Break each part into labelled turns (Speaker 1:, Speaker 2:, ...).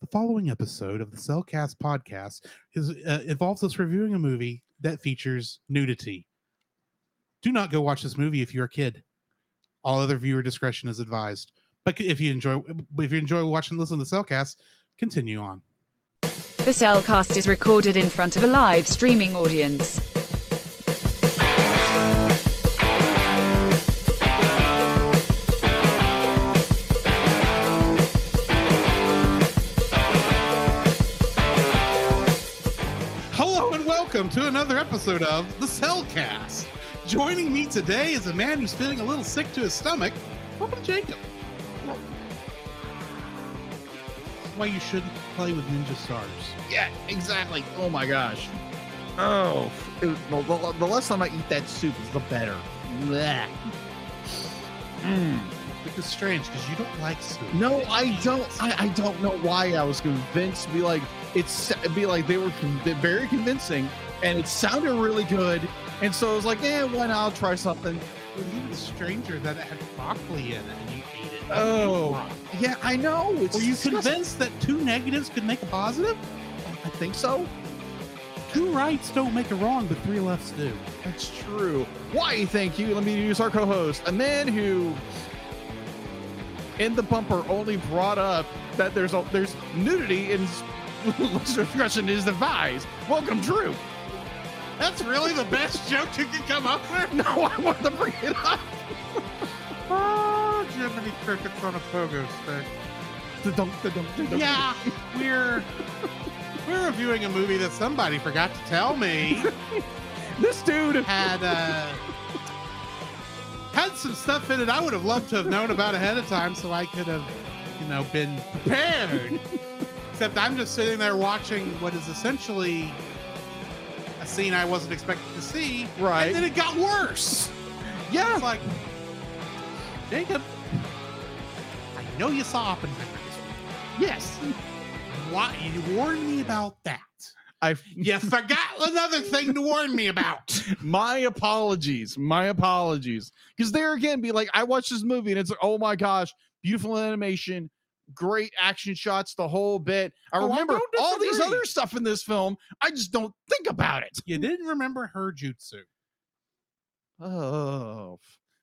Speaker 1: The following episode of the Cellcast podcast is, uh, involves us reviewing a movie that features nudity. Do not go watch this movie if you're a kid. All other viewer discretion is advised. But if you enjoy, if you enjoy watching, listen to the Cellcast, continue on.
Speaker 2: The Cellcast is recorded in front of a live streaming audience.
Speaker 1: Hello and welcome to another episode of the Cellcast. Joining me today is a man who's feeling a little sick to his stomach. Welcome, Jacob. Why you shouldn't play with ninja stars.
Speaker 3: Yeah, exactly. Oh my gosh. Oh, it- the, the- the less time I eat that soup, is the better. Blech. Mm.
Speaker 1: Which is strange because you don't like soup.
Speaker 3: No, I don't. I, I don't know why I was convinced. Be like, it's it'd be like they were con- they're very convincing, and it sounded really good. And so I was like, eh, why not? I'll try something.
Speaker 1: It was even stranger that it had broccoli in it and you ate it.
Speaker 3: Oh.
Speaker 1: Broccoli.
Speaker 3: Yeah, I know. It's
Speaker 1: Were you
Speaker 3: disgusting.
Speaker 1: convinced that two negatives could make a positive?
Speaker 3: I think so.
Speaker 1: Two rights don't make a wrong, but three lefts do.
Speaker 3: That's true. Why, thank you. Let me use our co host, a man who, in the bumper, only brought up that there's a, there's nudity in lesser expression is devised. Welcome, Drew.
Speaker 1: That's really the best joke you can come up with.
Speaker 3: No, I wanted to bring it up.
Speaker 1: Oh, Jiminy Cricket's on a pogo stick.
Speaker 3: Da-dunk, da-dunk, da-dunk.
Speaker 1: Yeah, we're we're reviewing a movie that somebody forgot to tell me
Speaker 3: This dude.
Speaker 1: had uh, had some stuff in it I would have loved to have known about ahead of time, so I could have, you know, been prepared. Except I'm just sitting there watching what is essentially a scene I wasn't expecting to see, and then
Speaker 3: Right.
Speaker 1: it got worse.
Speaker 3: Yeah.
Speaker 1: It's like, Jacob, I know you saw Oppenheimer this week.
Speaker 3: Yes.
Speaker 1: Why you warned me about that?
Speaker 3: I.
Speaker 1: You forgot another thing to warn me about.
Speaker 3: My apologies. My apologies. Because there again, be like, I watched this movie and it's like, oh my gosh, beautiful animation, great action shots, the whole bit. I
Speaker 1: Oh, I
Speaker 3: remember
Speaker 1: don't
Speaker 3: all these
Speaker 1: disagree.
Speaker 3: other stuff in this film. I just don't think about it.
Speaker 1: You didn't remember her jutsu.
Speaker 3: Oh.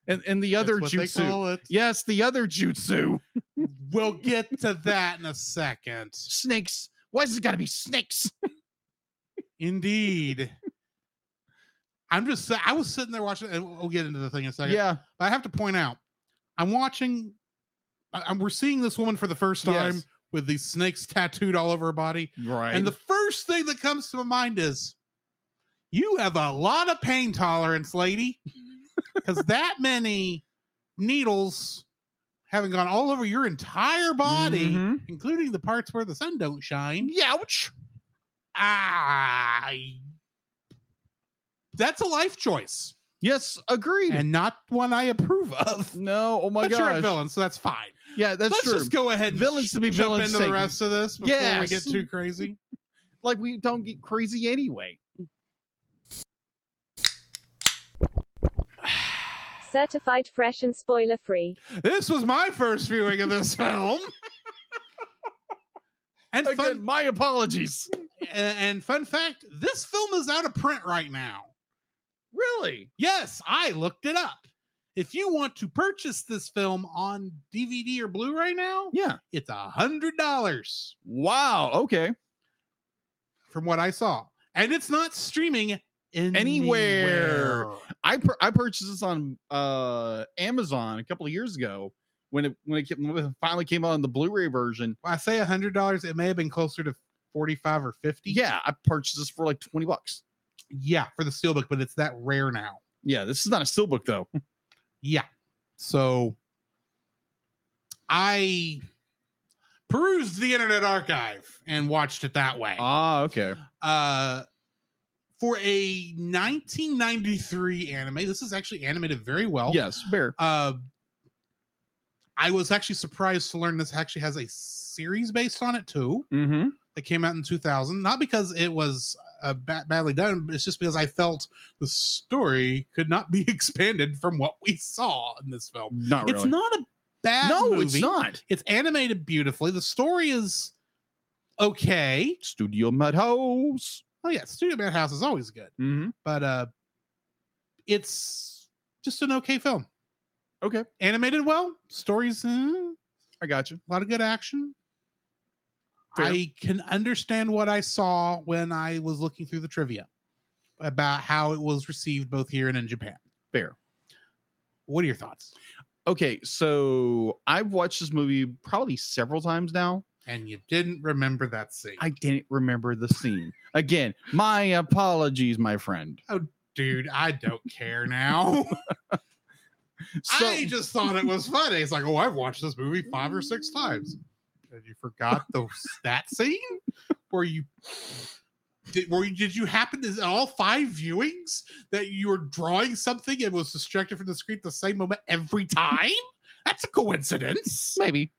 Speaker 3: And and the other
Speaker 1: That's what they
Speaker 3: jutsu.
Speaker 1: call it.
Speaker 3: Yes, the other jutsu.
Speaker 1: We'll get to that in a second.
Speaker 3: Snakes. Why is it gotta be snakes?
Speaker 1: Indeed. I'm just. sa- I was sitting there watching, and we'll get into the thing in a second.
Speaker 3: yeah.
Speaker 1: But I have to point out, I'm watching. I- I'm, we're seeing this woman for the first time
Speaker 3: Yes.
Speaker 1: with these snakes tattooed all over her body,
Speaker 3: Right.
Speaker 1: and the first thing that comes to my mind is, "You have a lot of pain tolerance, lady," because that many needles having gone all over your entire body.
Speaker 3: Mhm.
Speaker 1: including the parts where the sun don't shine.
Speaker 3: Youch.
Speaker 1: Ah, that's a life choice
Speaker 3: Yes, agreed.
Speaker 1: and not one I approve of.
Speaker 3: no, oh my
Speaker 1: but you're a
Speaker 3: gosh.
Speaker 1: villain, so that's fine.
Speaker 3: yeah, that's
Speaker 1: Let's
Speaker 3: true.
Speaker 1: just go ahead and
Speaker 3: Villains to be
Speaker 1: jump
Speaker 3: villains
Speaker 1: into
Speaker 3: sake.
Speaker 1: the rest of this before we get
Speaker 3: Yes.
Speaker 1: too crazy.
Speaker 3: like we don't get crazy anyway.
Speaker 4: Certified fresh and spoiler free.
Speaker 1: This was my first viewing of this film. and
Speaker 3: Again,
Speaker 1: fun
Speaker 3: my apologies.
Speaker 1: and and fun fact, this film is out of print right now.
Speaker 3: Really?
Speaker 1: Yes, I looked it up. If you want to purchase this film on DVD or Blu-ray now,
Speaker 3: Yeah.
Speaker 1: it's a hundred dollars
Speaker 3: Wow. Okay.
Speaker 1: from what I saw, and it's not streaming anywhere.
Speaker 3: I pur- I purchased this on uh Amazon a couple of years ago when it when it, came, when it finally came out in the Blu-ray version.
Speaker 1: When I say a hundred dollars, it may have been closer to forty-five or fifty.
Speaker 3: Yeah, I purchased this for like twenty bucks.
Speaker 1: yeah, for the steelbook, but it's that rare now.
Speaker 3: Yeah, this is not a steelbook though.
Speaker 1: Yeah, so I perused the Internet Archive and watched it that way.
Speaker 3: Ah, okay.
Speaker 1: Uh, for a 1993 anime, this is actually animated very well.
Speaker 3: Yes, fair.
Speaker 1: Uh, I was actually surprised to learn this actually has a series based on it too
Speaker 3: Mm-hmm.
Speaker 1: that came out in 2000. Not because it was uh, ba- badly done, but it's just because I felt the story could not be expanded from what we saw in this film.
Speaker 3: Not really.
Speaker 1: It's not a bad
Speaker 3: no,
Speaker 1: movie.
Speaker 3: it's not.
Speaker 1: It's animated beautifully. The story is okay.
Speaker 3: Studio Madhouse.
Speaker 1: Oh yeah, Studio Madhouse is always good,
Speaker 3: Mm-hmm.
Speaker 1: but uh, it's just an okay film.
Speaker 3: Okay,
Speaker 1: Animated well, stories, eh,
Speaker 3: I got you.
Speaker 1: a lot of good action.
Speaker 3: Fair.
Speaker 1: I can understand what I saw when I was looking through the trivia about how it was received both here and in Japan.
Speaker 3: Fair.
Speaker 1: What are your thoughts?
Speaker 3: Okay, so I've watched this movie probably several times now.
Speaker 1: And you didn't remember that scene.
Speaker 3: I didn't remember the scene. Again, my apologies, my friend.
Speaker 1: Dude, I don't care now.
Speaker 3: So
Speaker 1: I just thought it was funny. It's like, oh, I've watched this movie five or six times. And you forgot the that scene? Where you did were you did you happen to all five viewings that you were drawing something and was distracted from the screen at the same moment every time? That's a coincidence.
Speaker 3: maybe.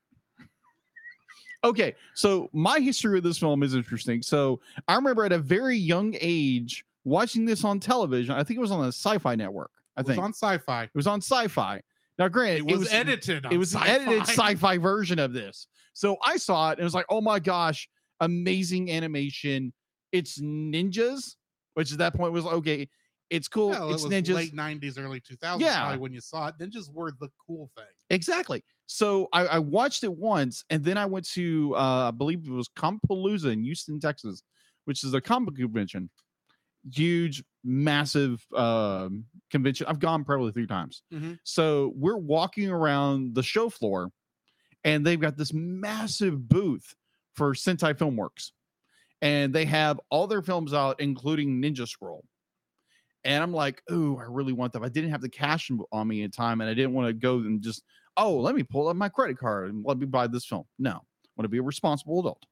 Speaker 3: Okay, so my history with this film is interesting. So I remember at a very young age watching this on television. I think it was on a sci-fi network. I
Speaker 1: It was
Speaker 3: think
Speaker 1: on sci-fi.
Speaker 3: it was on sci-fi. Now, granted,
Speaker 1: It was, edited. on
Speaker 3: it was an edited
Speaker 1: Sci-Fi.
Speaker 3: sci-fi version of this. So I saw it and it was like, oh my gosh, amazing animation. It's ninjas, which at that point was okay. It's cool.
Speaker 1: Well,
Speaker 3: it's
Speaker 1: it was
Speaker 3: ninjas.
Speaker 1: late 90s, early 2000s,
Speaker 3: Yeah.
Speaker 1: probably when you saw it. Ninjas were the cool thing.
Speaker 3: Exactly. So I, I watched it once, and then I went to uh, I believe it was Compalooza in Houston, Texas, which is a comic book convention. Huge, massive um, convention. I've gone probably three times.
Speaker 1: Mhm.
Speaker 3: So we're walking around the show floor, and they've got this massive booth for Sentai Filmworks, and they have all their films out, including Ninja Scroll. And I'm like, oh, I really want them. I didn't have the cash on me in time, and I didn't want to go and just oh, let me pull up my credit card and let me buy this film. No, I want to be a responsible adult.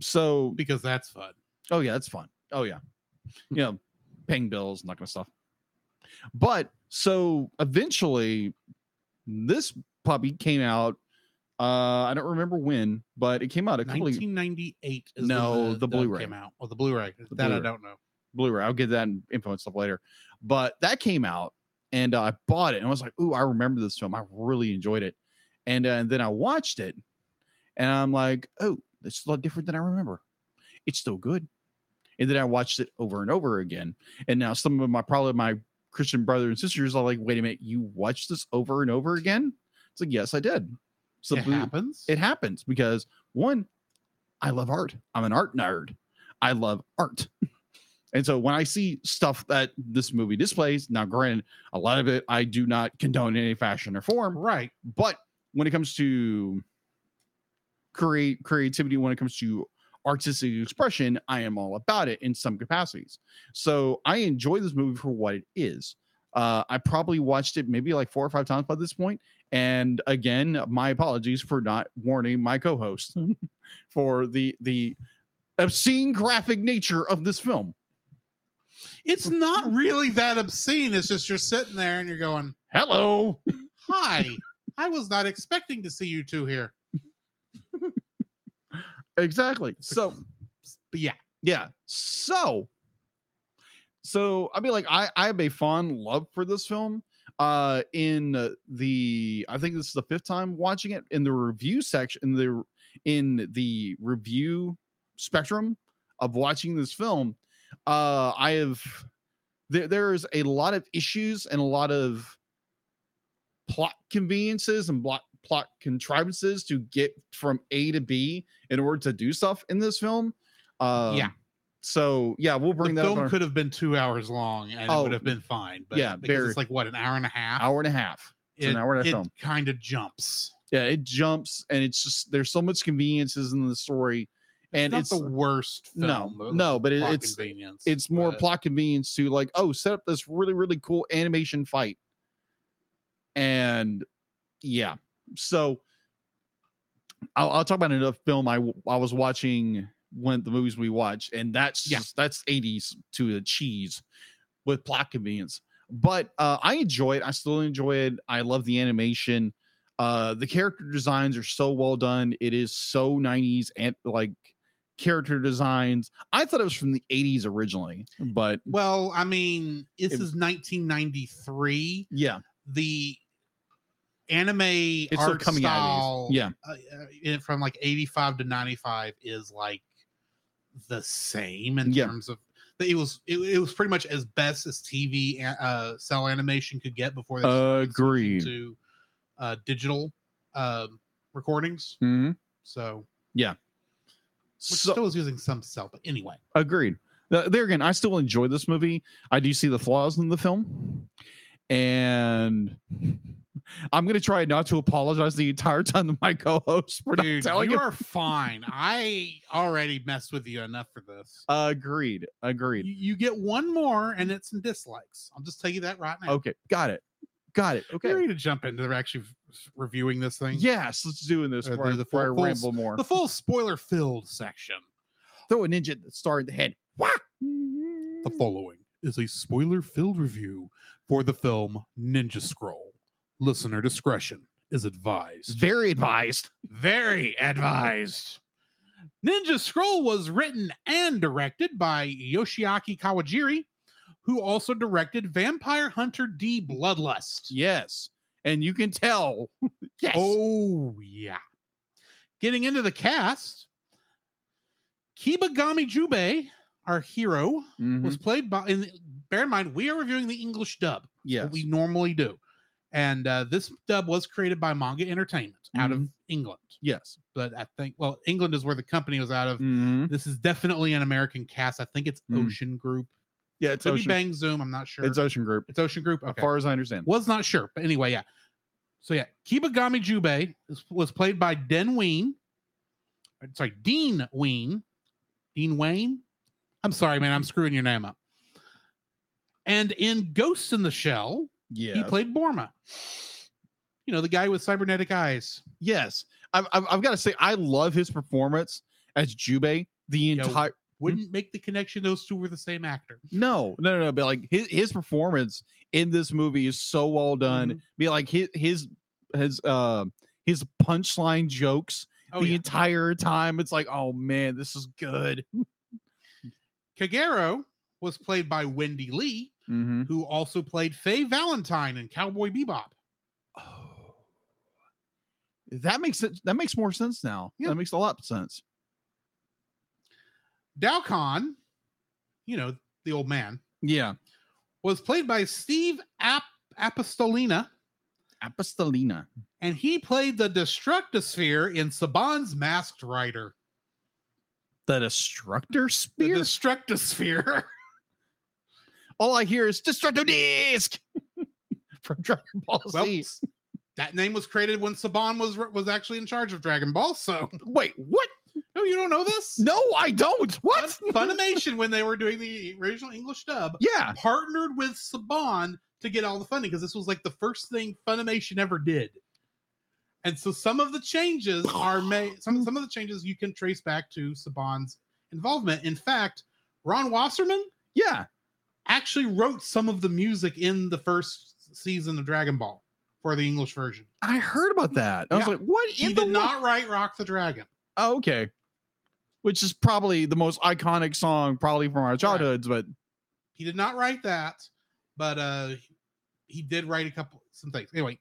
Speaker 3: So,
Speaker 1: Because that's fun.
Speaker 3: oh yeah, that's fun. Oh yeah, you know, paying bills and that kind of stuff. But so eventually, this puppy came out. Uh, I don't remember when, but it came out a couple of
Speaker 1: 1998 is
Speaker 3: No,
Speaker 1: when
Speaker 3: the Blu-ray.
Speaker 1: came out. Oh, the Blu-ray.
Speaker 3: The
Speaker 1: that I
Speaker 3: Blu-ray.
Speaker 1: don't know.
Speaker 3: Blu-ray. I'll get that info and stuff later. But that came out, and uh, I bought it, and I was like, "Ooh, I remember this film. I really enjoyed it." And, uh, and then I watched it, and I'm like, "Oh, it's a lot different than I remember. It's still good." And then I watched it over and over again, and now some of my probably my Christian brothers and sisters are like, "Wait a minute, you watched this over and over again?" It's like, "Yes, I did." So
Speaker 1: it
Speaker 3: boot-
Speaker 1: happens.
Speaker 3: it happens because one i love art i'm an art nerd i love art and so when i see stuff that this movie displays now granted a lot of it i do not condone in any fashion or form
Speaker 1: right.
Speaker 3: but when it comes to create creativity when it comes to artistic expression i am all about it in some capacities so i enjoy this movie for what it is uh, i probably watched it maybe like four or five times by this point and again my apologies for not warning my co-host for the the obscene graphic nature of this film
Speaker 1: It's not really that obscene. It's just you're sitting there and you're going,
Speaker 3: hello
Speaker 1: "Hi, I was not expecting to see you two here."
Speaker 3: exactly so
Speaker 1: But yeah,
Speaker 3: yeah so so i mean like i i have a fond love for this film uh in uh, the i think this is the fifth time watching it in the review section in the in the review spectrum of watching this film uh i have there, there's a lot of issues and a lot of plot conveniences and plot plot contrivances to get from a to b in order to do stuff in this film uh
Speaker 1: Yeah.
Speaker 3: so yeah we'll bring
Speaker 1: the
Speaker 3: that up
Speaker 1: film
Speaker 3: in our-
Speaker 1: could have been two hours long and it
Speaker 3: Oh,
Speaker 1: would have been fine. But
Speaker 3: yeah,
Speaker 1: because
Speaker 3: very-
Speaker 1: it's like what an hour and a half.
Speaker 3: hour and a half it's
Speaker 1: it,
Speaker 3: an hour and a film.
Speaker 1: kind of jumps.
Speaker 3: yeah it jumps and it's just there's so much conveniences in the story and
Speaker 1: not
Speaker 3: it's
Speaker 1: the worst.
Speaker 3: no,
Speaker 1: film,
Speaker 3: no, but it-
Speaker 1: plot
Speaker 3: it's-
Speaker 1: convenience,
Speaker 3: it's more
Speaker 1: but-
Speaker 3: plot convenience to like oh set up this really really cool animation fight and yeah so i'll, I'll talk about another film i w- i was watching when the movies we watched and that's
Speaker 1: Yeah.
Speaker 3: just that's 80s to the cheese with plot convenience but uh i enjoy it i still enjoy it i love the animation uh the character designs are so well done it is so 90s and like character designs i thought it was from the 80s originally but
Speaker 1: Well, I mean, this
Speaker 3: It-
Speaker 1: is 1993.
Speaker 3: yeah
Speaker 1: the anime
Speaker 3: It's still
Speaker 1: art
Speaker 3: coming out of these.
Speaker 1: style
Speaker 3: Yeah.
Speaker 1: uh, uh, in- from like 85 to 95 is like the same in
Speaker 3: Yeah.
Speaker 1: terms of it was it, it was pretty much as best as TV a- uh, cell animation could get before they
Speaker 3: Agreed.
Speaker 1: to uh, digital um, recordings.
Speaker 3: hmm
Speaker 1: So which
Speaker 3: So
Speaker 1: still was using some cell, but anyway,
Speaker 3: agreed. Th- There again, I still enjoy this movie. I do see the flaws in the film, and I'm going to try not to apologize the entire time to my co-host for not
Speaker 1: dude,
Speaker 3: telling
Speaker 1: you
Speaker 3: him.
Speaker 1: are fine. I already messed with you enough for this.
Speaker 3: agreed. Agreed.
Speaker 1: You, you get one more, and it's some dislikes. I'll just tell you that right now.
Speaker 3: Okay, got it. Got it.
Speaker 1: We're
Speaker 3: Okay.
Speaker 1: ready to jump into the- actually reviewing this thing.
Speaker 3: Yes, let's do in this
Speaker 1: Uh,
Speaker 3: before,
Speaker 1: the-
Speaker 3: I-
Speaker 1: the
Speaker 3: before I
Speaker 1: full- full s-
Speaker 3: ramble more.
Speaker 1: the full spoiler-filled section.
Speaker 3: Throw a ninja at the star in the head. Wah!
Speaker 1: The following is a spoiler-filled review for the film Ninja Scroll. Listener discretion is advised.
Speaker 3: Very advised.
Speaker 1: very advised. Ninja Scroll was written and directed by Yoshiaki Kawajiri, who also directed Vampire Hunter D Bloodlust.
Speaker 3: Yes. And you can tell. yes.
Speaker 1: Oh, yeah. Getting into the cast, Kibagami Jubei, our hero,
Speaker 3: Mhm.
Speaker 1: was played by, and bear in mind, we are reviewing the English dub
Speaker 3: yes.
Speaker 1: what we normally do. And uh, this dub was created by Manga Entertainment out of
Speaker 3: Mm-hmm.
Speaker 1: England.
Speaker 3: yes.
Speaker 1: But I think, well, England is where the company was out of.
Speaker 3: Mhm.
Speaker 1: This is definitely an American cast. I think it's
Speaker 3: Mm.
Speaker 1: Ocean Group.
Speaker 3: Yeah, it's
Speaker 1: Could be
Speaker 3: Ocean,
Speaker 1: Bang Zoom. I'm not sure.
Speaker 3: it's
Speaker 1: It's,
Speaker 3: Ocean Group,
Speaker 1: Ocean Group. Okay.
Speaker 3: as far as I understand.
Speaker 1: Was not sure. But anyway, yeah. So yeah, Kibagami Jubei is, was played by Den Ween. I'm Sorry, Dean Ween. Dean Wayne. I'm sorry, man. I'm screwing your name up. And in Ghosts in the Shell,
Speaker 3: Yeah.
Speaker 1: he played Borma. You know, the guy with cybernetic eyes.
Speaker 3: yes. I've, I've, I've got to say, I love his performance as Jubei. The
Speaker 1: Yo.
Speaker 3: entire.
Speaker 1: Wouldn't make the connection those two were the same actor.
Speaker 3: No, no, no, no. But like his, his performance in this movie is so well done.
Speaker 1: Mm-hmm.
Speaker 3: Be like his his his uh his punchline jokes
Speaker 1: Oh,
Speaker 3: the
Speaker 1: yeah.
Speaker 3: entire time. It's like, oh man, this is good.
Speaker 1: Kagero was played by Wendy Lee,
Speaker 3: Mm-hmm.
Speaker 1: who also played Faye Valentine in Cowboy Bebop.
Speaker 3: Oh. That makes it that makes more sense now.
Speaker 1: Yeah.
Speaker 3: That makes a lot of sense.
Speaker 1: Dalcon, you know, the old man,
Speaker 3: Yeah.
Speaker 1: was played by Steve Ap- Apostolina,
Speaker 3: Apostolina.
Speaker 1: and he played the Destructosphere in Saban's Masked Rider.
Speaker 3: The destructor
Speaker 1: The
Speaker 3: spear.
Speaker 1: Destructosphere.
Speaker 3: All I hear is destructo disc from Dragon Ball
Speaker 1: Well,
Speaker 3: Z.
Speaker 1: that name was created when Saban was was actually in charge of Dragon Ball. So,
Speaker 3: Wait, what?
Speaker 1: no, you don't know this.
Speaker 3: No, I don't. What?
Speaker 1: Funimation, when they were doing the original English dub,
Speaker 3: yeah.
Speaker 1: partnered with Saban to get all the funding because this was like the first thing Funimation ever did. And so some of the changes are made, some, some of the changes you can trace back to Saban's involvement. In fact, Ron Wasserman
Speaker 3: Yeah.
Speaker 1: actually wrote some of the music in the first season of Dragon Ball for the English version.
Speaker 3: I heard about that. I was
Speaker 1: Yeah.
Speaker 3: like, what
Speaker 1: He
Speaker 3: in the
Speaker 1: did
Speaker 3: wo-
Speaker 1: not write Rock the Dragon.
Speaker 3: Oh, okay. Which is probably the most iconic song probably from our childhoods, but
Speaker 1: He did not write that, but uh he did write a couple some things. Anyway,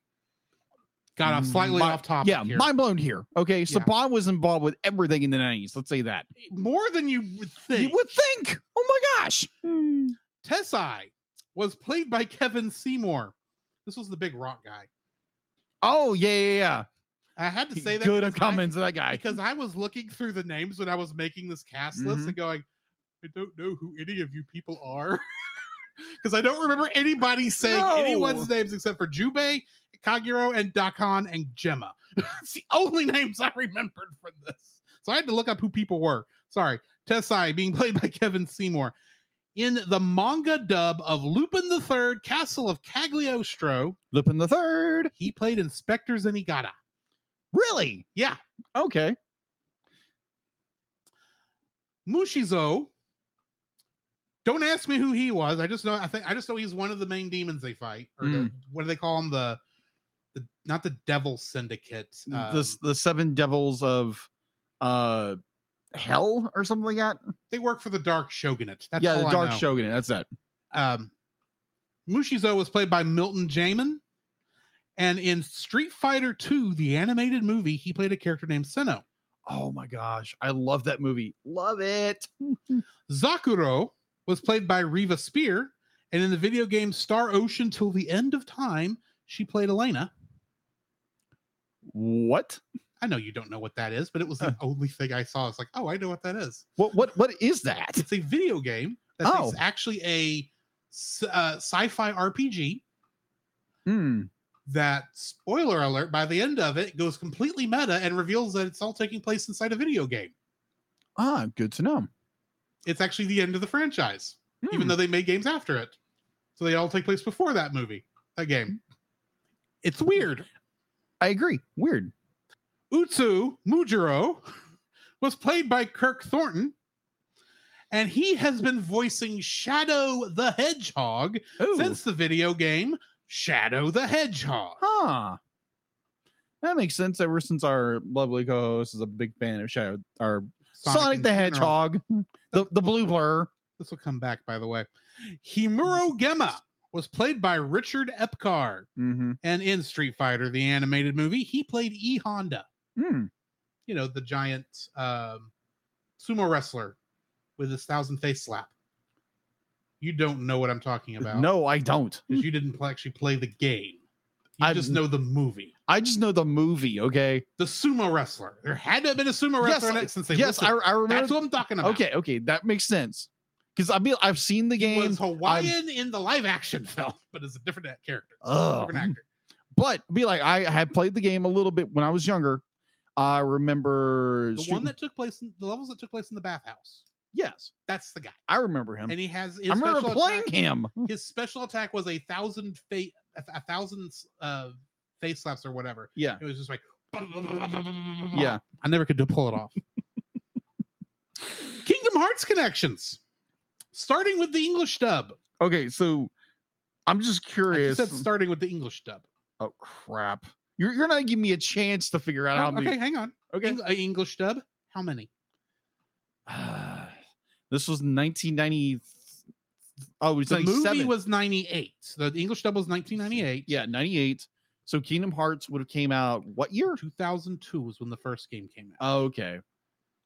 Speaker 1: got off slightly
Speaker 3: My-
Speaker 1: off topic.
Speaker 3: Mm, yeah,
Speaker 1: here.
Speaker 3: mind blown here. Okay, so
Speaker 1: Yeah.
Speaker 3: Bond was involved with everything in the 90s. Let's say that.
Speaker 1: more than you would think.
Speaker 3: You would think. Oh my gosh.
Speaker 1: Tessai was played by Kevin Seymour. This was the big rock guy.
Speaker 3: Oh, yeah, yeah,
Speaker 1: I had to
Speaker 3: yeah.
Speaker 1: say that
Speaker 3: Good of
Speaker 1: because I-
Speaker 3: comments to that guy.
Speaker 1: because I was looking through the names when I was making this cast list
Speaker 3: Mhm.
Speaker 1: and going, I don't know who any of you people are. Because I don't remember anybody saying anyone's names except for Jubei, Kaguro, and Dakan and Gemma. it's the only names I remembered from this. So I had to look up who people were. Sorry. Tessai being played by Kevin Seymour. In the manga dub of Lupin the Third, Castle of Cagliostro,
Speaker 3: Lupin the Third.
Speaker 1: he played Inspector Zenigata.
Speaker 3: Really?
Speaker 1: Yeah.
Speaker 3: Okay.
Speaker 1: Mushizo. Don't ask me who he was. I just know. I think I just know he's one of the main demons they fight. Or
Speaker 3: Hmm.
Speaker 1: the, what do they call him? The, the not the Devil Syndicate. Um,
Speaker 3: the, s- the Seven Devils of uh Hell or something like that.
Speaker 1: they work for the Dark Shogunate. That's
Speaker 3: yeah,
Speaker 1: all
Speaker 3: the
Speaker 1: I
Speaker 3: Dark
Speaker 1: know.
Speaker 3: Shogunate. That's that.
Speaker 1: Um, Mushizo was played by Milton Jamin, And in Street Fighter 2, the animated movie, he played a character named Sinnoh.
Speaker 3: Oh my gosh, I love that movie. Love it.
Speaker 1: Zakuro was played by Riva Spear, and in the video game Star Ocean Till the End of Time, she played Elena.
Speaker 3: What?
Speaker 1: I know you don't know what that is, but it was the only thing I saw. It's like, oh, I know what that is.
Speaker 3: What? What? What is that?
Speaker 1: It's a video game that's
Speaker 3: Oh.
Speaker 1: actually a s- uh, sci-fi RPG
Speaker 3: Hmm.
Speaker 1: that, spoiler alert, by the end of it goes completely meta and reveals that it's all taking place inside a video game.
Speaker 3: Ah, good to know.
Speaker 1: It's actually the end of the franchise, even
Speaker 3: Hmm.
Speaker 1: though they made games after it. So they all take place before that movie, that game. It's weird.
Speaker 3: Hmm, I agree. Weird.
Speaker 1: Utsu Mujiro was played by Kirk Thornton, and he has been voicing Shadow the Hedgehog
Speaker 3: Ooh.
Speaker 1: since the video game Shadow the Hedgehog.
Speaker 3: Huh. That makes sense. Ever since our lovely co-host is a big fan of Shadow, our Sonic,
Speaker 1: in
Speaker 3: the
Speaker 1: general.
Speaker 3: Hedgehog, the the blue blur.
Speaker 1: This will come back, by the way. Himuro Gemma was played by Richard Epcar,
Speaker 3: Mm-hmm.
Speaker 1: and in Street Fighter, the animated movie, he played E Honda,
Speaker 3: Mm.
Speaker 1: you know, the giant um, sumo wrestler with his thousand face slap. You don't know what I'm talking about.
Speaker 3: No, I don't.
Speaker 1: because you didn't pl- actually play the game. You
Speaker 3: I'm-
Speaker 1: just know the movie,
Speaker 3: I just know the movie. Okay.
Speaker 1: the sumo wrestler. There had to have been a sumo
Speaker 3: Yes,
Speaker 1: wrestler in
Speaker 3: I-
Speaker 1: it since they
Speaker 3: yes, I,
Speaker 1: listed it.
Speaker 3: I remember.
Speaker 1: That's what I'm talking about.
Speaker 3: okay, okay, that makes sense. Because I mean, I've seen the
Speaker 1: He
Speaker 3: game.
Speaker 1: was Hawaiian in the live action film, but it's a different act- character.
Speaker 3: Ugh.
Speaker 1: Different actor.
Speaker 3: but be like, I had played the game a little bit when I was younger. I remember.
Speaker 1: The
Speaker 3: Street-
Speaker 1: one that took place in the levels that took place in the bathhouse.
Speaker 3: yes,
Speaker 1: That's the guy.
Speaker 3: I remember him.
Speaker 1: And he has his
Speaker 3: I remember
Speaker 1: special
Speaker 3: playing
Speaker 1: attack-
Speaker 3: him.
Speaker 1: his special attack was a thousand face a, a thousand uh face slaps or whatever.
Speaker 3: Yeah,
Speaker 1: It was just like
Speaker 3: yeah.
Speaker 1: I never could do pull it off. Kingdom Hearts connections, starting with the English dub.
Speaker 3: Okay, so I'm just
Speaker 1: I just
Speaker 3: curious.
Speaker 1: said starting with the English dub.
Speaker 3: oh crap! You're you're not giving me a chance to figure out
Speaker 1: Oh,
Speaker 3: how
Speaker 1: okay,
Speaker 3: many.
Speaker 1: hang on.
Speaker 3: Okay.
Speaker 1: Eng- uh, English dub. How many?
Speaker 3: this was 1990. Oh, it's
Speaker 1: The movie
Speaker 3: 97.
Speaker 1: was ninety eight. The English dub was nineteen ninety eight.
Speaker 3: yeah 98 so kingdom hearts would have came out what year
Speaker 1: two thousand two was when the first game came out,
Speaker 3: oh, okay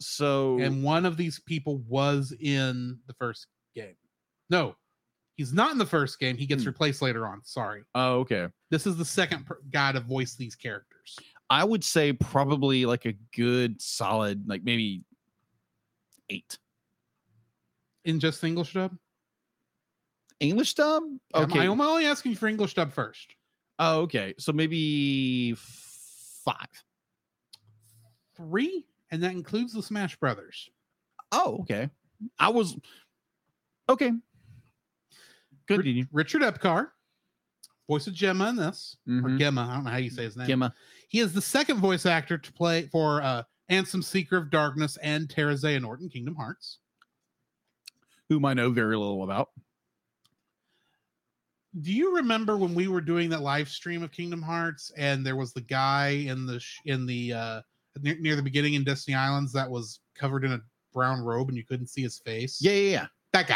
Speaker 3: so
Speaker 1: and one of these people was in the first game. No, he's not in the first game. He gets
Speaker 3: Hmm.
Speaker 1: replaced later on. Sorry,
Speaker 3: oh okay
Speaker 1: this is the second per- guy to voice these characters.
Speaker 3: i would say probably like a good solid like maybe eight
Speaker 1: in just the English dub?
Speaker 3: english dub
Speaker 1: Okay.
Speaker 3: okay
Speaker 1: I'm, I'm only asking for English dub first.
Speaker 3: oh okay so maybe five.
Speaker 1: Three, and that includes the Smash Brothers.
Speaker 3: Oh, okay i was okay good continue.
Speaker 1: Richard Epcar, voice of Gemma in this, or
Speaker 3: Mhm.
Speaker 1: Gemma. I don't know how you say his name.
Speaker 3: Gemma.
Speaker 1: He is the second voice actor to play for uh, Ansem Seeker of Darkness and Terra Xehanort in Kingdom Hearts.
Speaker 3: whom i know very little about
Speaker 1: Do you remember when we were doing that live stream of Kingdom Hearts and there was the guy in the sh- in the uh, near, near the beginning in Destiny Islands that was covered in a brown robe and you couldn't see his face?
Speaker 3: yeah yeah
Speaker 1: that guy.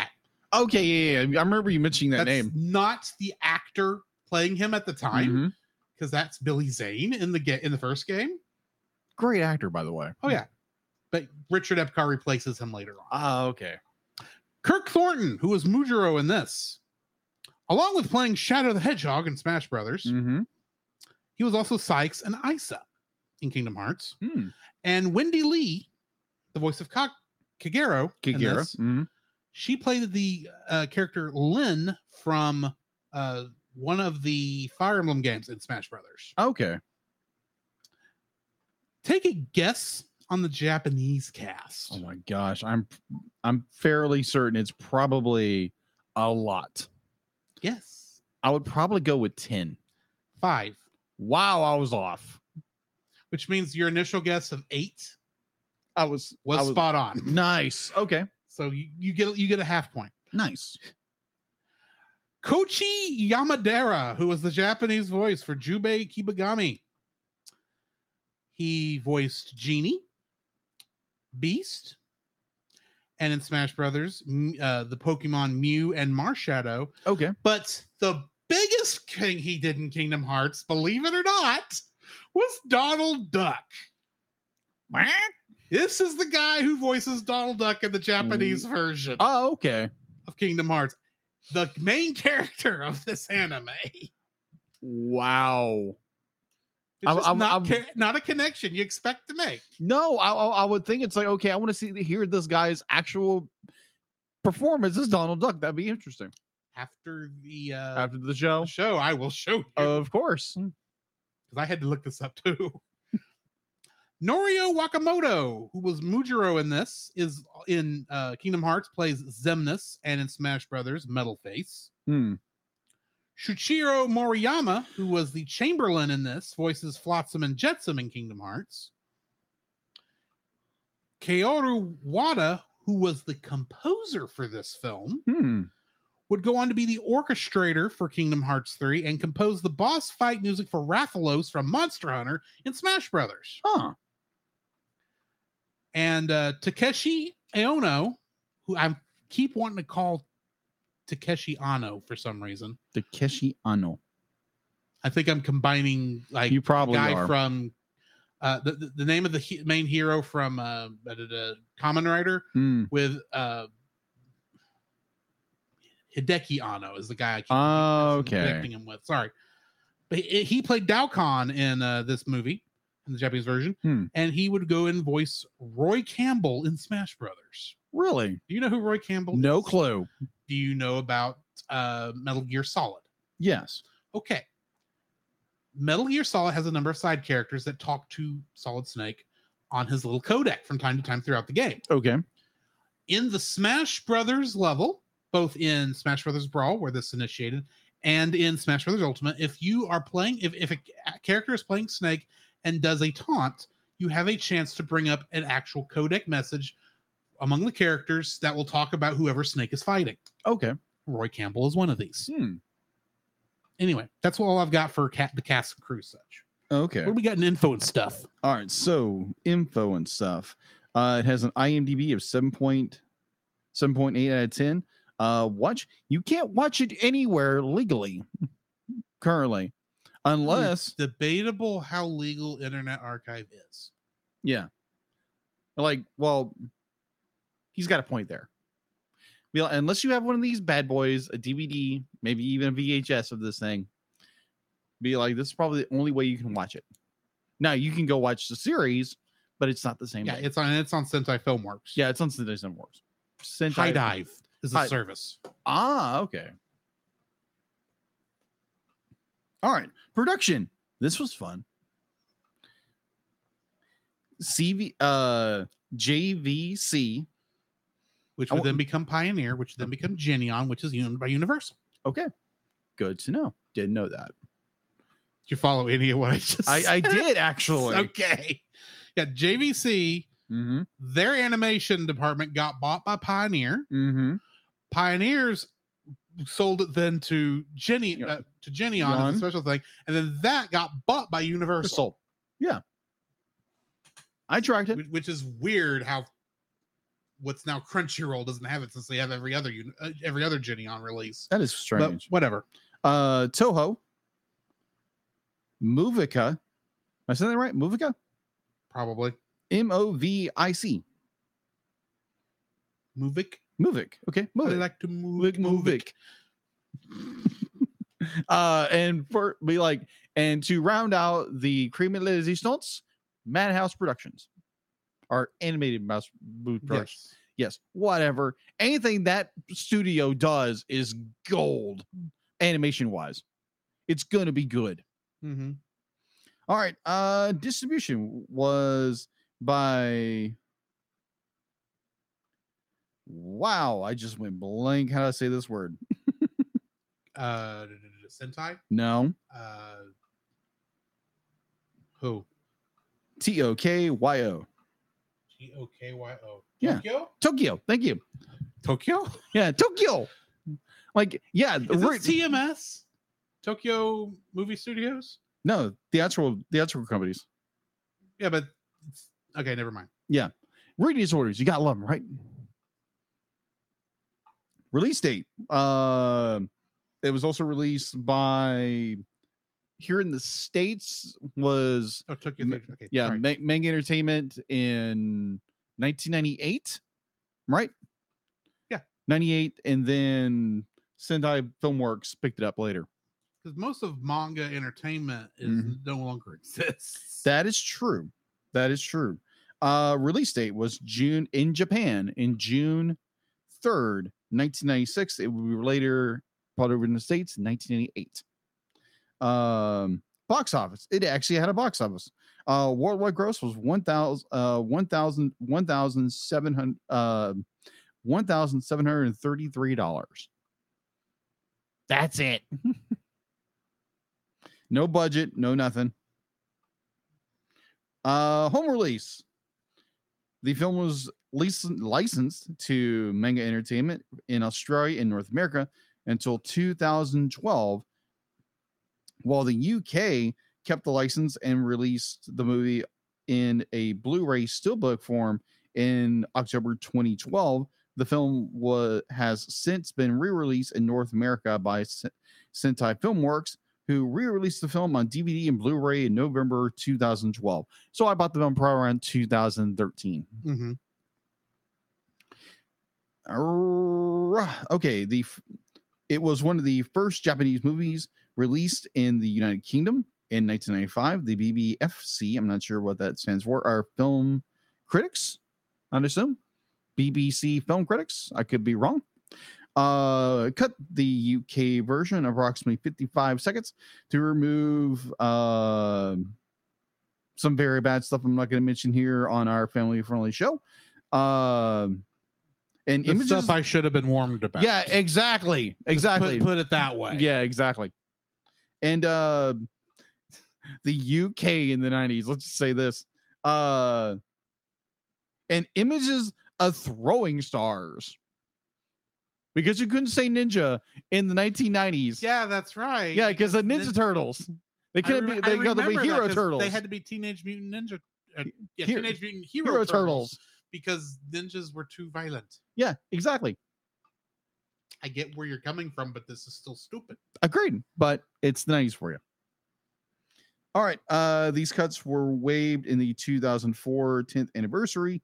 Speaker 3: yeah okay yeah yeah, yeah. i remember you mentioning that
Speaker 1: that's
Speaker 3: name
Speaker 1: not the actor playing him at the time
Speaker 3: Mhm.
Speaker 1: because that's Billy Zane in the get in the first game.
Speaker 3: great actor by the way
Speaker 1: Oh yeah, but Richard Epcar replaces him later on.
Speaker 3: oh okay
Speaker 1: Kirk Thornton, who was Mujiro in this, along with playing Shadow the Hedgehog in Smash Brothers,
Speaker 3: mm-hmm.
Speaker 1: he was also Sykes and Isa in Kingdom Hearts,
Speaker 3: hmm
Speaker 1: and Wendy Lee, the voice of Cock Kagero, in
Speaker 3: Kagura.
Speaker 1: this, she played the uh, character Lynn from uh, one of the Fire Emblem games in Smash Brothers.
Speaker 3: Okay.
Speaker 1: take a guess on the Japanese cast.
Speaker 3: Oh my gosh, I'm I'm fairly certain it's probably a lot.
Speaker 1: Yes.
Speaker 3: I would probably go with 10.
Speaker 1: Five,
Speaker 3: Wow, I was off.
Speaker 1: which means your initial guess of eight
Speaker 3: I was
Speaker 1: was,
Speaker 3: I was
Speaker 1: spot on.
Speaker 3: nice. Okay.
Speaker 1: So you, you get you get a half point.
Speaker 3: Nice.
Speaker 1: Kochi Yamadera, who was the Japanese voice for Jubei Kibagami. He voiced Genie, Beast, and in Smash Brothers, M- uh, the Pokemon Mew and Marshadow.
Speaker 3: Okay.
Speaker 1: But the biggest thing he did in Kingdom Hearts, believe it or not, was Donald Duck. This is the guy who voices Donald Duck in the Japanese version
Speaker 3: Oh, okay.
Speaker 1: of Kingdom Hearts, the main character of this anime. It's
Speaker 3: Wow. I'm-
Speaker 1: just
Speaker 3: I'm-
Speaker 1: not,
Speaker 3: I'm-
Speaker 1: ca- not a connection you expect to make.
Speaker 3: No, I, I I would think it's like okay, I want to see hear this guy's actual performance as Donald Duck. That'd be interesting.
Speaker 1: After the uh,
Speaker 3: After the show,
Speaker 1: show, I will show you.
Speaker 3: of course.
Speaker 1: because I had to look this up too. Norio Wakamoto, who was Mujiro in this, is in uh, Kingdom Hearts, plays Zemnis, and in Smash Brothers, Metal Face.
Speaker 3: Hmm.
Speaker 1: Shuichiro Moriyama, who was the Chamberlain in this, voices Flotsam and Jetsam in Kingdom Hearts. Kaoru Wada, who was the composer for this film,
Speaker 3: Hmm.
Speaker 1: would go on to be the orchestrator for Kingdom Hearts 3 and compose the boss fight music for Rathalos from Monster Hunter in Smash Brothers.
Speaker 3: Huh.
Speaker 1: And uh, Takeshi Aono, who I keep wanting to call Takeshi Ano for some reason.
Speaker 3: Takeshi Ano.
Speaker 1: I think I'm combining like
Speaker 3: You probably
Speaker 1: guy
Speaker 3: are.
Speaker 1: from uh, the, the, the name of the he- main hero from uh, the Common Writer
Speaker 3: Hmm.
Speaker 1: with uh, Hideki Ano is the guy I keep
Speaker 3: Okay.
Speaker 1: connecting him with. Sorry, but he, he played Daokon in uh, this movie in the Japanese version,
Speaker 3: Hmm.
Speaker 1: and he would go and voice Roy Campbell in Smash Brothers.
Speaker 3: Really?
Speaker 1: Do you know who Roy Campbell?
Speaker 3: No
Speaker 1: is?
Speaker 3: clue.
Speaker 1: Do you know about uh, Metal Gear Solid?
Speaker 3: Yes.
Speaker 1: Okay. Metal Gear Solid has a number of side characters that talk to Solid Snake on his little codec from time to time throughout the game.
Speaker 3: Okay.
Speaker 1: in the Smash Brothers level, both in Smash Brothers Brawl, where this initiated, and in Smash Brothers Ultimate, if you are playing, if, if a ca- character is playing Snake and does a taunt, you have a chance to bring up an actual codec message among the characters that will talk about whoever Snake is fighting.
Speaker 3: Okay.
Speaker 1: Roy Campbell is one of these.
Speaker 3: Hmm.
Speaker 1: Anyway, that's all I've got for cat, the cast and crew such.
Speaker 3: Okay.
Speaker 1: What do we got in info and stuff?
Speaker 3: All right. So info and stuff. Uh, it has an IMDb of 7.7.8 out of 10. Uh, watch. You can't watch it anywhere legally currently, unless
Speaker 1: It's debatable how legal Internet Archive is.
Speaker 3: yeah, like well, he's got a point there. Well, unless you have one of these bad boys, a DVD, maybe even a VHS of this thing, be like this is probably the only way you can watch it. Now you can go watch the series, but it's not the same.
Speaker 1: Yeah,
Speaker 3: thing.
Speaker 1: it's on it's on Sentai Filmworks.
Speaker 3: Yeah, it's on Sentai Sun Wars. Sentai
Speaker 1: High Dive is a
Speaker 3: Hi-
Speaker 1: service.
Speaker 3: Ah, okay. All right. Production. This was fun. CV uh JVC.
Speaker 1: which
Speaker 3: I
Speaker 1: would
Speaker 3: want-
Speaker 1: then become Pioneer, which would then become Genion, which is owned by Universal.
Speaker 3: Okay. Good to know. Didn't know that.
Speaker 1: Did you follow any of what I just
Speaker 3: I, I
Speaker 1: said?
Speaker 3: did actually.
Speaker 1: Okay. Yeah, JVC,
Speaker 3: Mm-hmm.
Speaker 1: their animation department got bought by Pioneer.
Speaker 3: Mm-hmm.
Speaker 1: Pioneers sold it then to Jenny
Speaker 3: Yeah.
Speaker 1: uh, to Genion as
Speaker 3: Yon.
Speaker 1: a special thing, and then that got bought by Universal,
Speaker 3: Crystal. Yeah. I tracked it.
Speaker 1: which, which is weird how what's now Crunchyroll doesn't have it since they have every other uni- uh, every other Genion release.
Speaker 3: That is
Speaker 1: But
Speaker 3: strange.
Speaker 1: whatever.
Speaker 3: uh Toho. Movica. Am I saying that right? Movica?
Speaker 1: Probably.
Speaker 3: M O V I C.
Speaker 1: Movic.
Speaker 3: Movic. Okay.
Speaker 1: I
Speaker 3: Movic.
Speaker 1: like to move Movic.
Speaker 3: uh, and for be like, and to round out the cream de la resistance, Madhouse Productions, our animated mouse boot productions.
Speaker 1: Yes.
Speaker 3: Yes. Whatever. Anything that studio does is gold, animation wise. It's gonna be good.
Speaker 1: Mm-hmm.
Speaker 3: All right. Uh distribution was by Wow, I just went blank. How do I say this word?
Speaker 1: Uh, d- d- d- Sentai.
Speaker 3: No.
Speaker 1: Uh, who?
Speaker 3: T O K Y O.
Speaker 1: T O K Y O.
Speaker 3: Yeah.
Speaker 1: Tokyo.
Speaker 3: Tokyo. Thank you.
Speaker 1: Tokyo.
Speaker 3: Yeah, Tokyo. Like, yeah, the
Speaker 1: Is
Speaker 3: re-
Speaker 1: this TMS? Tokyo Movie Studios.
Speaker 3: no, the actual the actual companies.
Speaker 1: Yeah, but it's, okay, never mind.
Speaker 3: Reading disorders, you gotta love them, right? Release date. Um It was also released by here in the states was
Speaker 1: Oh, took you.
Speaker 3: Ma-
Speaker 1: there. Okay.
Speaker 3: yeah
Speaker 1: sorry.
Speaker 3: Ma- Manga Entertainment in 1998, right?
Speaker 1: Yeah.
Speaker 3: 98, and then Sendai Filmworks picked it up later.
Speaker 1: because most of manga entertainment is
Speaker 3: Mhm.
Speaker 1: no longer exists.
Speaker 3: That is true. That is true. Uh, release date was June in Japan in June 3rd, 1996. It would be later brought over in the States in 1988. Um, box office. It actually had a box office. Uh, worldwide gross was 1,000, uh, 1,000, 1,700, uh, $1,733. That's it. no budget, no nothing. Uh, home release. The film was licen- licensed to Manga Entertainment in Australia and North America until 2012, while the UK kept the license and released the movie in a Blu-ray steelbook form in October 2012. The film was has since been re-released in North America by Sen- Sentai Filmworks, who re-released the film on DVD and Blu-ray in November 2012. So I bought the film probably around 2013.
Speaker 1: hmm
Speaker 3: Arrgh. Okay, the f- it was one of the first Japanese movies released in the United Kingdom in 1995. The BBFC, I'm not sure what that stands for, are film critics. I assume BBC film critics. I could be wrong. Uh, cut the UK version approximately 55 seconds to remove uh, some very bad stuff. I'm not going to mention here on our family friendly show. Um, and
Speaker 1: The
Speaker 3: images,
Speaker 1: stuff I should have been warned about.
Speaker 3: yeah, exactly.
Speaker 1: Put-
Speaker 3: Exactly.
Speaker 1: Put, it that way.
Speaker 3: yeah, exactly. And uh the UK in the 90s, let's just say this. Uh and images of throwing stars. Because you couldn't say ninja in the 1990s.
Speaker 1: Yeah, that's right.
Speaker 3: Yeah, because the Ninja
Speaker 1: nin-
Speaker 3: Turtles. They
Speaker 1: I
Speaker 3: couldn't
Speaker 1: remem-
Speaker 3: be
Speaker 1: I
Speaker 3: they got to be
Speaker 1: remember that
Speaker 3: Hero
Speaker 1: 'cause
Speaker 3: Turtles.
Speaker 1: They had to be Teenage Mutant Ninja. uh, yeah,
Speaker 3: Hero-
Speaker 1: Teenage Mutant Hero,
Speaker 3: Hero
Speaker 1: Turtles
Speaker 3: Turtles.
Speaker 1: because ninjas were too violent.
Speaker 3: Yeah, exactly.
Speaker 1: I get where you're coming from, but this is still stupid.
Speaker 3: Agreed, but it's the 90s for you. All right. Uh, these cuts were waived in the 2004 10th anniversary.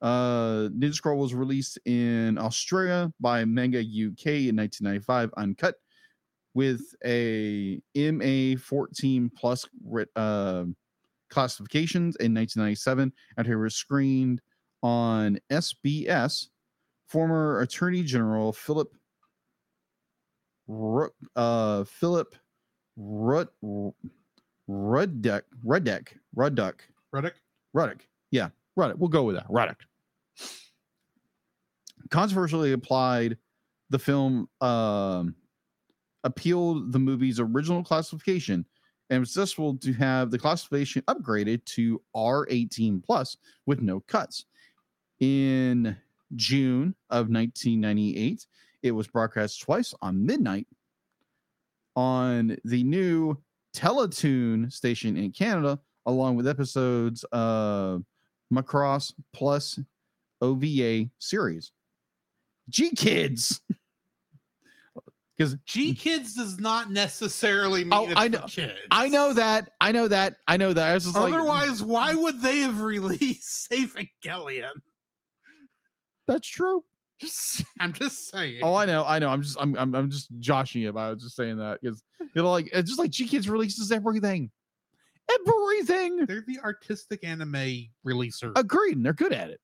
Speaker 3: Uh, Ninja Scroll was released in Australia by Manga UK in 1995, uncut with a MA 14 plus writ- uh, classifications in 1997 after it was screened on SBS. Former Attorney General Philip Ru- uh, Philip Rud Rudduck Rudduck Rudduck
Speaker 1: Ruddick,
Speaker 3: Ruddock. Yeah, Ruddock. We'll go with that. Ruddock. Controversially applied, the film um, appealed the movie's original classification and was successful to have the classification upgraded to R18 plus with no cuts. In June of 1998, it was broadcast twice on midnight on the new Teletoon station in Canada along with episodes of Macross plus OVA series. G Kids. Because
Speaker 1: G Kids does not necessarily mean
Speaker 3: Oh,
Speaker 1: it's
Speaker 3: I
Speaker 1: for
Speaker 3: know-
Speaker 1: kids.
Speaker 3: I know that. I know that. I know that. I was just like,
Speaker 1: Otherwise, why would they have released Evangelion?
Speaker 3: that's true.
Speaker 1: Just, I'm just saying.
Speaker 3: Oh, I know. I know. I'm just, I'm, I'm, I'm just joshing you about it. Just saying that because you know, like, it's just like G Kids releases everything. Everything.
Speaker 1: They're the artistic anime releaser.
Speaker 3: Agreed, and they're good at it.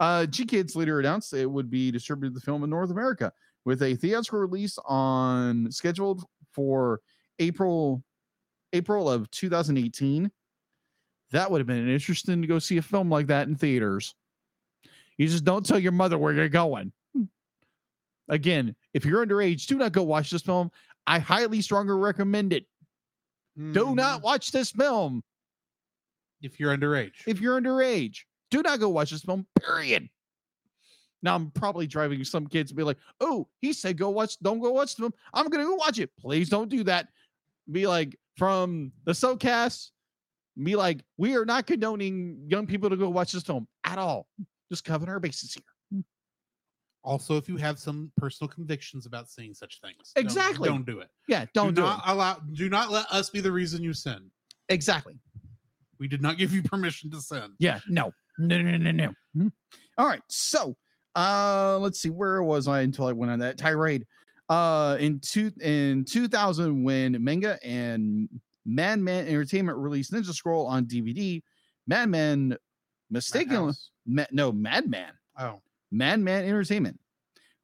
Speaker 3: Uh, G Kids later announced it would be distributed the film in North America with a theatrical release on scheduled for April April of 2018. That would have been interesting to go see a film like that in theaters. You just don't tell your mother where you're going. Again, if you're underage, do not go watch this film. I highly strongly recommend it. Do not
Speaker 1: Mhm.
Speaker 3: watch this film
Speaker 1: if you're underage.
Speaker 3: if you're underage. Do not go watch this film, period. Now I'm probably driving some kids to be like, oh, he said go watch, don't go watch the film. I'm gonna go watch it. Please don't do that. Be like from the SoCast, be like, we are not condoning young people to go watch this film at all. Just covering our bases here.
Speaker 1: Also, if you have some personal convictions about seeing such things, don't-
Speaker 3: Exactly.
Speaker 1: don't, do it.
Speaker 3: Yeah, don't
Speaker 1: do
Speaker 3: do
Speaker 1: not allow. Do not let us be the reason you sin.
Speaker 3: it. Exactly.
Speaker 1: We did not give you permission to sin.
Speaker 3: Yeah, no, no, no, no, no.
Speaker 1: Mm-hmm.
Speaker 3: Mhm. All right, so uh, let's see, where was I until I went on that tirade? Uh, in two in 2000, when Manga and Madman Entertainment released Ninja Scroll on DVD, Madman mistakenly
Speaker 1: Madhouse.
Speaker 3: Ma- no Madman
Speaker 1: Oh,
Speaker 3: Madman Entertainment.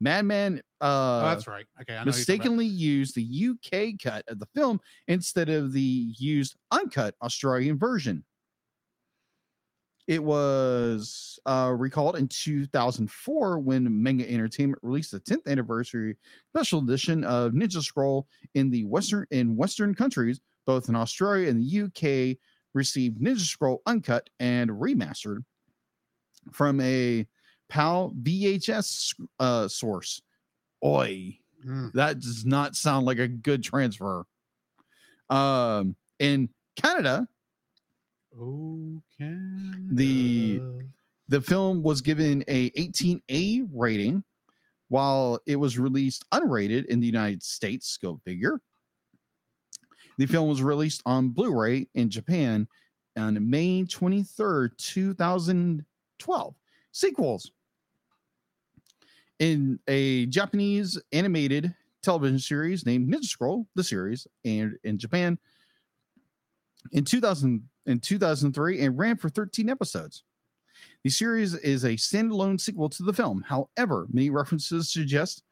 Speaker 3: Madman
Speaker 1: oh,
Speaker 3: uh
Speaker 1: that's right. Okay, I know you're talking about-
Speaker 3: mistakenly used the UK cut of the film instead of the used uncut Australian version. It was uh, recalled in 2004 when Manga Entertainment released the 10th anniversary special edition of Ninja Scroll in the Western in Western countries, both in Australia and the UK, received Ninja Scroll uncut and remastered from a PAL VHS uh, source. Oi
Speaker 1: Mm.
Speaker 3: that does not sound like a good transfer. Um, in Canada,
Speaker 1: Oh,
Speaker 3: The-
Speaker 1: Canada.
Speaker 3: the film was given a 18A rating, while it was released unrated in the United States. Go figure. The film was released on Blu-ray in Japan on May 23rd, 2012. Sequels. In a Japanese animated television series named Ninja Scroll, the series, and in Japan in 2000 in 2003 and ran for 13 episodes. The series is a standalone sequel to the film. However, many references suggest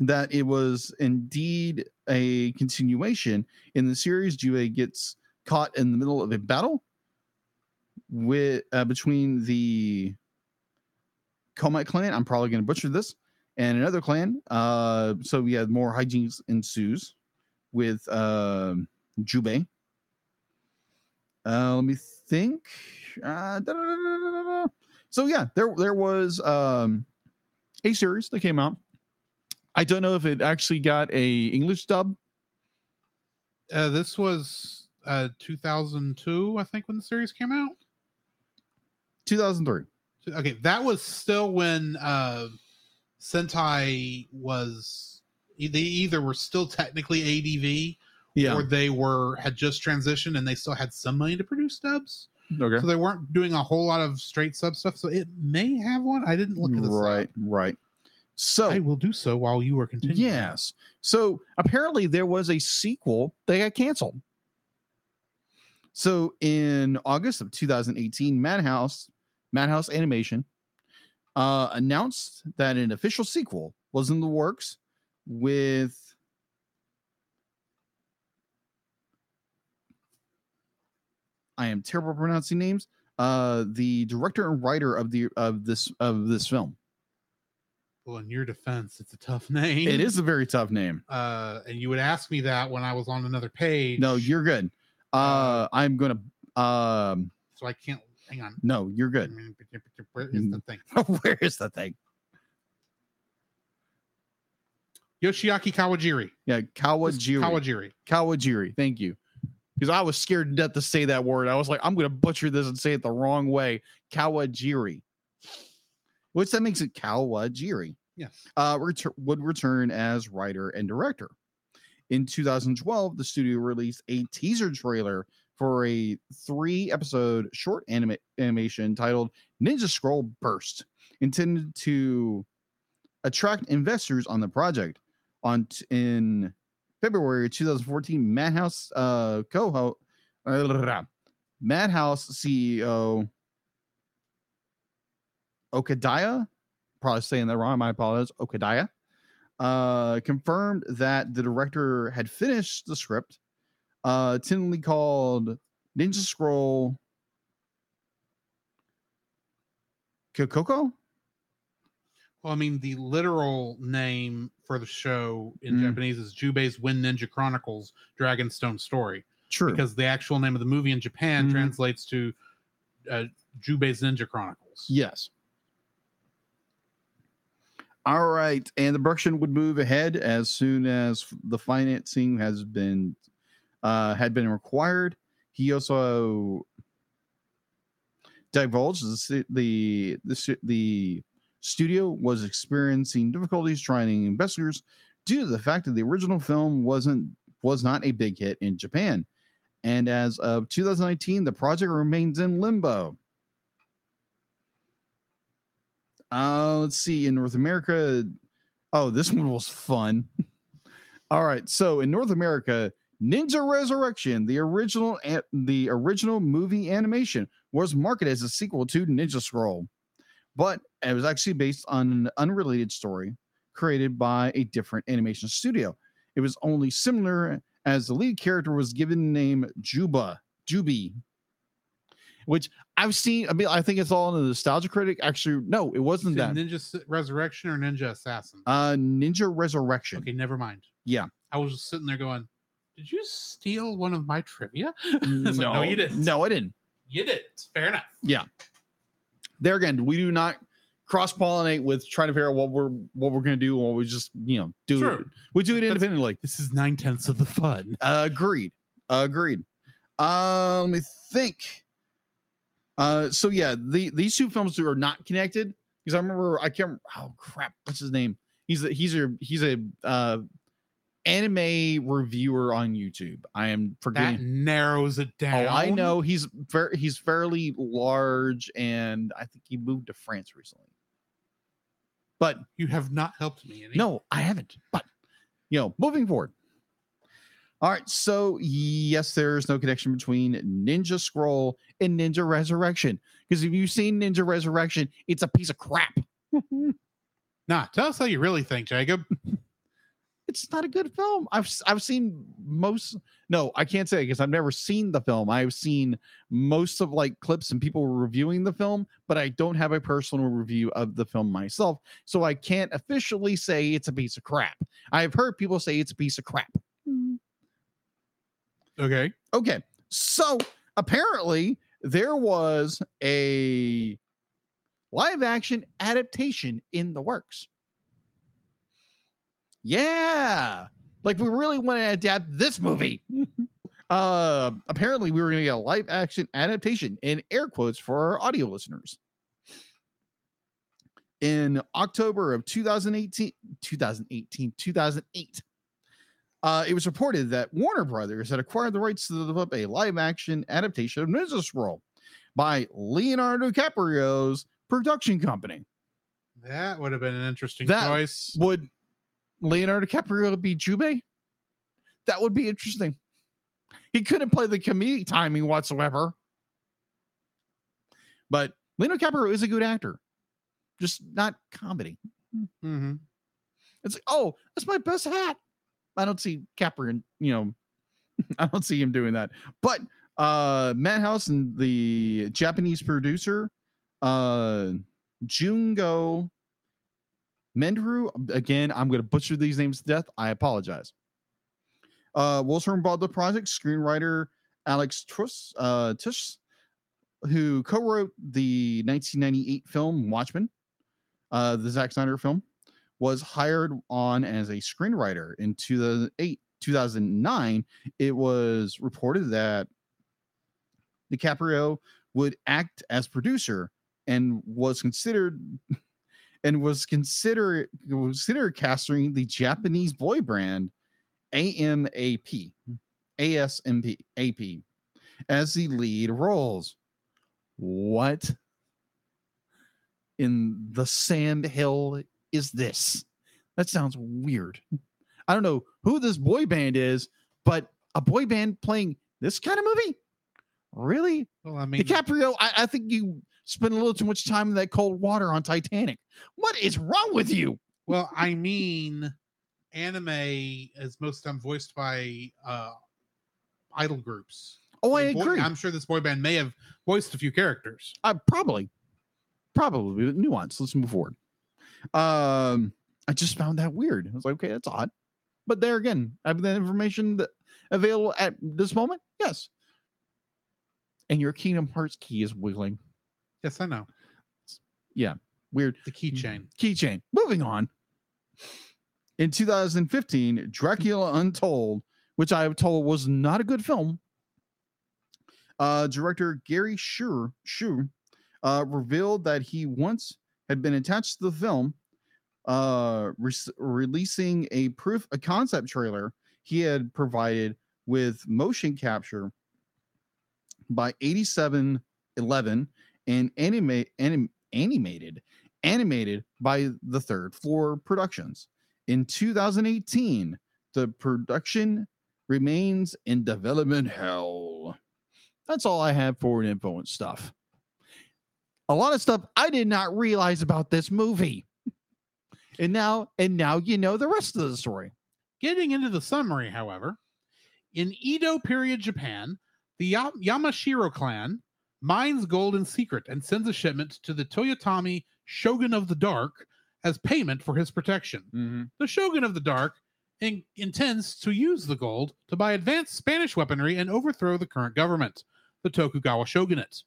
Speaker 3: that it was indeed a continuation in the series. Jue gets caught in the middle of a battle with uh, between the Komite clan. I'm probably going to butcher this, and another clan. Uh, so we had more hijinks ensues with um Jubei. Uh, let me think. Uh, da-da-da-da-da-da. so yeah, there there was um, a series that came out. I don't know if it actually got a English dub.
Speaker 1: Uh, this was uh 2002, I think, when the series came out.
Speaker 3: 2003.
Speaker 1: So- Okay, that was still when uh, Sentai was. e- They either were still technically ADV, or they were had just transitioned and they still had some money to produce dubs,
Speaker 3: Okay.
Speaker 1: so they weren't doing a whole lot of straight sub stuff. So it may have one. I didn't look at this. up.
Speaker 3: Right. Oh. Right. So
Speaker 1: I will do so while you are continuing.
Speaker 3: yes. So apparently there was a sequel that got canceled. So in August of 2018, Madhouse, Madhouse Animation, uh, announced that an official sequel was in the works with I am terrible pronouncing names. Uh, the director and writer of the of this of this film.
Speaker 1: Well, in your defense, it's a tough name.
Speaker 3: It is a very tough name.
Speaker 1: Uh, and you would ask me that when I was on another page.
Speaker 3: No, you're good. Uh, I'm gonna. Um,
Speaker 1: So I can't. Hang on.
Speaker 3: no, you're good.
Speaker 1: Where is the thing?
Speaker 3: Where is the thing?
Speaker 1: Yoshiaki Kawajiri.
Speaker 3: Yeah, Kawajiri.
Speaker 1: Kawajiri.
Speaker 3: Kawajiri. Thank you. Because I was scared to death to say that word. I was like, I'm gonna butcher this and say it the wrong way. Kawajiri. Which that makes it Kawajiri.
Speaker 1: Yes.
Speaker 3: uh, retur- would return as writer and director. In 2012, the studio released a teaser trailer for a three episode short anima- animation titled Ninja Scroll Burst, intended to attract investors on the project. On t- in February 2014, Madhouse uh, co Madhouse E CEO Okadaya probably saying that wrong. My apologies. Okadaya uh, confirmed that the director had finished the script, uh, tentatively called Ninja Scroll Kokoko.
Speaker 1: Well, I mean, the literal name for the show in
Speaker 3: Mm.
Speaker 1: Japanese is Jubei's Wind Ninja Chronicles Dragonstone Story,
Speaker 3: True.
Speaker 1: because the actual name of the movie in Japan
Speaker 3: Mhm.
Speaker 1: translates to uh, Jubei's Ninja Chronicles.
Speaker 3: Yes. All right. And the production would move ahead as soon as the financing has been uh, had been required. He also divulged the si- the the, si- the studio was experiencing difficulties trying investors due to the fact that the original film wasn't was not a big hit in Japan. And as of 2019, the project remains in limbo. Uh, let's see. In North America, oh, this one was fun. All right. So in North America, Ninja Resurrection, the original a- the original movie animation, was marketed as a sequel to Ninja Scroll, but it was actually based on an unrelated story created by a different animation studio. It was only similar as the lead character was given the name Juba, Juby, which I've seen. I mean, I think it's all in the Nostalgia Critic. Actually, no, it wasn't
Speaker 1: Is it
Speaker 3: that.
Speaker 1: Ninja S- Resurrection or Ninja Assassin?
Speaker 3: Uh, Ninja Resurrection.
Speaker 1: okay, never mind.
Speaker 3: Yeah.
Speaker 1: I was just sitting there going, "Did you steal one of my trivia?" It's like, no, you didn't.
Speaker 3: Mm, No, I didn't.
Speaker 1: you did. Fair enough.
Speaker 3: There again, we do not cross pollinate with trying to figure out what we're what we're gonna do, or we just you know do it.
Speaker 1: True.
Speaker 3: We do it
Speaker 1: That's-
Speaker 3: independently.
Speaker 1: This is nine tenths of the fun.
Speaker 3: agreed. Agreed. Um, let me think. Uh, so yeah, the these two films are not connected because I remember I can't. Oh crap, what's his name? He's a he's a he's a uh anime reviewer on YouTube. I am forgetting.
Speaker 1: That narrows it down.
Speaker 3: Oh, I know he's very he's fairly large, and I think he moved to France recently. But
Speaker 1: You have not helped me. Any.
Speaker 3: no, I haven't. But you know, moving forward. All right, so yes, there is no connection between Ninja Scroll and Ninja Resurrection because if you've seen Ninja Resurrection, it's a piece of crap.
Speaker 1: Nah, tell us how you really think, Jacob.
Speaker 3: It's not a good film. I've s- I've seen most. No, I can't say because I've never seen the film. I've seen most of like clips and people reviewing the film, but I don't have a personal review of the film myself, so I can't officially say it's a piece of crap. I've heard people say it's a piece of crap.
Speaker 1: Okay.
Speaker 3: Okay. So apparently there was a live action adaptation in the works. Yeah. Like we really want to adapt this movie. uh apparently we were gonna get a live action adaptation in air quotes for our audio listeners. In October of 2018, 2018, 2008, uh, it was reported that Warner Brothers had acquired the rights to develop a live action adaptation of Ninja Scroll by Leonardo DiCaprio's production company.
Speaker 1: That would have been an interesting
Speaker 3: That-
Speaker 1: choice.
Speaker 3: Would Leonardo DiCaprio be Jubei? That would be interesting. He couldn't play the comedic timing whatsoever. But Leonardo DiCaprio is a good actor, just not comedy.
Speaker 1: Mm-hmm.
Speaker 3: It's like, oh, that's my best hat. I don't see Capron, you know, I don't see him doing that. But uh Madhouse and the Japanese producer, uh Jungo Mendru. Again, I'm gonna butcher these names to death. I apologize. Uh was involved in the project, screenwriter Alex Truss, uh Tish, who co-wrote the 1998 film Watchmen, uh the Zack Snyder film was hired on as a screenwriter in 2008 2009 it was reported that DiCaprio would act as producer and was considered and was consider considered casting the Japanese boy brand AMAP ASMP AP as the lead roles what in the sand hill is this? That sounds weird. I don't know who this boy band is, but a boy band playing this kind of movie? Really?
Speaker 1: Well, I mean,
Speaker 3: DiCaprio, I, I think you spent a little too much time in that cold water on Titanic. What is wrong with you?
Speaker 1: well, I mean, anime is most time voiced by uh, idol groups.
Speaker 3: Oh, I
Speaker 1: mean, boy-
Speaker 3: agree.
Speaker 1: I'm sure this boy band may have voiced a few characters.
Speaker 3: Uh, probably, probably with nuance. Let's move forward. Um, I just found that weird. I was like, okay, that's odd. But there again, I have the information that available at this moment. Yes. And your Kingdom Hearts key is wiggling.
Speaker 1: Yes, I know.
Speaker 3: Weird
Speaker 1: The keychain.
Speaker 3: keychain. Moving on. In 2015, Dracula Untold, which I have told was not a good film, uh, director Gary Shure, Shure uh, revealed that he once
Speaker 5: had been attached to the film, uh, re- releasing a proof, a concept trailer he had provided with motion capture by 8711 and anima- anim- animated animated by the third floor productions in 2018 the production remains in development hell that's all i have for info and stuff a lot of stuff i did not realize about this movie and now and now you know the rest of the story
Speaker 1: Getting into the summary, however, in Edo period Japan, the Ya- Yamashiro clan mines gold in secret and sends a shipment to the Toyotomi Shogun of the Dark as payment for his protection.
Speaker 3: Mm-hmm.
Speaker 1: The Shogun of the Dark in- intends to use the gold to buy advanced Spanish weaponry and overthrow the current government, the Tokugawa Shogunate.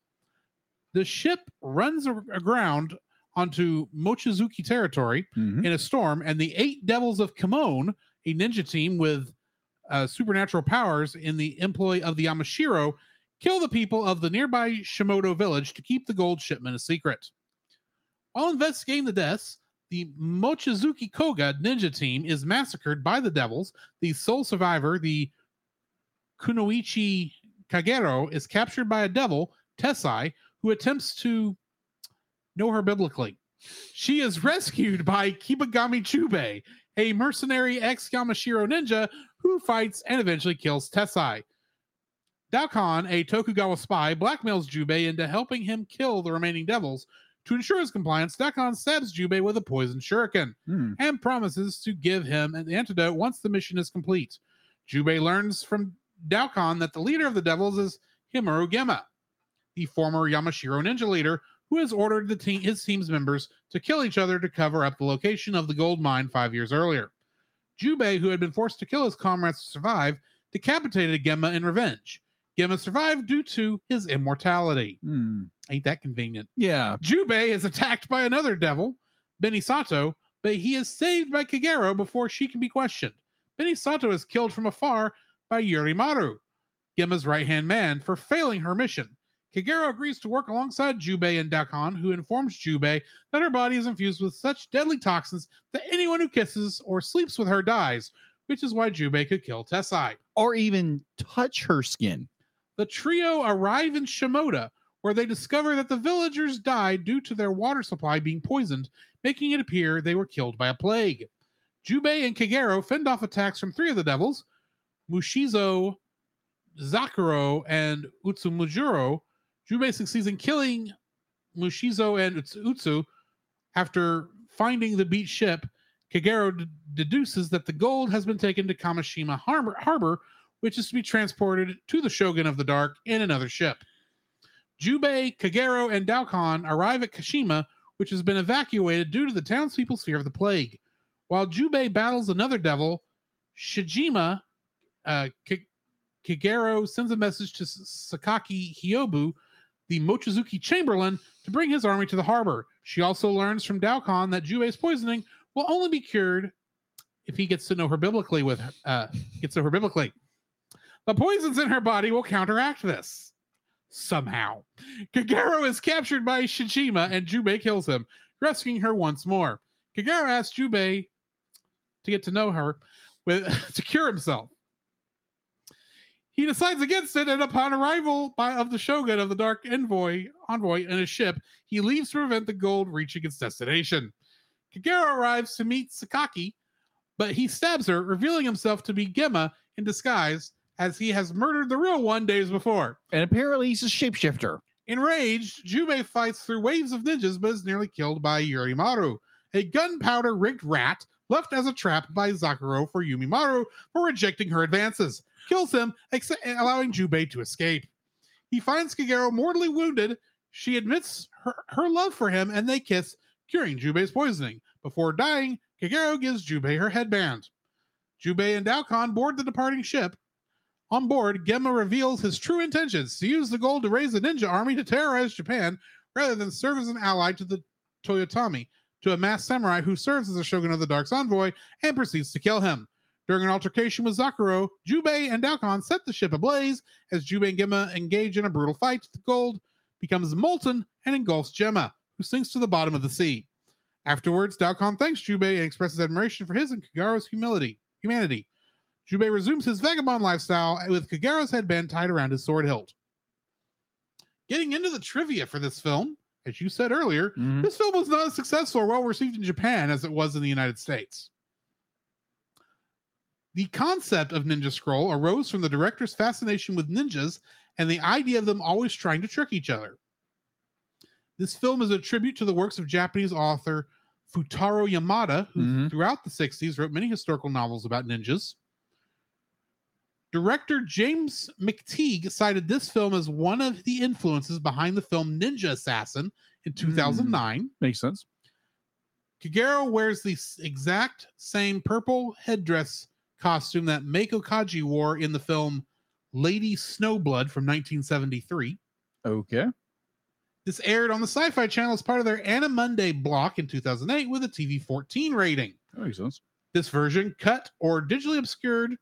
Speaker 1: The ship runs a- aground onto Mochizuki territory in a storm, and the eight devils of Kimon, a ninja team with uh, supernatural powers in the employ of the Yamashiro, kill the people of the nearby Shimoto village to keep the gold shipment a secret. While investigating the deaths, the Mochizuki Koga ninja team is massacred by the devils. The sole survivor, the Kunoichi Kagero, is captured by a devil, Tessai, who attempts to know her biblically. She is rescued by Kibagami Chube, a mercenary ex Yamashiro ninja who fights and eventually kills Tessai. Daikon, a Tokugawa spy, blackmails Jubei into helping him kill the remaining devils. To ensure his compliance, Daikon stabs Jubei with a poisoned shuriken
Speaker 3: Mm-hmm.
Speaker 1: and promises to give him an antidote once the mission is complete. Jubei learns from Daikon that the leader of the devils is Himaru Gemma, the former Yamashiro ninja leader who has ordered the team, his team's members to kill each other to cover up the location of the gold mine five years earlier. Jubei, who had been forced to kill his comrades to survive, decapitated Gemma in revenge. Gemma survived due to his immortality.
Speaker 3: Mm-hmm.
Speaker 1: Ain't that convenient?
Speaker 3: Yeah.
Speaker 1: Jubei is attacked by another devil, Benisato, but he is saved by Kagero before she can be questioned. Benisato is killed from afar by Yurimaru, Gemma's right hand man, for failing her mission. Kagero agrees to work alongside Jubei and Daikon, who informs Jubei that her body is infused with such deadly toxins that anyone who kisses or sleeps with her dies, which is why Jubei could kill Tessai.
Speaker 5: or even touch her skin
Speaker 1: The trio arrive in Shimoda, where they discover that the villagers died due to their water supply being poisoned, making it appear they were killed by a plague. Jubei and Kagero fend off attacks from three of the devils Mushizo, Zakuro, and Utsumujuro. Jubei succeeds in killing Mushizo and Uts- Utsu after finding the beach ship. Kagero d- deduces that the gold has been taken to Kamishima Harbor, harbor which is to be transported to the Shogun of the Dark in another ship. Jubei, Kagero, and Daikon arrive at Kashima, which has been evacuated due to the townspeople's fear of the plague. While Jubei battles another devil, Shijima, uh, K- Kagero sends a message to S- Sakaki Hyobu, the Mochizuki Chamberlain, to bring his army to the harbor. She also learns from Daikon that Jubei's poisoning will only be cured if he gets to know her biblically with her, uh, gets to know her biblically. The poisons in her body will counteract this. Somehow. Kagero is captured by Shijima and Jubei kills him, rescuing her once more. Kagero asks Jubei to get to know her with to cure himself. He decides against it, and upon arrival by, of the shogun of the Dark Envoy envoy in a ship, he leaves to prevent the gold reaching its destination. Kagero arrives to meet Sakaki, but he stabs her, revealing himself to be Gemma in disguise as he has murdered the real one days before.
Speaker 5: and apparently he's a shapeshifter
Speaker 1: Enraged, Jubei fights through waves of ninjas but is nearly killed by Yurimaru, a gunpowder rigged rat left as a trap by Zakuro for Yumimaru for rejecting her advances, kills him, ex- allowing Jubei to escape. He finds Kagero mortally wounded. She admits her, her love for him and they kiss, curing Jubei's poisoning. Before dying, Kagero gives Jubei her headband. Jubei and Daikon board the departing ship, on board, Gemma reveals his true intentions to use the gold to raise a ninja army to terrorize Japan rather than serve as an ally to the Toyotomi, to a masked samurai who serves as the shogun of the Dark's envoy and proceeds to kill him. During an altercation with Zakuro, Jubei and Daikon set the ship ablaze as Jubei and Gemma engage in a brutal fight. The gold becomes molten and engulfs Gemma, who sinks to the bottom of the sea. Afterwards, Daokon thanks Jubei and expresses admiration for his and Kagaro's humility, humanity. Jubei resumes his vagabond lifestyle with Kagaro's headband tied around his sword hilt. Getting into the trivia for this film, as you said earlier,
Speaker 3: Mhm.
Speaker 1: this film was not as successful or well received in Japan as it was in the United States. The concept of Ninja Scroll arose from the director's fascination with ninjas and the idea of them always trying to trick each other. This film is a tribute to the works of Japanese author Futaro Yamada, who
Speaker 3: Mhm.
Speaker 1: throughout the 60s wrote many historical novels about ninjas. Director James McTeague cited this film as one of the influences behind the film Ninja Assassin in 2009.
Speaker 3: Makes sense.
Speaker 1: Kagero wears the s- exact same purple headdress costume that Mako Kaji wore in the film Lady Snowblood from 1973.
Speaker 3: Okay.
Speaker 1: This aired on the Sci Fi Channel as part of their Anna Monday block in 2008 with a TV 14 rating.
Speaker 3: That makes sense.
Speaker 1: This version cut or digitally obscured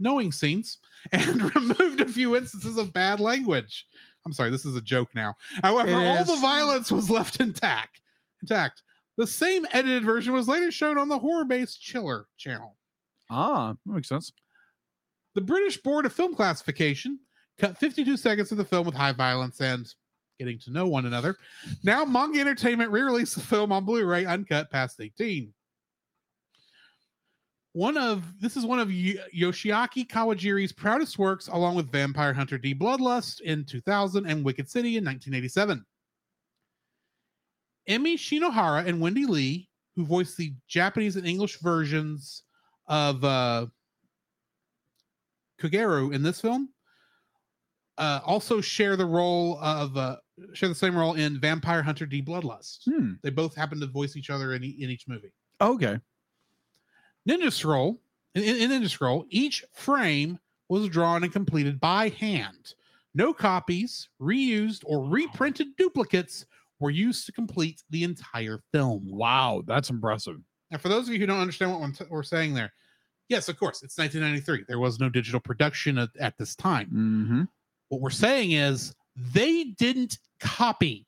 Speaker 1: knowing scenes and removed a few instances of bad language. I'm sorry, this is a joke now. However,
Speaker 3: It
Speaker 1: all the
Speaker 3: is.
Speaker 1: violence was left intact. Intact. The same edited version was later shown on the horror-based Chiller channel.
Speaker 3: Ah, that makes sense.
Speaker 1: The British Board of Film Classification cut 52 seconds of the film with high violence and getting to know one another. Now, Manga Entertainment re released the film on Blu ray uncut past 18. One of this is one of Yo- Yoshiaki Kawajiri's proudest works, along with Vampire Hunter D Bloodlust in 2000 and Wicked City in 1987. Emmy Shinohara and Wendy Lee, who voiced the Japanese and English versions of uh, Kagero in this film uh, also share the role of uh, share the same role in Vampire Hunter D Bloodlust.
Speaker 3: Hmm.
Speaker 1: They both happen to voice each other in, e- in each movie.
Speaker 3: Okay.
Speaker 1: Ninja Scroll in, in Ninja Scroll, each frame was drawn and completed by hand. No copies, reused or reprinted duplicates were used to complete the entire film.
Speaker 3: Wow, that's impressive.
Speaker 1: Now, for those of you who don't understand what I'm t- we're saying there, yes, of course, it's 1993. There was no digital production at, at this time.
Speaker 3: Mm-hmm.
Speaker 1: What we're saying is they didn't copy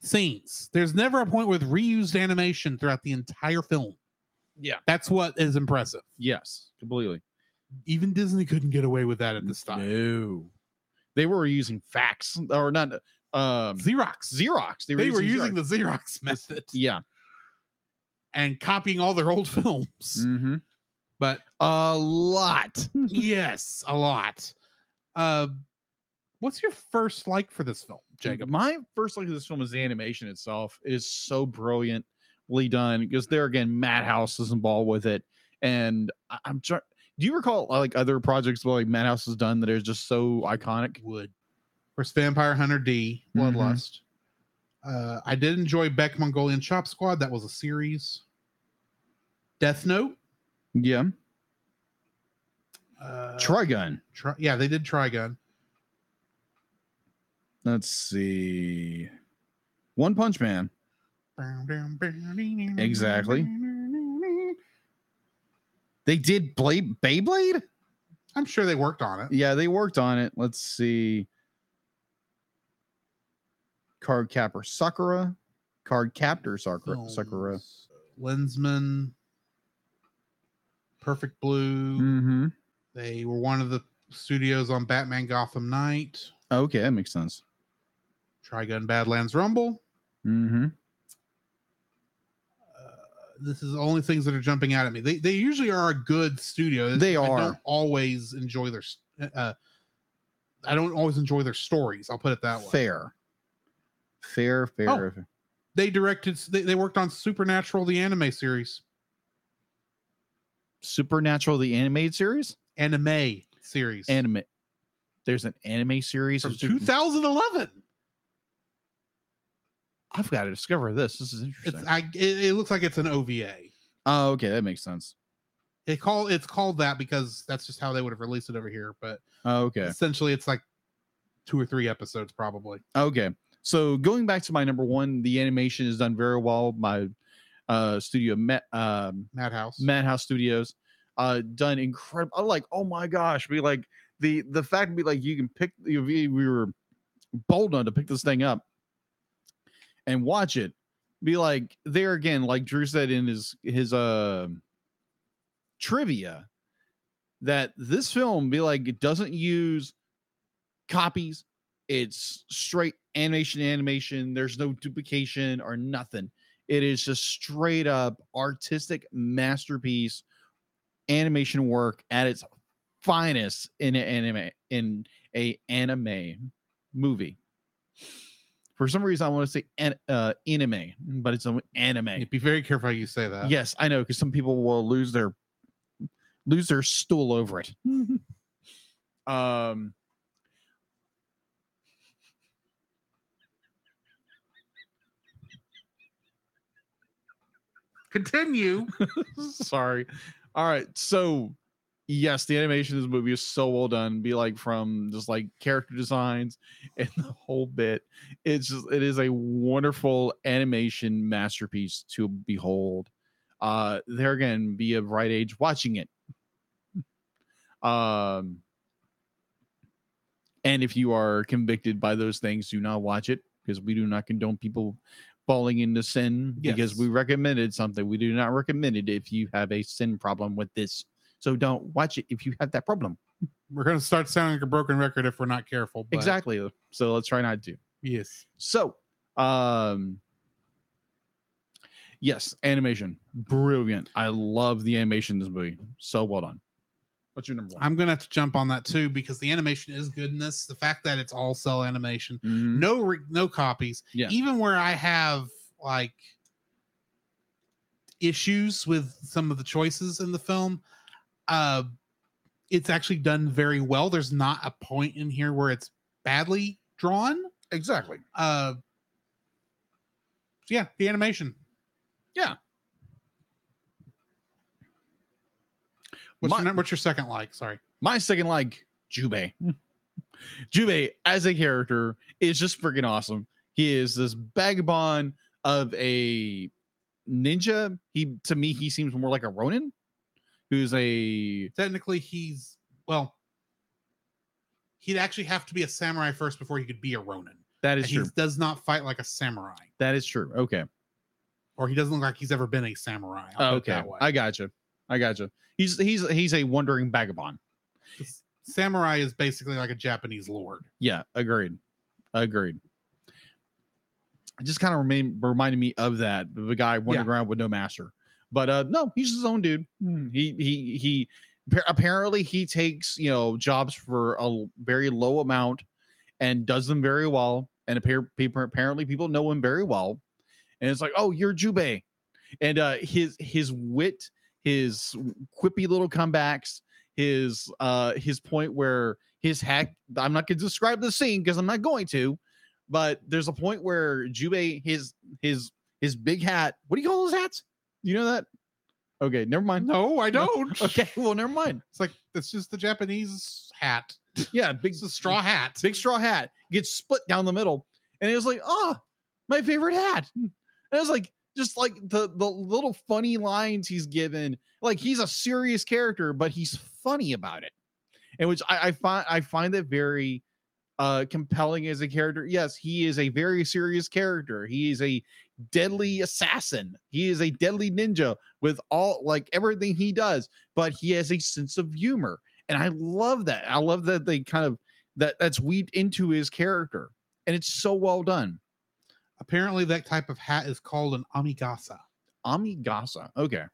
Speaker 1: scenes. There's never a point with reused animation throughout the entire film.
Speaker 3: Yeah.
Speaker 1: That's what is impressive.
Speaker 3: Yes, completely.
Speaker 1: Even Disney couldn't get away with that at this time.
Speaker 3: No, they were using fax or not um,
Speaker 1: Xerox.
Speaker 3: Xerox.
Speaker 1: They were using
Speaker 3: Xerox.
Speaker 1: the Xerox method
Speaker 3: yeah.
Speaker 1: and copying all their old films.
Speaker 3: Mm-hmm.
Speaker 1: But
Speaker 3: A lot.
Speaker 1: yes, a lot. Uh, what's your first like for this film,
Speaker 3: Mm.
Speaker 1: Jacob?
Speaker 3: My first look at this film is the animation itself. It is so brilliantly done because there again, Madhouse is involved with it, and I- I'm trying. Do you recall uh, like other projects where like Madhouse has done that is just so iconic?
Speaker 1: Wood. Of course, Vampire Hunter D,
Speaker 3: Mhm.
Speaker 1: Bloodlust. Uh, I did enjoy Beck Mongolian Chop Squad. That was a series. Death Note.
Speaker 3: Yeah,
Speaker 1: Uh,
Speaker 3: Trigun.
Speaker 1: Tri- yeah, they did Trigun.
Speaker 3: Let's see, One Punch Man. Exactly. They did Blade Beyblade.
Speaker 1: I'm sure they worked on it.
Speaker 3: Yeah, they worked on it. Let's see. Card capper Sakura. Card captor Sakura.
Speaker 1: Oh,
Speaker 3: Sakura.
Speaker 1: Films, Lensman. Perfect Blue.
Speaker 3: Mm-hmm.
Speaker 1: They were one of the studios on Batman Gotham Knight.
Speaker 3: Okay, that makes sense.
Speaker 1: Trigun Badlands Rumble.
Speaker 3: Mm-hmm.
Speaker 1: Uh, this is the only things that are jumping out at me. They they usually are a good studio. It's
Speaker 3: They
Speaker 1: just I
Speaker 3: are.
Speaker 1: don't always enjoy their. s- Uh, I don't always enjoy their stories. I'll put it that Oh. way.
Speaker 3: Fair. Fair, fair. fair.
Speaker 1: They directed. They, they worked on Supernatural, the anime series,
Speaker 3: Supernatural, the animated series?
Speaker 1: anime series,
Speaker 3: Anime. There's an anime series.
Speaker 1: from
Speaker 3: of Super-
Speaker 1: 2011.
Speaker 3: I've got to discover this. This is
Speaker 1: It's
Speaker 3: interesting.
Speaker 1: I. It, it looks like it's an OVA.
Speaker 3: oh, okay. That makes sense.
Speaker 1: They call it's called that because that's just how they would have released it over here. But
Speaker 3: Oh, okay.
Speaker 1: essentially, it's like two or three episodes probably.
Speaker 3: Okay. So going back to my number one, the animation is done very well. My uh studio met um
Speaker 1: Madhouse.
Speaker 3: Madhouse Studios, uh, done incredible. I like, oh my gosh, we like the the fact we like you can pick. you- We, we were bold enough to pick this thing up and watch it. Be like there again, like Drew said in his his uh trivia, that this film be like it doesn't use copies. It's straight animation to animation. There's no duplication or nothing. It is just straight up artistic masterpiece animation work at its finest in an anime in a anime movie. For some reason, I want to say an, uh, anime, but it's an anime.
Speaker 1: Be very careful how you say that.
Speaker 3: Yes, I know because some people will lose their lose their stool over it. um,
Speaker 1: Continue.
Speaker 3: sorry. All right, so yes, the animation in this movie is so well done. Be like from just like character designs and the whole bit. It's just it is a wonderful animation masterpiece to behold. Uh, there again, be of right age watching it. Um, and if you are convicted by those things, do not watch it because we do not condone people falling into sin because
Speaker 1: Yes.
Speaker 3: we recommended something. We do not recommend it if you have a sin problem with this. So don't watch it if you have that problem.
Speaker 1: We're going to start sounding like a broken record if we're not careful. But
Speaker 3: Exactly. So let's try not to.
Speaker 1: Yes.
Speaker 3: So, um, yes, animation, brilliant. I love the animation in this movie. So well done. What's your number one?
Speaker 1: I'm going to have to jump on that too because the animation is good in this. The fact that it's all cell animation,
Speaker 3: Mhm.
Speaker 1: no re- no copies.
Speaker 3: Yeah.
Speaker 1: Even where I have like issues with some of the choices in the film, uh, it's actually done very well. There's not a point in here where it's badly drawn.
Speaker 3: Exactly.
Speaker 1: Uh, yeah, the animation. What's,
Speaker 3: My-
Speaker 1: your, num- what's your second like? Sorry.
Speaker 3: my second like Jubei. Jubei as a character is just freaking awesome. He is this vagabond of a ninja. He to me he seems more like a Ronin, who's a
Speaker 1: technically he's well he'd actually have to be a samurai first before he could be a ronin
Speaker 3: that
Speaker 1: And
Speaker 3: is
Speaker 1: he
Speaker 3: true.
Speaker 1: does not fight like a samurai
Speaker 3: That is true. Okay.
Speaker 1: or he doesn't look like he's ever been a samurai I'll put it
Speaker 3: Okay.
Speaker 1: that way.
Speaker 3: I gotcha. I gotcha. He's he's he's a wandering vagabond.
Speaker 1: 'Cause samurai is basically like a japanese lord
Speaker 3: Yeah, agreed. Agreed. It just kind of remain, reminded me of that the guy wandering around with no master. But uh no, he's his own dude. Hmm, He he he appa- apparently he takes, you know, jobs for a l- very low amount and does them very well and appear, people apparently people know him very well. And it's like, "Oh, you're Jubei." And uh his his wit, his quippy little comebacks, his uh his point where his hack I'm not going to describe the scene because I'm not going to, but there's a point where Jubei his his his big hat. What do you call those hats? You know that? Okay, never mind.
Speaker 1: no i
Speaker 3: don't. Okay, well never mind.
Speaker 1: it's like it's just the japanese hat
Speaker 3: Yeah, big
Speaker 1: it's a straw hat
Speaker 3: big straw hat gets split down the middle, and it was like, oh, my favorite hat. And it was like just like the the little funny lines he's given. Like he's a serious character, but he's funny about it, and which I, I find I find that very uh compelling as a character. Yes, he is a very serious character. He is a deadly assassin. He is a deadly ninja with all like everything he does, but he has a sense of humor. And I love that. I love that they kind of that that's weaved into his character. And it's so well done.
Speaker 1: apparently that type of hat is called an amigasa
Speaker 3: Amigasa. Okay.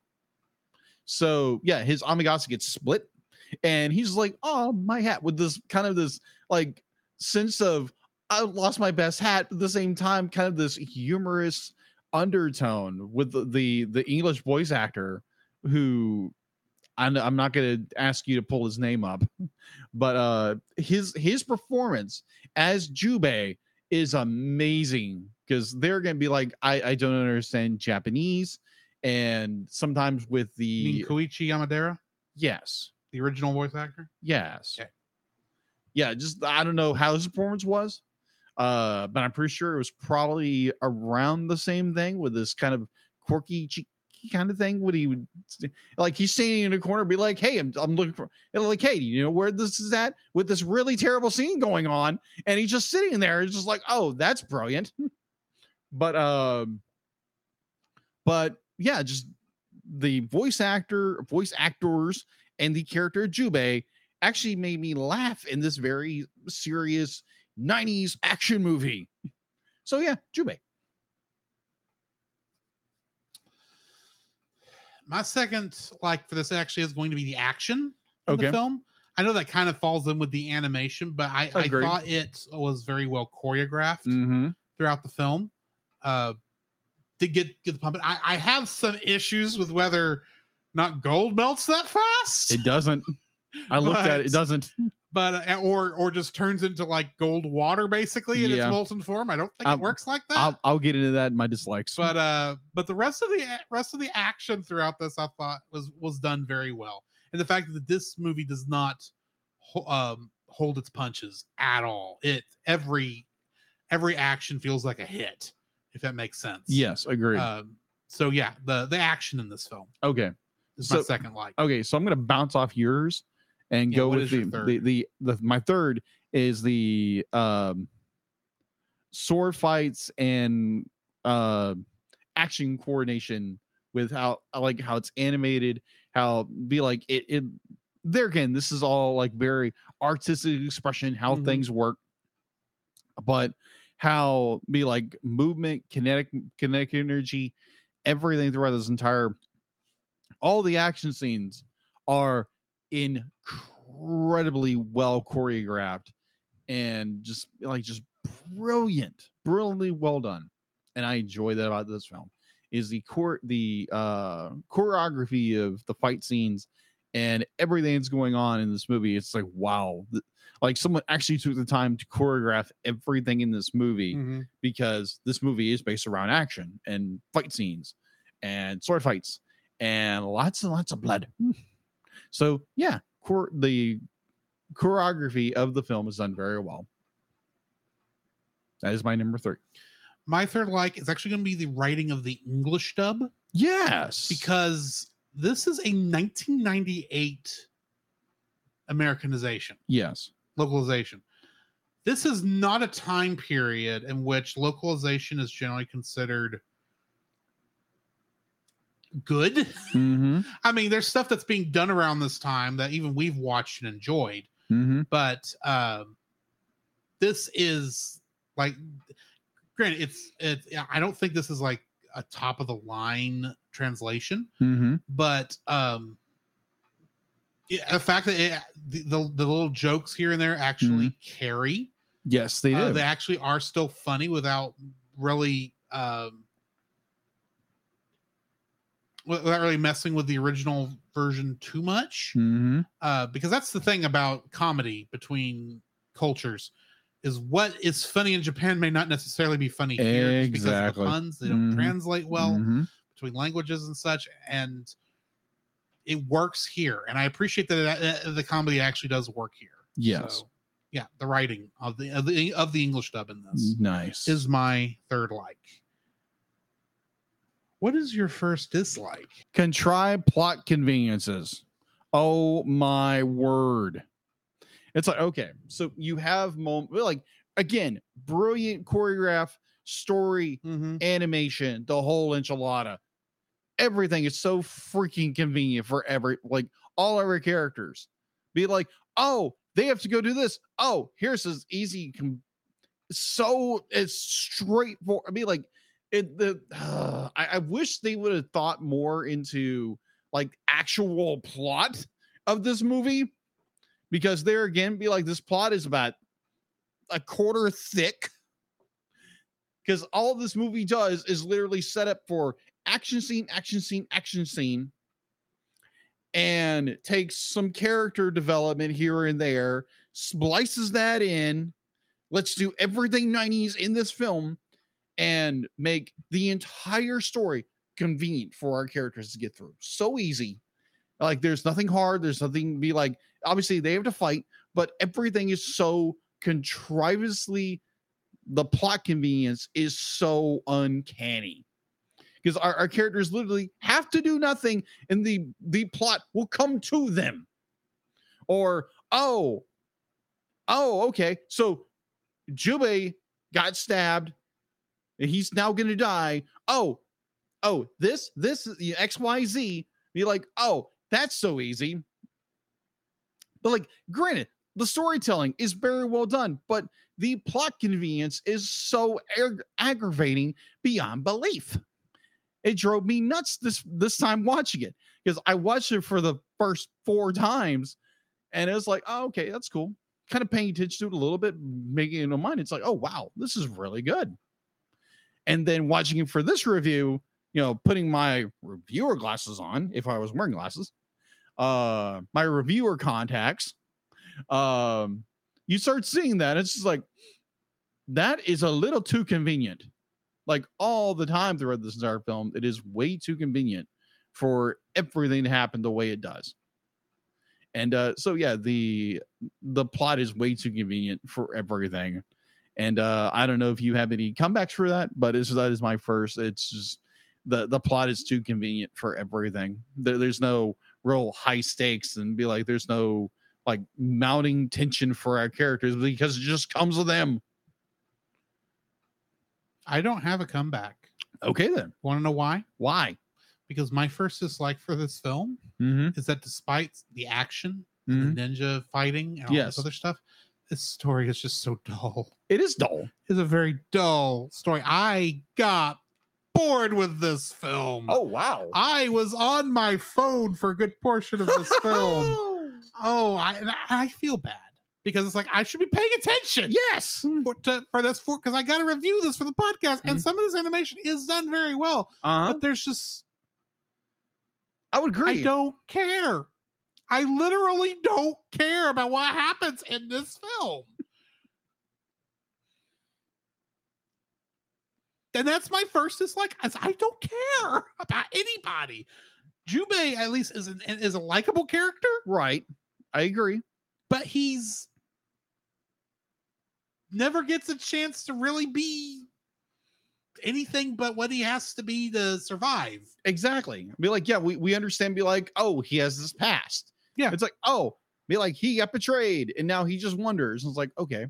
Speaker 3: So yeah, his Amigasa gets split, and he's like, "Oh, my hat!" With this kind of this like sense of I lost my best hat, but at the same time, kind of this humorous undertone with the the, the English voice actor who I'm, I'm not going to ask you to pull his name up, but uh, his his performance as Jubei is amazing because they're going to be like, I, I don't understand Japanese. And sometimes with the,
Speaker 1: mean koichi yamadera
Speaker 3: yes,
Speaker 1: the original voice actor
Speaker 3: yes.
Speaker 1: Okay.
Speaker 3: Yeah, just I don't know how his performance was, uh, but I'm pretty sure it was probably around the same thing with this kind of quirky cheeky kind of thing. What he would like, he's standing in a corner, be like, "Hey, I'm, I'm looking for," and like, "Hey, you know where this is at?" With this really terrible scene going on, and he's just sitting there, it's just like, "Oh, that's brilliant."
Speaker 6: But um,
Speaker 3: but yeah, just the voice actor, voice actors, and the character of Jubei actually made me laugh in this very serious 90s action movie. So yeah, Jubei.
Speaker 1: My second like for this actually is going to be the action in
Speaker 6: okay,
Speaker 1: the film. I know that kind of falls in with the animation, but I, I
Speaker 6: Agreed.
Speaker 1: thought it was very well choreographed
Speaker 3: Mm-hmm.
Speaker 1: throughout the film. Uh, to get get the pump. I, I have some issues with whether not gold melts that fast.
Speaker 3: It doesn't.
Speaker 6: I looked at it. It
Speaker 1: But-
Speaker 6: doesn't.
Speaker 1: but uh, or or just turns into like gold water basically in
Speaker 3: Yeah.
Speaker 1: its molten form. I don't think
Speaker 3: Um,
Speaker 1: it works like that.
Speaker 3: I'll, I'll get into that in my dislikes.
Speaker 1: but uh, but the rest of the a- rest of the action throughout this, I thought was was done very well, and the fact that this movie does not ho- um, hold its punches at all. It every every action feels like a hit, if that makes sense.
Speaker 3: yes, agree.
Speaker 1: Um, so yeah, the the action in this film
Speaker 3: okay.
Speaker 1: is
Speaker 3: So-
Speaker 1: my second like.
Speaker 3: Okay, so I'm gonna bounce off yours and
Speaker 1: Yeah,
Speaker 3: go
Speaker 1: what
Speaker 3: with
Speaker 1: is your
Speaker 3: the,
Speaker 1: third?
Speaker 3: the, the the my third is the um sword fights and uh action coordination with how I like how it's animated, how be like it it there again, this is all like very artistic expression, how
Speaker 1: Mhm.
Speaker 3: things work. But how be like movement, kinetic kinetic energy, everything throughout this entire all the action scenes are incredibly well choreographed and just like just brilliant brilliantly well done and i enjoy that about this film is the core the uh choreography of the fight scenes and everything that's going on in this movie it's like wow th- like someone actually took the time to choreograph everything in this movie
Speaker 1: Mhm.
Speaker 3: because this movie is based around action and fight scenes and sword fights and lots and lots of blood. So yeah, chor- the choreography of the film is done very well. That is my number three.
Speaker 1: My third like is actually going to be the writing of the English dub.
Speaker 3: Yes,
Speaker 1: because this is a 1998 Americanization,
Speaker 3: yes,
Speaker 1: localization. This is not a time period in which localization is generally considered good.
Speaker 3: mm-hmm.
Speaker 1: I mean, there's stuff that's being done around this time that even we've watched and enjoyed,
Speaker 3: Mm-hmm.
Speaker 1: but um, this is like, granted, it's it. I don't think this is like a top of the line translation,
Speaker 3: Mm-hmm.
Speaker 1: but um it- the fact that it, the, the the little jokes here and there actually carry
Speaker 3: yes, they
Speaker 1: uh,
Speaker 3: did.
Speaker 1: they actually are still funny without really um wi- without really messing with the original version too much
Speaker 3: mm-hmm.
Speaker 1: uh because that's the thing about comedy between cultures is what is funny in Japan may not necessarily be funny here just because of
Speaker 3: Exactly.
Speaker 1: the puns they don't
Speaker 3: Mhm.
Speaker 1: translate well
Speaker 3: hmm
Speaker 1: between languages and such and it works here and i appreciate that uh, the comedy actually does work here
Speaker 3: Yes.
Speaker 1: So, yeah the writing of the of the, of the english dub in this
Speaker 3: nice.
Speaker 1: is my third like what is your first dislike
Speaker 3: contrive plot conveniences. Oh my word. It's like, okay, so you have moment like again, brilliant choreograph, story, animation, the whole enchilada. Everything is so freaking convenient for every like all our characters. Be like, oh, they have to go do this. Oh, here's this easy com- so it's straightforward. I mean, like it the I, I wish they would have thought more into like actual plot of this movie because there again be like this plot is about a quarter thick because all this movie does is literally set up for action scene action scene action scene and takes some character development here and there splices that in let's do everything 90s in this film and make the entire story convenient for our characters to get through. So easy. Like there's nothing hard. There's nothing be like, obviously they have to fight, but everything is so contrivingly the plot convenience is so uncanny. Because our, our characters literally have to do nothing and the the plot will come to them. Or, oh, oh, okay. So Jubei got stabbed and he's now gonna die. Oh, oh, this, this is the X, Y, Z. Be like, oh, that's so easy. But like, granted, the storytelling is very well done, but the plot convenience is so ag- aggravating beyond belief. It drove me nuts this this time watching it because I watched it for the first four times, and it was like, oh, okay, that's cool. Kind of paying attention to it a little bit, making it on mind. It's like, oh wow, this is really good. And then watching it for this review, you know, putting my reviewer glasses on if I was wearing glasses, uh, my reviewer contacts, um, you start seeing that it's just like that is a little too convenient. Like all the time throughout this entire film, it is way too convenient for everything to happen the way it does. And uh, so yeah, the the plot is way too convenient for everything. And uh, I don't know if you have any comebacks for that, but it's, that is my first. It's just the the plot is too convenient for everything. There, there's no real high stakes and be like there's no like mounting tension for our characters because it just comes with them.
Speaker 1: I don't have a comeback.
Speaker 3: Okay then.
Speaker 1: Want to know why?
Speaker 3: Why?
Speaker 1: Because my first dislike for this film
Speaker 3: Mm-hmm.
Speaker 1: is that despite the action,
Speaker 3: Mhm.
Speaker 1: the ninja fighting, and all
Speaker 3: Yes.
Speaker 1: this other stuff, this story is just so dull.
Speaker 3: It is dull.
Speaker 1: It's a very dull story. I got bored with this film.
Speaker 3: Oh. wow.
Speaker 1: I was on my phone for a good portion of this film. Oh, I, and I- I feel bad because it's like I should be paying attention.
Speaker 3: yes.
Speaker 1: For, to, for this for because I got to review this for the podcast, and
Speaker 3: Mhm.
Speaker 1: some of this animation is done very well,
Speaker 3: Uh-huh.
Speaker 1: but there's just
Speaker 3: I would agree.
Speaker 1: I don't care. I literally don't care about what happens in this film. and that's my first dislike. Is I don't care about anybody. Jubei at least is an, is a likable character,
Speaker 3: right. I agree.
Speaker 1: but he's never gets a chance to really be anything but what he has to be to survive.
Speaker 3: Exactly. Be like, yeah, we, we understand. Be like, oh, he has this past.
Speaker 1: Yeah.
Speaker 3: It's like, oh, be like, he got betrayed and now he just wonders. And it's like, okay.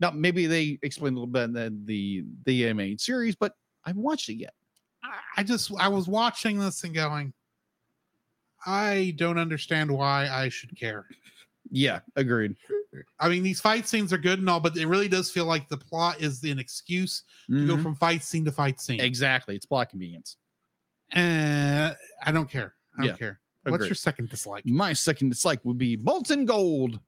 Speaker 3: Now, maybe they explain a little bit in the, the, the animated series, but I haven't watched it yet.
Speaker 1: I- I just I was watching this and going, I don't understand why I should care.
Speaker 3: Yeah. Agreed.
Speaker 1: I mean, these fight scenes are good and all, but it really does feel like the plot is an excuse to go
Speaker 3: Mhm.
Speaker 1: from fight scene to fight scene.
Speaker 3: Exactly. It's plot convenience.
Speaker 1: Uh, I don't care. I don't
Speaker 3: Yeah,
Speaker 1: care. What's
Speaker 3: agree.
Speaker 1: your second dislike?
Speaker 3: my second dislike would be molten gold.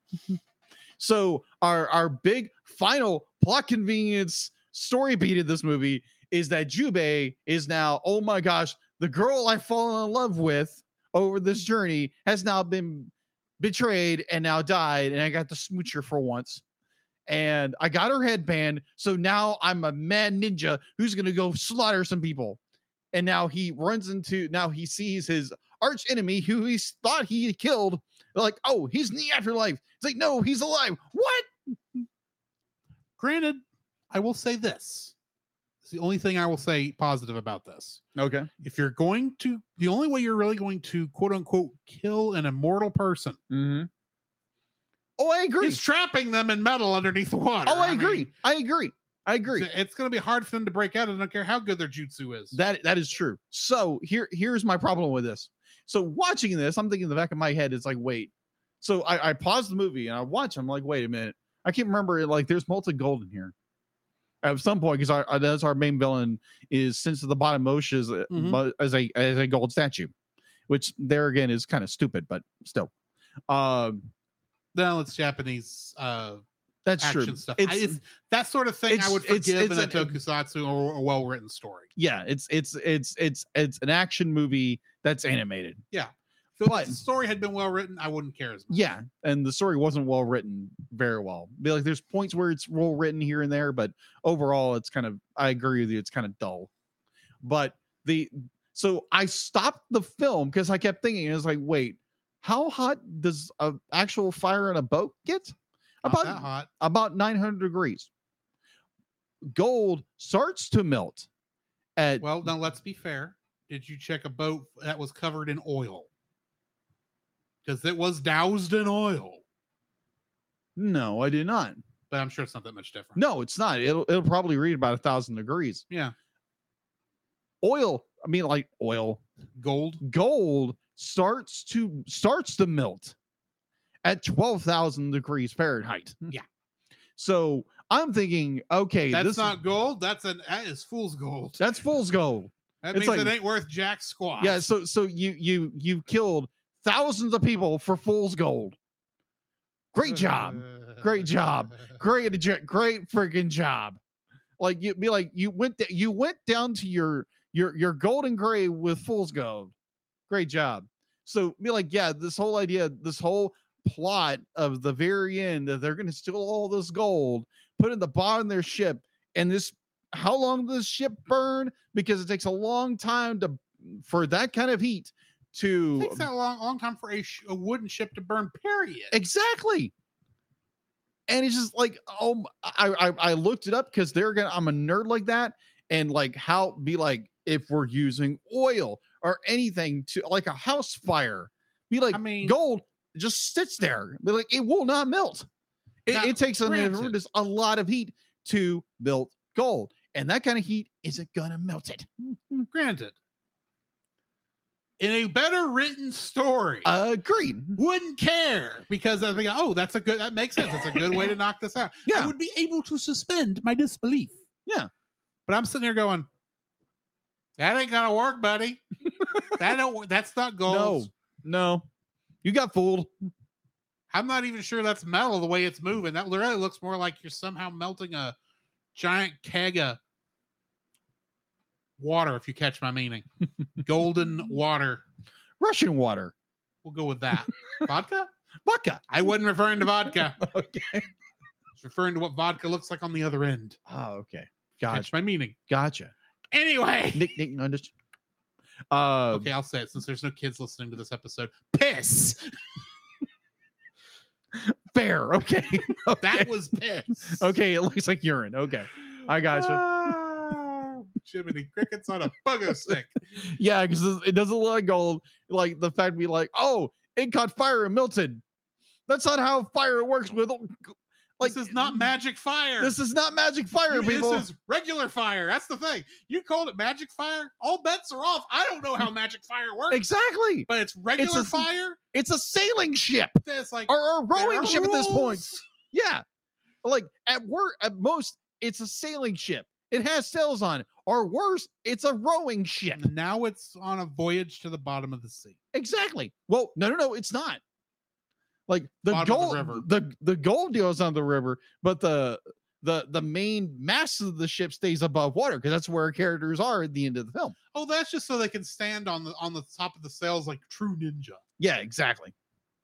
Speaker 3: so our our big final plot convenience story beat of this movie is that Jubei is now, oh my gosh, the girl I've fallen in love with over this journey has now been betrayed and now died, and I got to smooch her for once. And I got her headband, so now I'm a mad ninja who's gonna go slaughter some people. And now he runs into now he sees his arch enemy who he s- thought he had killed. They're like, oh, he's in the afterlife. It's like, no, he's alive. What?
Speaker 1: Granted, I will say this. It's the only thing I will say positive about this.
Speaker 3: Okay.
Speaker 1: If you're going to, the only way you're really going to quote unquote kill an immortal person
Speaker 3: Mm-hmm. Oh, I agree.
Speaker 1: is trapping them in metal underneath water.
Speaker 3: Oh, I
Speaker 1: mean,
Speaker 3: agree. I agree. I agree.
Speaker 1: So It's going to be hard for them to break out. I don't care how good their jutsu is.
Speaker 3: That that is true. So here here's my problem with this. So watching this, I'm thinking in the back of my head, it's like, wait. So I, I paused the movie and I watch. I'm like, wait a minute. I can't remember. Like, there's molten gold in here at some point because our, our- that's our main villain is since the bottom motion is a-
Speaker 1: Mhm.
Speaker 3: mo- as a as a gold statue, which there again is kind of stupid, but still, um,
Speaker 1: no, it's Japanese uh,
Speaker 3: that's
Speaker 1: action
Speaker 3: true.
Speaker 1: stuff. I-
Speaker 3: It's,
Speaker 1: It's, that sort of thing
Speaker 3: it's-
Speaker 1: I would
Speaker 3: it's-
Speaker 1: forgive in a
Speaker 3: it's an-
Speaker 1: tokusatsu or a well-written story.
Speaker 3: yeah, it's it's it's it's it's an action movie that's animated.
Speaker 1: So if
Speaker 3: But-
Speaker 1: the story had been well written, I wouldn't care as much.
Speaker 3: yeah and the story wasn't well written very well be like there's points where it's well written here and there but overall it's kind of i agree with you it's kind of dull but the so i stopped the film because i kept thinking it was like wait how hot does a actual fire in a boat get
Speaker 1: Not
Speaker 3: about
Speaker 1: that hot.
Speaker 3: about 900 degrees gold starts to melt at
Speaker 1: Well, now let's be fair. Did you check a boat that was covered in oil? Because it was doused in oil.
Speaker 3: no i did not
Speaker 1: but I'm sure it's not that much different.
Speaker 3: No, it's not. It'll it'll probably read about a thousand degrees.
Speaker 1: Yeah.
Speaker 3: Oil, I mean like oil,
Speaker 1: Gold.
Speaker 3: gold starts to starts to melt at 12,000 degrees Fahrenheit.
Speaker 1: Yeah.
Speaker 3: So I'm thinking, okay,
Speaker 1: Hmm. that's
Speaker 3: this is-
Speaker 1: not gold. That's an that is fool's gold. That,
Speaker 3: that's fool's gold. it's
Speaker 1: means
Speaker 3: like-
Speaker 1: it ain't worth jack squat.
Speaker 3: Yeah, so so you you you killed thousands of people for fool's gold. Great job. Great job. great j- great freaking job like you'd be like you went th- you went down to your your your golden gray with fool's gold great job so be like yeah this whole idea this whole plot of the very end that they're going to steal all this gold put it in the bottom of their ship and this how long does this ship burn because it takes a long time to for that kind of heat to
Speaker 1: Takes that long, long time for a, sh- a wooden ship to burn. Period.
Speaker 3: Exactly. And it's just like, oh, m- I I, I looked it up because they're gonna. I'm a nerd like that, and like how be like if we're using oil or anything to like a house fire, be like
Speaker 1: I mean,
Speaker 3: gold just sits there. Be like it will not melt. It,
Speaker 1: Now,
Speaker 3: it takes an
Speaker 1: granted-
Speaker 3: enormous a lot of heat to melt gold, and that kind of heat isn't gonna melt it.
Speaker 1: Hmm, granted, in a better written story,
Speaker 3: Uh, Agreed.
Speaker 1: wouldn't care because I think, oh, that's a good. That makes sense. That's a good way to knock this out. I
Speaker 3: Yeah,
Speaker 1: would be able to suspend my disbelief.
Speaker 3: Yeah.
Speaker 1: But I'm sitting there going, that ain't gonna work, buddy. that don't. wor- That's not gold.
Speaker 3: no, no, you got fooled.
Speaker 1: I'm not even sure that's metal the way it's moving. That really looks more like you're somehow melting a giant keg of water, if you catch my meaning. Golden water.
Speaker 3: Russian water,
Speaker 1: We'll go with that. Vodka?
Speaker 3: vodka.
Speaker 1: I wasn't referring to vodka. I
Speaker 3: Okay.
Speaker 1: was referring to what vodka looks like on the other end.
Speaker 3: Oh, okay. Gotcha.
Speaker 1: Catch my meaning.
Speaker 3: Gotcha.
Speaker 1: Anyway.
Speaker 3: Nick, Nick, no, just. Uh,
Speaker 1: okay, I'll say it since there's no kids listening to this episode. Piss.
Speaker 3: fair. Okay. okay.
Speaker 1: That was piss.
Speaker 3: okay. It looks like urine. Okay. I gotcha.
Speaker 1: Ah, Jiminy crickets on a bugger stick.
Speaker 3: Yeah, because it doesn't look like gold. Like the fact we like, oh, it caught fire and melted. That's not how fire works. With like, mm,
Speaker 1: this is not magic fire.
Speaker 3: This is not magic fire,
Speaker 1: You-
Speaker 3: people.
Speaker 1: This is regular fire. That's the thing. You called it magic fire. All bets are off. I don't know how magic fire works,
Speaker 3: exactly.
Speaker 1: but it's regular
Speaker 3: a-
Speaker 1: fire.
Speaker 3: It's a sailing ship
Speaker 1: That's like
Speaker 3: or a
Speaker 1: there
Speaker 3: rowing
Speaker 1: are
Speaker 3: ship at this point.
Speaker 1: rules.
Speaker 3: Yeah. Like at work, at most, it's a sailing ship. It has sails on it. Or worse, it's a rowing ship.
Speaker 1: And now it's on a voyage to the bottom of the sea.
Speaker 3: Exactly. Well, no, no, no, it's not. Like the
Speaker 1: Bottom of the
Speaker 3: gold,
Speaker 1: river.
Speaker 3: the, the gold deals on the river, but the the the main mass of the ship stays above water because that's where our characters are at the end of the film.
Speaker 1: Oh, that's just so they can stand on the on the top of the sails like true ninja.
Speaker 3: Yeah, exactly,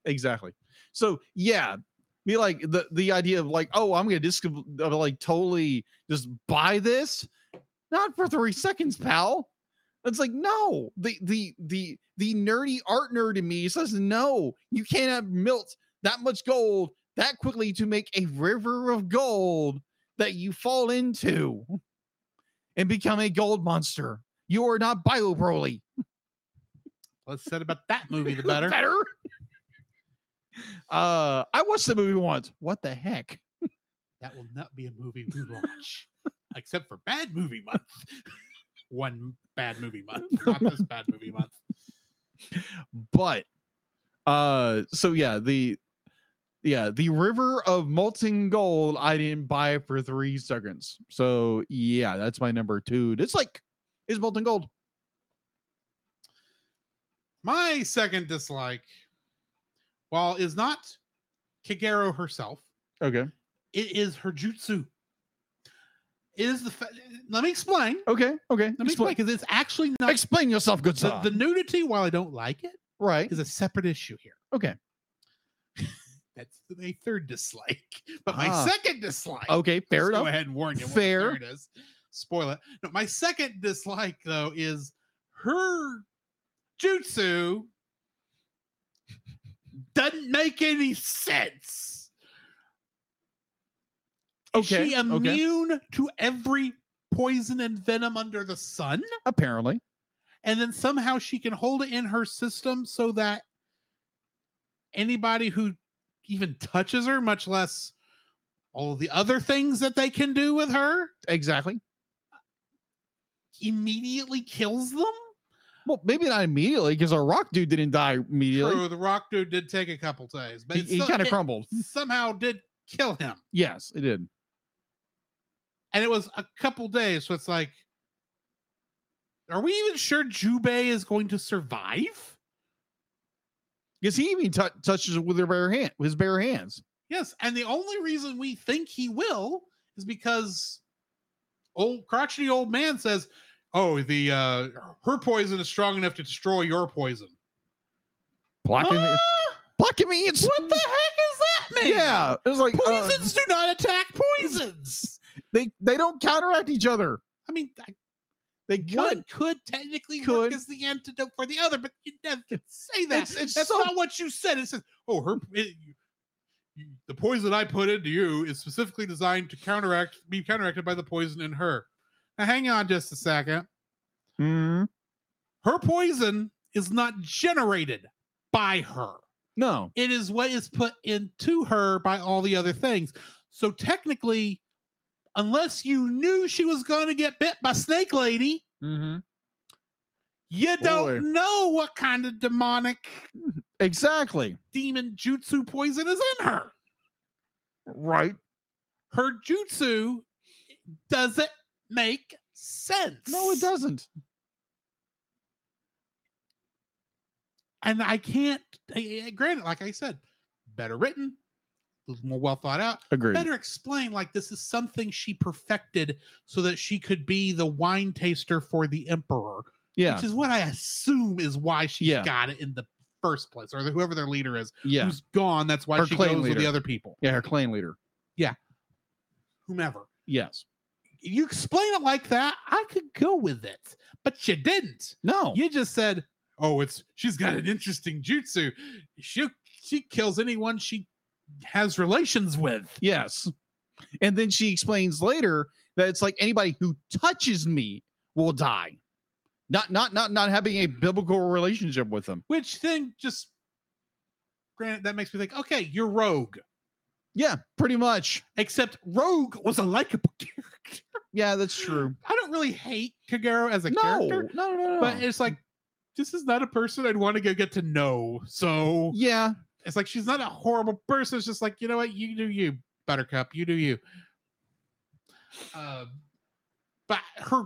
Speaker 3: exactly. So yeah, be like the the idea of like, oh, I'm gonna just like totally just buy this, not for three seconds, pal. It's like no, the the the the nerdy art nerd in me says no, you cannot melt that much gold that quickly to make a river of gold that you fall into and become a gold monster. You are not Bio Broly.
Speaker 1: Less said about that movie, the better.
Speaker 3: Uh, I watched the movie once. What the heck?
Speaker 1: that will not be a movie we watch, except for bad movie month. One bad movie month, not this bad movie month.
Speaker 3: But uh, so yeah, the yeah the river of molten gold. I didn't buy for three seconds. So yeah, that's my number two. It's like is molten gold.
Speaker 1: My second dislike, while is not Kagero herself,
Speaker 3: Okay.
Speaker 1: it is her jutsu. It is the fa- let me explain.
Speaker 3: Okay. Okay.
Speaker 1: Let me explain
Speaker 3: Explain,
Speaker 1: because it's actually not
Speaker 3: explain yourself, good
Speaker 1: the,
Speaker 3: sir.
Speaker 1: the nudity. While I don't like it,
Speaker 3: right.
Speaker 1: is a separate issue here.
Speaker 3: Okay.
Speaker 1: That's my third dislike, but my
Speaker 3: Ah.
Speaker 1: second dislike.
Speaker 3: Okay.
Speaker 1: Just
Speaker 3: Fair
Speaker 1: Go
Speaker 3: enough.
Speaker 1: ahead and warn you. what-
Speaker 3: Fair.
Speaker 1: There it is. Spoil it. No, my second dislike though is her jutsu doesn't make any sense. Is
Speaker 3: Okay.
Speaker 1: she
Speaker 3: okay.
Speaker 1: immune to every poison and venom under the sun,
Speaker 3: Apparently.
Speaker 1: and then somehow she can hold it in her system so that anybody who even touches her, much less all the other things that they can do with her
Speaker 3: Exactly.
Speaker 1: immediately kills them.
Speaker 3: Well, maybe not immediately because our rock dude didn't die immediately.
Speaker 1: True, the rock dude did take a couple days, but
Speaker 3: He,
Speaker 1: it
Speaker 3: he
Speaker 1: still-
Speaker 3: kind of
Speaker 1: it
Speaker 3: crumbled.
Speaker 1: somehow did kill him.
Speaker 3: Yes, it did.
Speaker 1: And it was a couple days, so it's like, are we even sure Jubei is going to survive?
Speaker 3: Because he even tou- touches it with her bare hand, with his bare hands.
Speaker 1: Yes, and the only reason we think he will is because old crotchety old man says, "Oh, the uh, her poison is strong enough to destroy your poison."
Speaker 3: Blocking,
Speaker 1: Ah,
Speaker 3: blocking me. It's
Speaker 1: what the heck is that mean?
Speaker 3: yeah. It was like uh,
Speaker 1: poisons do not attack poisons.
Speaker 3: they they don't counteract each other.
Speaker 1: I mean, I-
Speaker 3: They could.
Speaker 1: one could technically
Speaker 3: Could.
Speaker 1: work as the antidote for the other, but you never can say that.
Speaker 3: It's- it's
Speaker 1: That's
Speaker 3: so-
Speaker 1: not what you said. It says, "Oh, her." It, you- you- the poison I put into you is specifically designed to counteract, be counteracted by the poison in her. Now, hang on just a second.
Speaker 3: Mm-hmm.
Speaker 5: Mhm.
Speaker 1: Her poison is not generated by her.
Speaker 3: No.
Speaker 1: It is what is put into her by all the other things. So technically, unless you knew she was going to get bit by Snake Lady,
Speaker 3: Mm-hmm.
Speaker 1: you
Speaker 3: Boy.
Speaker 1: don't know what kind of demonic
Speaker 3: Exactly.
Speaker 1: demon jutsu poison is in her.
Speaker 3: Right.
Speaker 1: Her jutsu doesn't make sense.
Speaker 3: No, it doesn't.
Speaker 1: And I can't. I- I- Granted, like I said, better written, more well thought out.
Speaker 3: Agreed.
Speaker 1: better explain like this is something she perfected so that she could be the wine taster for the emperor
Speaker 3: Yeah.
Speaker 1: which is what i assume is why she
Speaker 3: Yeah.
Speaker 1: got it in the first place or whoever their leader is
Speaker 3: Yeah.
Speaker 1: who's gone that's why
Speaker 3: Her
Speaker 1: she goes
Speaker 3: clan
Speaker 1: with the
Speaker 3: leader.
Speaker 1: other people
Speaker 3: Yeah. Her clan leader.
Speaker 1: whomever
Speaker 3: Yes.
Speaker 1: you explain it like that i could go with it but you didn't
Speaker 3: No.
Speaker 1: you just said oh it's she's got an interesting jutsu she she kills anyone she has relations with
Speaker 3: Yes. And then she explains later that it's like anybody who touches me will die. Not not not not having a biblical relationship with them.
Speaker 1: which then just granted that makes me think okay you're rogue
Speaker 3: Yeah, pretty much.
Speaker 1: except rogue was a likable character
Speaker 3: Yeah, that's true.
Speaker 1: i don't really hate kagero as a
Speaker 3: no,
Speaker 1: character
Speaker 3: no, no, no, no.
Speaker 1: but it's like this is not a person i'd want to go get to know so
Speaker 3: yeah,
Speaker 1: it's like she's not a horrible person it's just like you know what you do you buttercup you do you um but her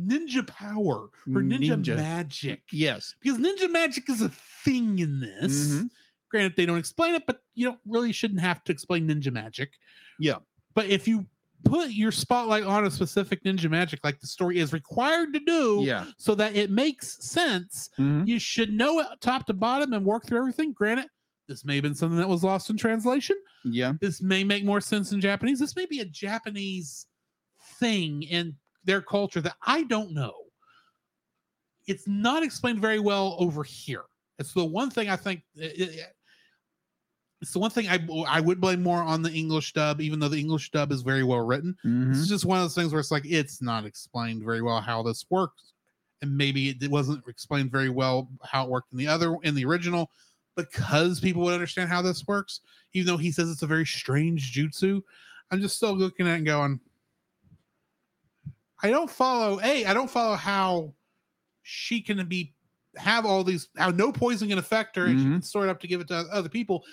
Speaker 1: ninja power her ninja,
Speaker 3: Ninja.
Speaker 1: magic
Speaker 3: yes,
Speaker 1: because ninja magic is a thing in this
Speaker 3: Mhm.
Speaker 1: granted they don't explain it but you don't really shouldn't have to explain ninja magic
Speaker 3: Yeah.
Speaker 1: but if you put your spotlight on a specific ninja magic like the story is required to do
Speaker 3: yeah,
Speaker 1: so that it makes sense
Speaker 3: Mhm.
Speaker 1: you should know it top to bottom and work through everything granted this may have been something that was lost in translation
Speaker 5: Yeah.
Speaker 1: this may make more sense in japanese this may be a japanese thing in their culture that i don't know it's not explained very well over here it's the one thing i think it- it- it's the one thing I, I would blame more on the English dub, even though the English dub is very well written. This
Speaker 3: Mm-hmm.
Speaker 5: Mhm.
Speaker 1: is just one of those things where it's like it's not explained very well how this works, and maybe it wasn't explained very well how it worked in the other in the original, because people would understand how this works. Even though he says it's a very strange jutsu, I'm just still looking at it and going, I don't follow. A, I don't follow how she can be have all these how no poison can affect her and she
Speaker 5: Mhm.
Speaker 1: can store it up to give it to other people.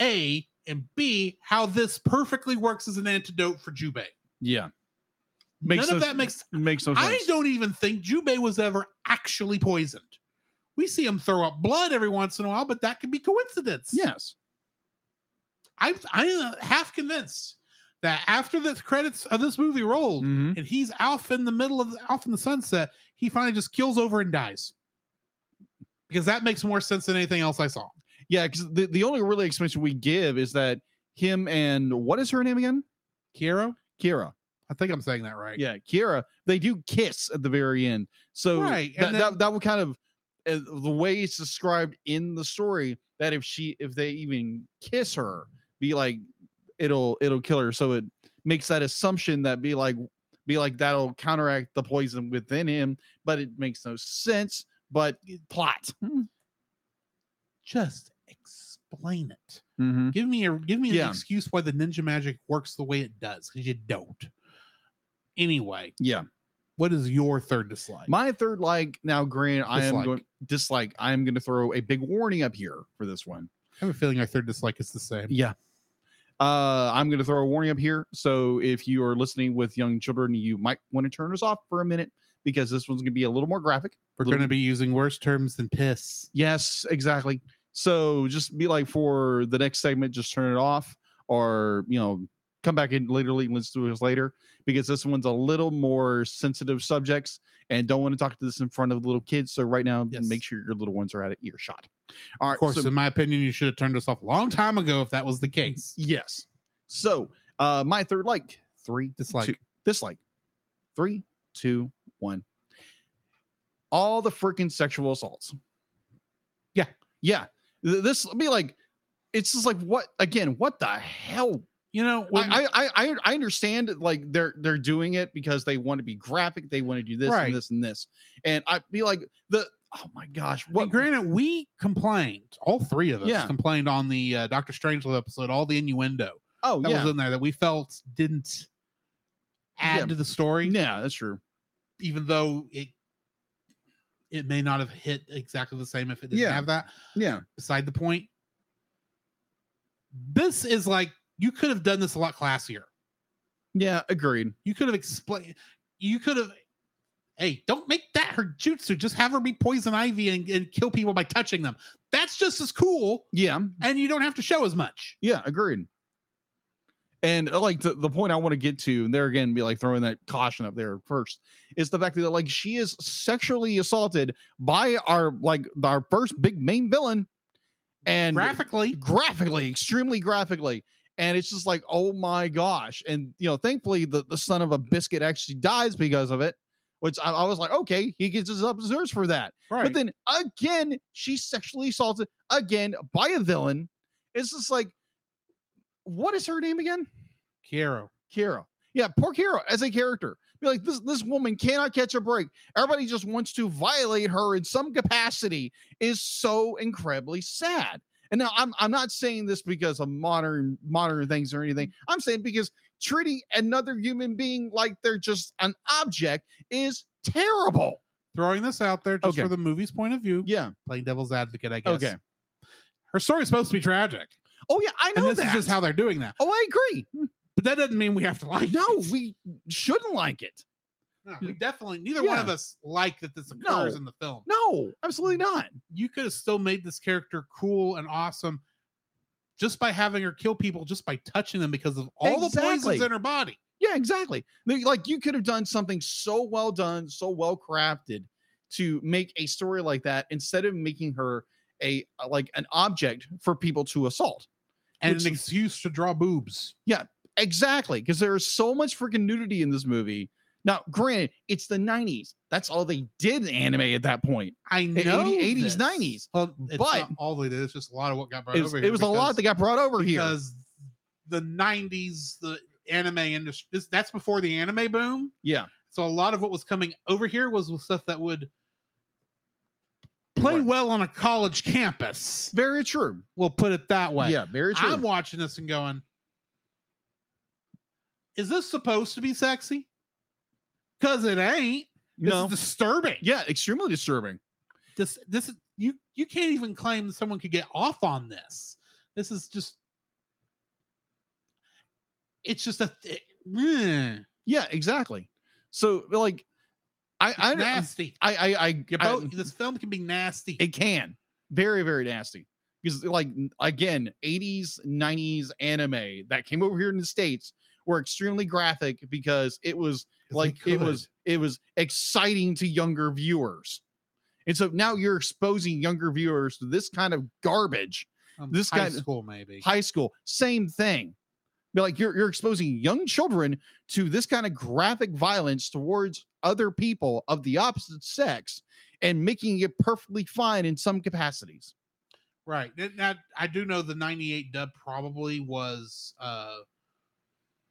Speaker 1: A and B, how this perfectly works as an antidote for Jubei.
Speaker 3: yeah.
Speaker 1: None of that makes.
Speaker 3: makes no
Speaker 1: I don't even think Jubei was ever actually poisoned. We see him throw up blood every once in a while, but that could be coincidence.
Speaker 3: Yes,
Speaker 1: I, I'm half convinced that after the credits of this movie rolled,
Speaker 3: Mhm.
Speaker 1: and he's off in the middle of off in the sunset, he finally just kills over and dies. Because that makes more sense than anything else I saw.
Speaker 3: yeah. Because the, the only really explanation we give is that him and what is her name again?
Speaker 1: Kiero,
Speaker 3: Kira.
Speaker 1: I think I'm saying that right.
Speaker 3: Yeah, Kira. They do kiss at the very end. So
Speaker 1: Right,
Speaker 3: that,
Speaker 1: and
Speaker 3: that
Speaker 1: then-
Speaker 3: that would kind of uh, the way it's described in the story that if she if they even kiss her, be like it'll it'll kill her. So it makes that assumption that be like be like that'll counteract the poison within him, but it makes no sense. But plot.
Speaker 1: Just explain it.
Speaker 3: Mm-hmm.
Speaker 1: Give me a give me an
Speaker 3: Yeah.
Speaker 1: excuse why the ninja magic works the way it does because you don't. Anyway,
Speaker 3: Yeah.
Speaker 1: what is your third dislike?
Speaker 3: My third like now, granted, I am
Speaker 1: Dislike.
Speaker 3: going dislike. I am going to throw a big warning up here for this one.
Speaker 1: I have a feeling our third dislike is the same.
Speaker 3: Yeah. Uh, I'm going to throw a warning up here. So if you are listening with young children, you might want to turn us off for a minute because this one's going to be a little more graphic.
Speaker 1: We're
Speaker 3: Little-
Speaker 1: going to be using worse terms than piss.
Speaker 3: Yes, exactly. So just be like for the next segment, just turn it off or, you know, come back in later and listen to us later because this one's a little more sensitive subjects and don't want to talk to this in front of little kids. So right now,
Speaker 1: Yes.
Speaker 3: make sure your little ones are out of earshot. All right.
Speaker 1: Of course,
Speaker 3: so-
Speaker 1: in my opinion, you should have turned us off a long time ago if that was the case.
Speaker 3: yes. So uh my third like three
Speaker 1: Dislike.
Speaker 3: two- dislike. Three, two, one. All the freaking sexual assaults.
Speaker 1: Yeah.
Speaker 3: Yeah. Th- This will be like, it's just like what again? What the hell?
Speaker 1: You know, when-
Speaker 3: I, I I I- I understand that, like they're they're doing it because they want to be graphic, they want to do this
Speaker 1: Right.
Speaker 3: and this and this, and I be like the oh my gosh,
Speaker 1: Well,
Speaker 3: what
Speaker 1: granted, we complained. All three of us
Speaker 3: Yeah.
Speaker 1: complained on the uh, Doctor Strangelove episode. All the innuendo
Speaker 3: oh
Speaker 1: that
Speaker 3: yeah
Speaker 1: was in there that we felt didn't add
Speaker 3: Yeah.
Speaker 1: to the story,
Speaker 3: yeah that's true
Speaker 1: even though it it may not have hit exactly the same if it didn't
Speaker 3: Yeah.
Speaker 1: have that.
Speaker 3: yeah
Speaker 1: Beside the point, this is like you could have done this a lot classier.
Speaker 3: yeah agreed
Speaker 1: You could have explained. You could have. Hey, don't make that her jutsu. Just have her be poison ivy and, and kill people by touching them. That's just as cool,
Speaker 3: yeah
Speaker 1: and you don't have to show as much.
Speaker 3: Yeah, agreed. And uh, like the, the point I want to get to, and there again, be like throwing that caution up there first, is the fact that like she is sexually assaulted by our like our first big main villain, and
Speaker 1: Graphically,
Speaker 3: graphically, extremely graphically, and it's just like oh my gosh, and you know, thankfully the the son of a biscuit actually dies because of it, which I, I was like okay, he gets his up deserves for that,
Speaker 1: right?
Speaker 3: but then again, she's sexually assaulted again by a villain. It's just like, what is her name again?
Speaker 1: Kiero.
Speaker 3: Kira. Yeah, poor Kira as a character. Be like, this this woman cannot catch a break. Everybody just wants to violate her in some capacity. Is so incredibly sad. And now I'm I'm not saying this because of modern modern things or anything.
Speaker 1: Mm-hmm.
Speaker 3: I'm saying because treating another human being like they're just an object is terrible.
Speaker 1: Throwing this out there just
Speaker 3: Okay.
Speaker 1: for the movie's point of view,
Speaker 3: Yeah.
Speaker 1: playing devil's advocate, I guess.
Speaker 3: Okay.
Speaker 1: Her story's supposed to be tragic,
Speaker 3: Oh yeah, I
Speaker 1: and
Speaker 3: know
Speaker 1: this is
Speaker 3: that.
Speaker 1: just how they're doing that.
Speaker 3: oh, I agree.
Speaker 1: But that doesn't mean we have to like.
Speaker 3: no,
Speaker 1: it.
Speaker 3: we shouldn't like it.
Speaker 1: No, we definitely neither one
Speaker 3: Yeah.
Speaker 1: of us like that this occurs
Speaker 3: No.
Speaker 1: in the film.
Speaker 3: No, absolutely not.
Speaker 1: you could have still made this character cool and awesome just by having her kill people just by touching them because of all the poisons
Speaker 3: Exactly.
Speaker 1: in her body.
Speaker 3: Yeah, exactly. Like- Like you could have done something so well done, so well crafted to make a story like that instead of making her a uh, like an object for people to assault.
Speaker 1: And
Speaker 3: Which-
Speaker 1: an excuse to draw boobs.
Speaker 3: Exactly, because there is so much freaking nudity in this movie. Now, granted, it's the 90s. That's all they did in anime at that point.
Speaker 1: I
Speaker 3: eighty-
Speaker 1: know this.
Speaker 3: 80s, 90s,
Speaker 1: Well, it's
Speaker 3: but-
Speaker 1: not all they did. It's just a lot of what got brought
Speaker 3: It was,
Speaker 1: over
Speaker 3: it
Speaker 1: here.
Speaker 3: was a lot that got brought over here.
Speaker 1: because the '90s, the anime industry. this- That's before the anime boom.
Speaker 3: Yeah,
Speaker 1: So a lot of what was coming over here was with stuff that would play
Speaker 3: Right.
Speaker 1: well on a college campus.
Speaker 3: very true.
Speaker 1: We'll put it that way.
Speaker 3: Yeah, very true.
Speaker 1: I'm watching this and going, is this supposed to be sexy? Because it ain't. This
Speaker 3: no,
Speaker 1: is disturbing.
Speaker 3: yeah, extremely disturbing.
Speaker 1: This this is you you can't even claim that someone could get off on this. This is just it's just a th- mm,
Speaker 3: Yeah, exactly. So like, I I I
Speaker 1: nasty.
Speaker 3: I, I,
Speaker 1: Your
Speaker 3: um, I-
Speaker 1: boat- this film can be nasty.
Speaker 3: it can very very nasty because like n- again 80s 90s anime that came over here in the states were extremely graphic because it was
Speaker 1: 'Cause
Speaker 3: like
Speaker 1: they
Speaker 3: it was it was exciting to younger viewers and so now you're exposing younger viewers to this kind of garbage
Speaker 1: could. Um,
Speaker 3: this
Speaker 1: high
Speaker 3: guy-
Speaker 1: school maybe.
Speaker 3: high school same thing Be like you're, you're exposing young children to this kind of graphic violence towards other people of the opposite sex and making it perfectly fine in some capacities
Speaker 1: Right. That, that- I do know the 98 dub probably was uh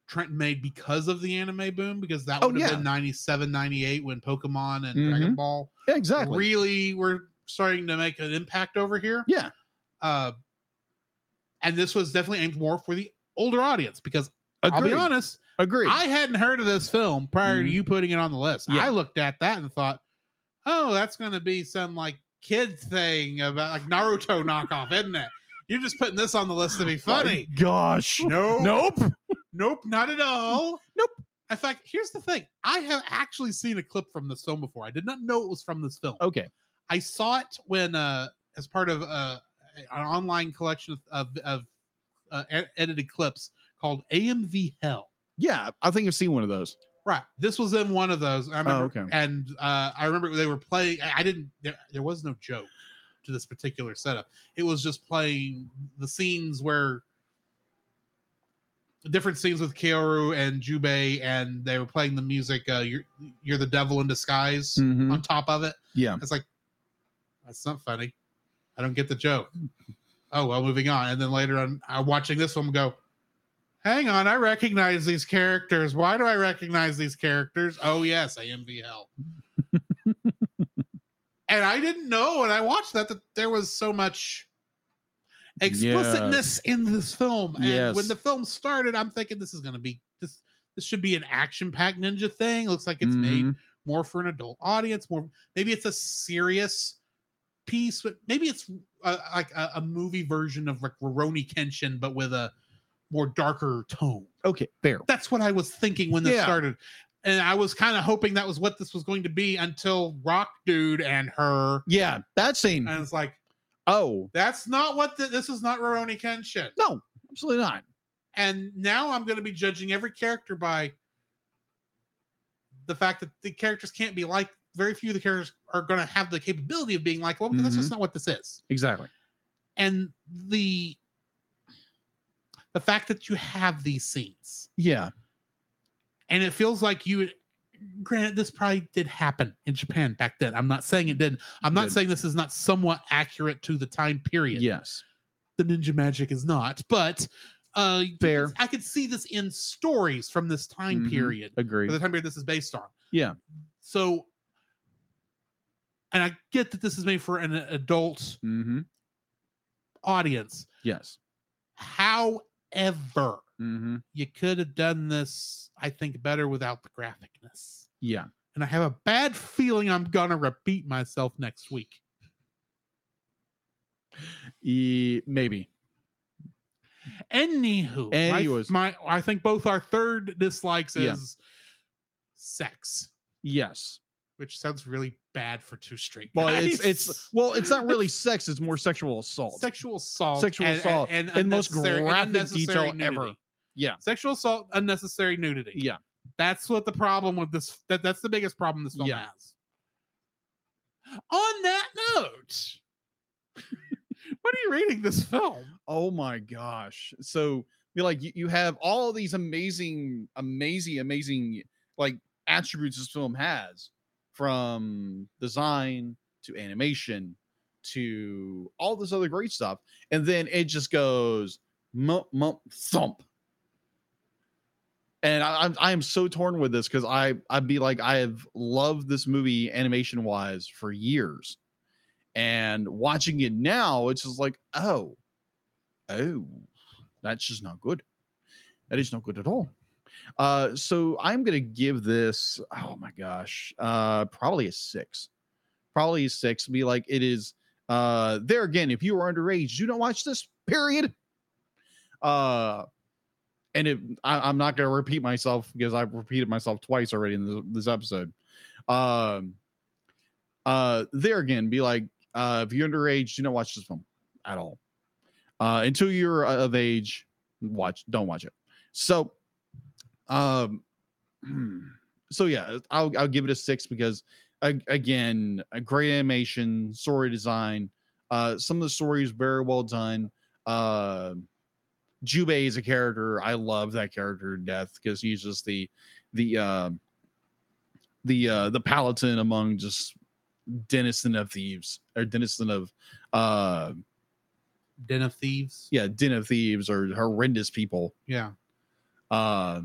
Speaker 1: Trent made because of the anime boom because that
Speaker 3: Oh,
Speaker 1: would have
Speaker 3: yeah.
Speaker 1: been 97 98 when Pokemon and Dragon Ball
Speaker 3: yeah exactly
Speaker 1: really were starting to make an impact over here.
Speaker 3: yeah
Speaker 1: Uh And this was definitely aimed more for the older audience because I'll
Speaker 3: Agree.
Speaker 1: be honest,
Speaker 3: Agree.
Speaker 1: I hadn't heard of this film prior to you putting it on the list.
Speaker 3: Yeah.
Speaker 1: I looked at that and thought, oh, that's going to be some like kid thing about like Naruto knockoff, isn't it? You're just putting this on the list to be funny.
Speaker 3: My gosh.
Speaker 1: No,
Speaker 3: Nope.
Speaker 1: nope, not at all. Nope. In fact, here's the thing I have actually seen a clip from this film before. I did not know it was from this film.
Speaker 3: Okay.
Speaker 1: I saw it when, uh, as part of uh, an online collection of, of, of uh, e- edited clips called AMV Hell.
Speaker 3: Yeah, I think I've seen one of those.
Speaker 1: Right. This was in one of those. I remember,
Speaker 3: okay.
Speaker 1: And uh, I remember they were playing. I I didn't. There, there was no joke to this particular setup. It was just playing the scenes where different scenes with Keoru and Jubei, and they were playing the music. Uh, you're you're the devil in disguise
Speaker 3: Mm-hmm.
Speaker 1: on top of it.
Speaker 5: Yeah.
Speaker 1: It's like that's not funny. I don't get the joke. Oh well, moving on. And then later on, I'm watching this one go. Hang on, I recognize these characters. Why do I recognize these characters? Oh yes, AMVL. and I didn't know when I watched that that there was so much explicitness in this film. And
Speaker 5: Yes.
Speaker 1: when the film started, I'm thinking this is going to be this. This should be an action-packed ninja thing. Looks like it's made
Speaker 5: Mhm.
Speaker 1: more for an adult audience more maybe it's a serious piece but maybe it's uh like a, a movie version of like Roroni Kenshin but with a more darker tone
Speaker 3: Okay, there.
Speaker 1: that's what I was thinking when this
Speaker 3: Yeah.
Speaker 1: started and I was kind of hoping that was what this was going to be until Rock Dude and her
Speaker 3: Yeah, that scene.
Speaker 1: and it's like
Speaker 3: oh,
Speaker 1: that's not what the, this is not Roroni Kenshin
Speaker 3: no, absolutely not.
Speaker 1: and now I'm going to be judging every character by the fact that the characters can't be like very few of the characters are going to have the capability of being like well that's just not what this is
Speaker 3: Exactly.
Speaker 1: and the the fact that you have these scenes
Speaker 3: Yeah.
Speaker 1: and it feels like you granted this probably did happen in japan back then i'm not saying it didn't i'm not
Speaker 3: Did.
Speaker 1: saying this is not somewhat accurate to the time period
Speaker 3: Yes.
Speaker 1: the ninja magic is not but uh
Speaker 3: Fair.
Speaker 1: i could see this in stories from this time
Speaker 5: Mhm.
Speaker 1: period
Speaker 3: Agree.
Speaker 1: or the time period this is based on
Speaker 3: Yeah.
Speaker 1: so and i get that this is made for an adult
Speaker 5: Mm-hmm.
Speaker 1: audience
Speaker 5: Yes.
Speaker 1: however
Speaker 5: Mm-hmm.
Speaker 1: you could have done this i think better without the graphicness
Speaker 5: Yeah.
Speaker 1: and i have a bad feeling i'm gonna repeat myself next week
Speaker 3: E- maybe.
Speaker 1: Anywho, my-
Speaker 3: Anyways.
Speaker 1: my I think both our third dislikes
Speaker 3: Yeah.
Speaker 1: is sex,
Speaker 3: Yes.
Speaker 1: which sounds really bad for two straight.
Speaker 3: Well,
Speaker 1: guys.
Speaker 3: it's it's well, it's not really sex. It's more sexual assault.
Speaker 1: sexual assault,
Speaker 3: Sexual
Speaker 1: and-
Speaker 3: assault
Speaker 1: and,
Speaker 3: in most
Speaker 1: unnecessary- and
Speaker 3: graphic
Speaker 1: unnecessary
Speaker 3: detail
Speaker 1: nudity.
Speaker 3: ever. Yeah.
Speaker 1: sexual assault, unnecessary nudity.
Speaker 3: Yeah.
Speaker 1: that's what the problem with this. That that's the biggest problem this film
Speaker 3: Yeah.
Speaker 1: has. On that note, what are you rating this film?
Speaker 3: Oh my gosh. So you're like you, you have all these amazing, amazing, amazing like attributes this film has from design to animation to all this other great stuff. And then it just goes mump mump thump. And I, I'm I am so torn with this because I I'd be like I have loved this movie animation wise for years, and watching it now it's just like oh oh, that's just not good. That is not good at all. Uh, so I'm gonna give this. Oh my gosh, uh, probably a six. Probably a six. Be like it is. Uh, there again, if you are underage, do not watch this. Period. Uh, and if I, I'm not gonna repeat myself because I've repeated myself twice already in this, this episode. Um, uh, there again, be like, uh, if you're underage, do not watch this film at all uh, until you're uh, of age watch don't watch it so um so yeah i'll i'll give it a six because a- again a great animation story design uh some of the stories very well done uh jubei is a character i love that character to death because he's just the the uh the uh the paladin among just denizen of thieves or denizen of uh
Speaker 1: Den of Thieves.
Speaker 3: yeah, den of thieves or horrendous people.
Speaker 1: Yeah.
Speaker 3: Uh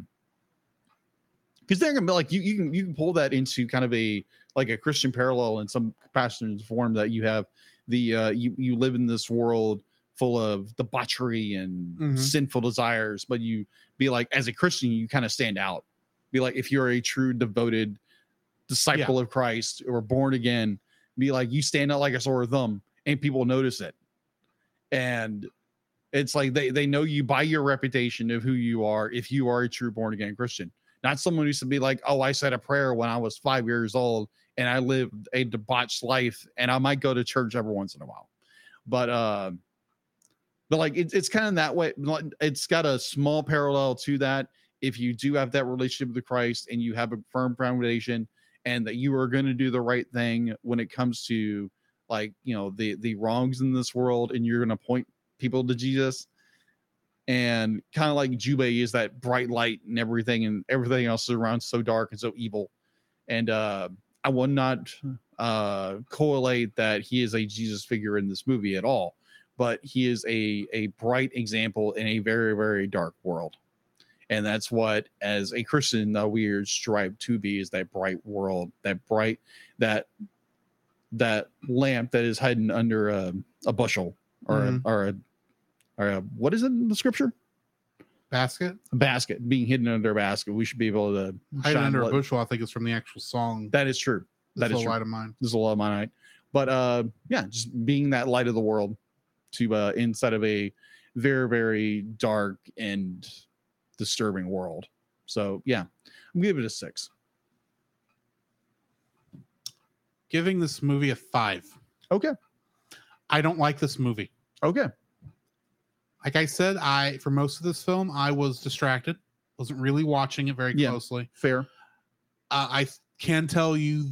Speaker 3: because they're gonna be like you, you can you can pull that into kind of a like a Christian parallel in some capacity and form that you have the uh you you live in this world full of debauchery and
Speaker 1: Mhm.
Speaker 3: sinful desires, but you be like, as a Christian, you kind of stand out. Be like, if you're a true devoted disciple of Christ or born again, be like, you stand out like a sore thumb, and people notice it. And it's like they they know you by your reputation of who you are if you are a true born again Christian, not someone who used to be like, oh, I said a prayer when I was five years old and I lived a debauched life, and I might go to church every once in a while, but uh, but like it, it's kind of that way. like, It's got a small parallel to that. If you do have that relationship with Christ and you have a firm foundation, and that you are going to do the right thing when it comes to like you know the the wrongs in this world, and you're going to point people to Jesus. And kind of like Jube is that bright light and everything, and everything else around so dark and so evil. And uh, I will not uh, correlate that he is a Jesus figure in this movie at all, but he is a a bright example in a very very dark world, and that's what as a Christian that we are strived to be is that bright world, that bright that that lamp that is hidden under a, a bushel or
Speaker 1: Mhm.
Speaker 3: a, or a or a, what is it in the scripture?
Speaker 1: Basket?
Speaker 3: A basket being hidden under a basket. We should be able to
Speaker 1: Hide
Speaker 3: shine
Speaker 1: under a
Speaker 3: light-
Speaker 1: bushel, I think is from the actual song.
Speaker 3: That is true.
Speaker 1: That's
Speaker 3: that is
Speaker 1: a
Speaker 3: true.
Speaker 1: light of mine.
Speaker 3: This is a lot of my night. But uh yeah, just being that light of the world to uh inside of a very, very dark and disturbing world. So yeah, I'm gonna give it a six.
Speaker 1: Giving this movie a five.
Speaker 3: Okay.
Speaker 1: I don't like this movie.
Speaker 3: Okay.
Speaker 1: Like I said, I for most of this film I was distracted. Wasn't really watching it very
Speaker 3: Yeah.
Speaker 1: closely.
Speaker 3: Fair.
Speaker 1: Uh, I can tell you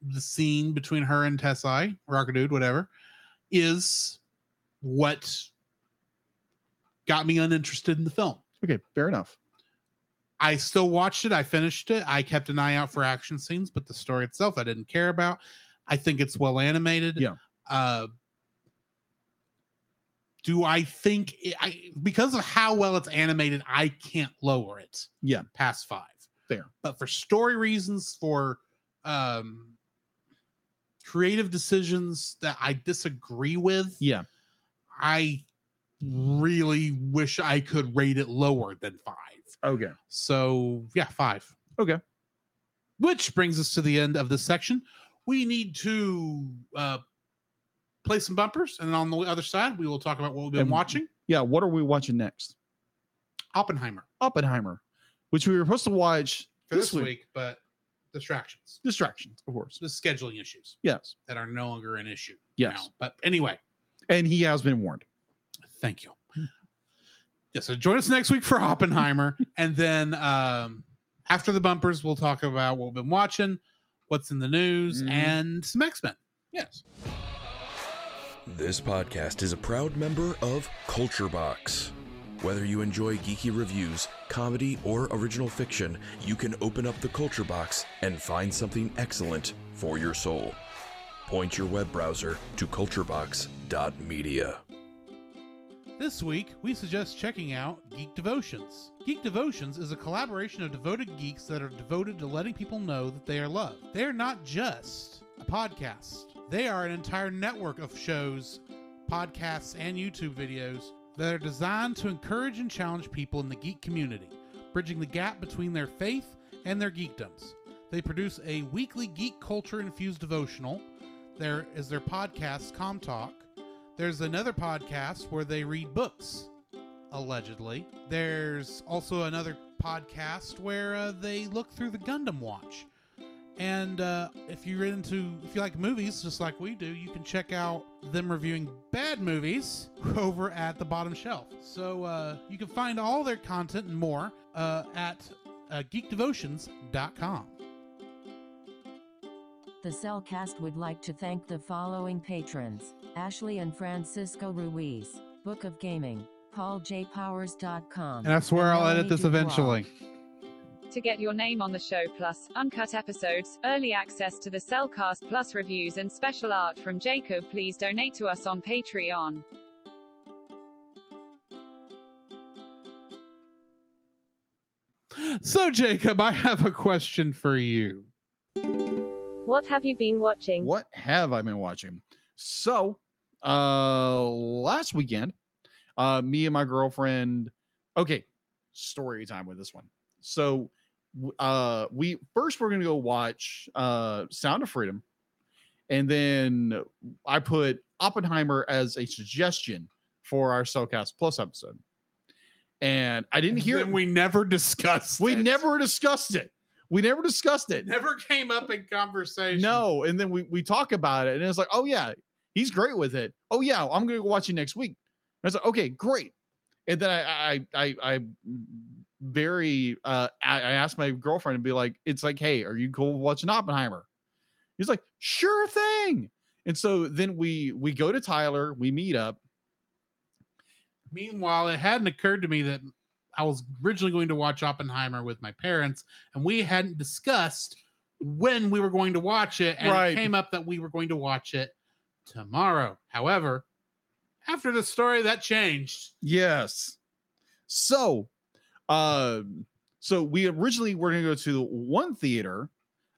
Speaker 1: the scene between her and Tessai, Rockadude, whatever, is what got me uninterested in the film.
Speaker 3: Okay, fair enough.
Speaker 1: I still watched it. I finished it. I kept an eye out for action scenes, but the story itself I didn't care about. I think it's well animated.
Speaker 3: Yeah.
Speaker 1: Uh, do I think it, I because of how well it's animated, I can't lower it.
Speaker 3: Yeah.
Speaker 1: Past five.
Speaker 3: Fair.
Speaker 1: But for story reasons, for um, creative decisions that I disagree with,
Speaker 3: Yeah.
Speaker 1: I really wish I could rate it lower than five.
Speaker 3: Okay.
Speaker 1: So yeah, five.
Speaker 3: Okay.
Speaker 1: Which brings us to the end of this section. We need to uh, play some bumpers, and on the other side, we will talk about what we've been
Speaker 3: And-
Speaker 1: watching.
Speaker 3: Yeah, what are we watching next?
Speaker 1: Oppenheimer
Speaker 3: Oppenheimer, which we were supposed to watch
Speaker 1: for this, week, but distractions,
Speaker 3: Distractions, of course.
Speaker 1: the scheduling issues
Speaker 3: Yes.
Speaker 1: that are no longer an issue.
Speaker 3: Yes.
Speaker 1: now. But anyway,
Speaker 3: And he has been warned.
Speaker 1: thank you.
Speaker 3: Hmm.
Speaker 1: Yeah, so join us next week for Oppenheimer, and then um, after the bumpers, we'll talk about what we've been watching, what's in the news,
Speaker 3: Mhm.
Speaker 1: and some X Men. Yes.
Speaker 7: This podcast is a proud member of Culture Box. Whether you enjoy geeky reviews, comedy, or original fiction, you can open up the Culture Box and find something excellent for your soul. Point your web browser to culturebox.media.
Speaker 1: This week, we suggest checking out Geek Devotions. Geek Devotions is a collaboration of devoted geeks that are devoted to letting people know that they are loved. They are not just a podcast, they are an entire network of shows, podcasts, and YouTube videos that are designed to encourage and challenge people in the geek community, bridging the gap between their faith and their geekdoms. They produce a weekly geek culture infused devotional. There is their podcast, Com Talk. There's another podcast where they read books, allegedly. There's also another podcast where uh, they look through the Gundam Watch. And uh, if you're into, if you like movies just like we do, you can check out them reviewing bad movies over at the bottom shelf. So uh, you can find all their content and more uh, at uh, geekdevotions.com.
Speaker 8: The Cellcast would like to thank the following patrons Ashley and Francisco Ruiz, Book of Gaming, PaulJPowers.com.
Speaker 1: And I swear I'll edit
Speaker 8: Melanie
Speaker 1: this
Speaker 8: Dubois.
Speaker 1: eventually.
Speaker 2: To get your name on the show, plus uncut episodes, early access to the Cellcast Plus reviews, and special art from Jacob, please donate to us on Patreon.
Speaker 1: So, Jacob, I have a question for you.
Speaker 2: What have you been watching?
Speaker 3: What have I been watching? So uh last weekend uh me and my girlfriend okay story time with this one so w- uh we first we're gonna go watch uh sound of freedom and then i put oppenheimer as a suggestion for our cellcast plus episode and i didn't hear
Speaker 1: Then we never discussed.
Speaker 3: we
Speaker 1: it.
Speaker 3: never discussed it we never discussed it
Speaker 1: It never came up in conversation.
Speaker 3: no, and then we we talk about it, and it's like, oh yeah, he's great with it. Oh yeah, I'm gonna go watch you next week. And I was like, okay, great. And then I I I I very uh I, I asked my girlfriend to be like, it's like, hey, are you cool with watching Oppenheimer? He's like, sure thing. And so then we we go to Tyler, we meet up.
Speaker 1: Meanwhile, it hadn't occurred to me that I was originally going to watch Oppenheimer with my parents, and we hadn't discussed when we were going to watch it. And
Speaker 3: Right.
Speaker 1: it came up that we were going to watch it tomorrow. However, after the story, that changed.
Speaker 3: Yes. So, um, so we originally were going to go to one theater.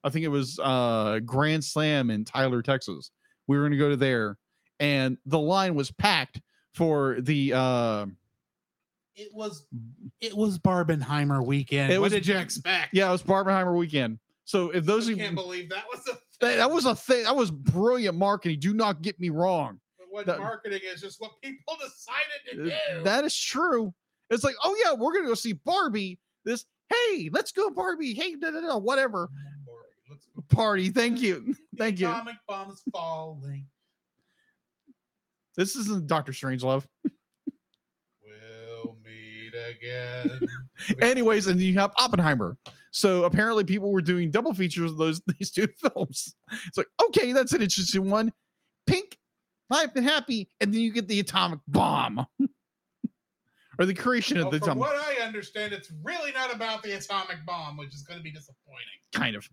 Speaker 3: I think it was uh Grand Slam in Tyler, Texas. We were going to go to there, and the line was packed for the. Uh,
Speaker 1: It was it was Barbenheimer weekend.
Speaker 3: It
Speaker 1: It
Speaker 3: was-
Speaker 1: what did you expect?
Speaker 3: yeah, it was Barbenheimer weekend. So if those
Speaker 1: I
Speaker 3: of
Speaker 1: can't
Speaker 3: you,
Speaker 1: believe that was a
Speaker 3: that, that was a thing. That was brilliant marketing. Do not get me wrong.
Speaker 1: what
Speaker 3: that-
Speaker 1: marketing is just what people decided to
Speaker 3: Uh,
Speaker 1: do.
Speaker 3: That is true. It's like, oh yeah, we're going to go see Barbie. This, hey, let's go Barbie. Hey, da da da, whatever. party. Thank you. Thank you.
Speaker 1: Atomic bombs falling.
Speaker 3: This isn't Doctor Strangelove.
Speaker 1: We'll meet again.
Speaker 3: Anyways, and you have Oppenheimer. So apparently people were doing double features of those these two films. It's like, okay, that's an interesting one. Pink, life and happy, and then you get the atomic bomb. or the creation
Speaker 1: Well,
Speaker 3: of the
Speaker 1: from
Speaker 3: atomic
Speaker 1: what I understand, it's really not about the atomic bomb, which is going to be disappointing.
Speaker 3: kind of.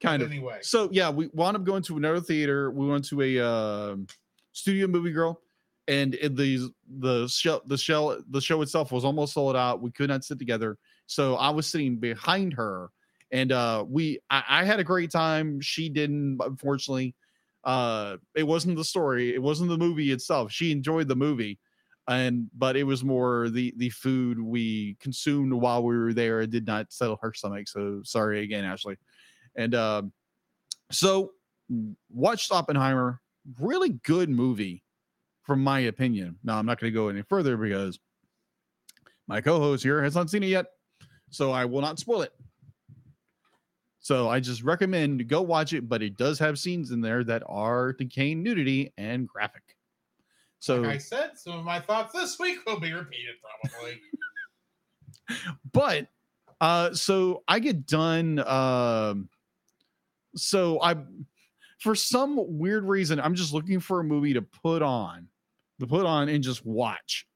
Speaker 3: Kind
Speaker 1: But
Speaker 3: of.
Speaker 1: Anyway,
Speaker 3: So yeah, we wound up going to another theater. We went to a um studio movie girl, and it, the the show the show the show itself was almost sold out. We could not sit together, so I was sitting behind her, and uh, we I, I had a great time. She didn't, unfortunately. Uh, it wasn't the story. It wasn't the movie itself. She enjoyed the movie, and but it was more the the food we consumed while we were there. It did not settle her stomach. So sorry again, Ashley. And um, so w- watched Oppenheimer. Really good movie, from my opinion. Now I'm not going to go any further because my co-host here has not seen it yet, so I will not spoil it. So I just recommend go watch it, but it does have scenes in there that are decaying nudity and graphic. So,
Speaker 1: like I said, some of my thoughts this week will be repeated probably.
Speaker 3: but uh so i get done um so i for some weird reason i'm just looking for a movie to put on to put on and just watch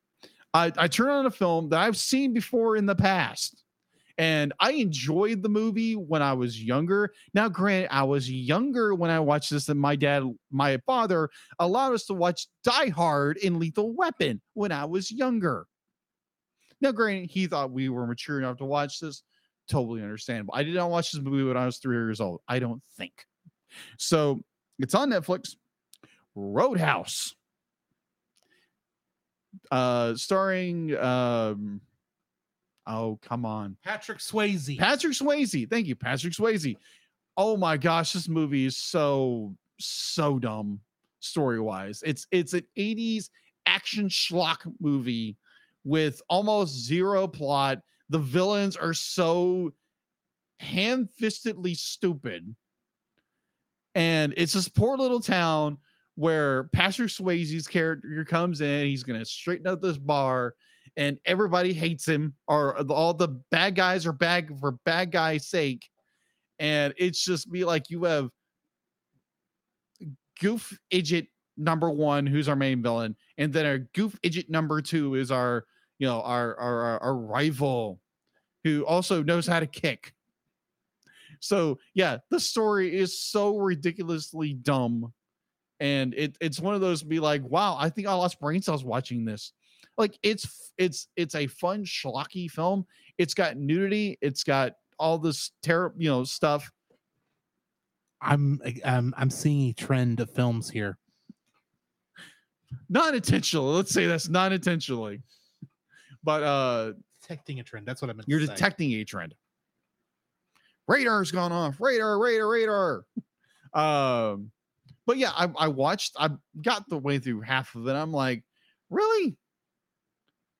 Speaker 3: i i turn on a film that i've seen before in the past and i enjoyed the movie when i was younger now granted i was younger when i watched this and my dad my father allowed us to watch die hard and lethal weapon when i was younger now, granted, he thought we were mature enough to watch this. Totally understandable. I did not watch this movie when I was three years old. I don't think. So it's on Netflix. Roadhouse. Uh starring um oh come on.
Speaker 1: Patrick Swayze.
Speaker 3: Patrick Swayze. Thank you, Patrick Swayze. Oh my gosh, this movie is so so dumb story wise. It's it's an '80s action schlock movie with almost zero plot. The villains are so ham-fistedly stupid, and it's this poor little town where Patrick Swayze's character comes in. He's gonna straighten up this bar and everybody hates him or all the bad guys are bad for bad guy's sake and it's just me like you have goof idiot number one who's our main villain and then our goof idiot number two is our you know our our, our, our rival who also knows how to kick so yeah the story is so ridiculously dumb and it, it's one of those be like wow i think i lost brain cells watching this like it's f- it's it's a fun schlocky film. It's got nudity. It's got all this terrible you know stuff.
Speaker 1: I'm I'm I'm seeing a trend of films here.
Speaker 3: non-intentional. Let's say that's non-intentionally. But uh
Speaker 1: Detecting a trend. That's what I meant.
Speaker 3: you're
Speaker 1: to say.
Speaker 3: detecting a trend.
Speaker 5: Radar's gone off. Radar, radar, radar.
Speaker 3: Um, but yeah, I, I watched, I got the way through half of it. I'm like, really?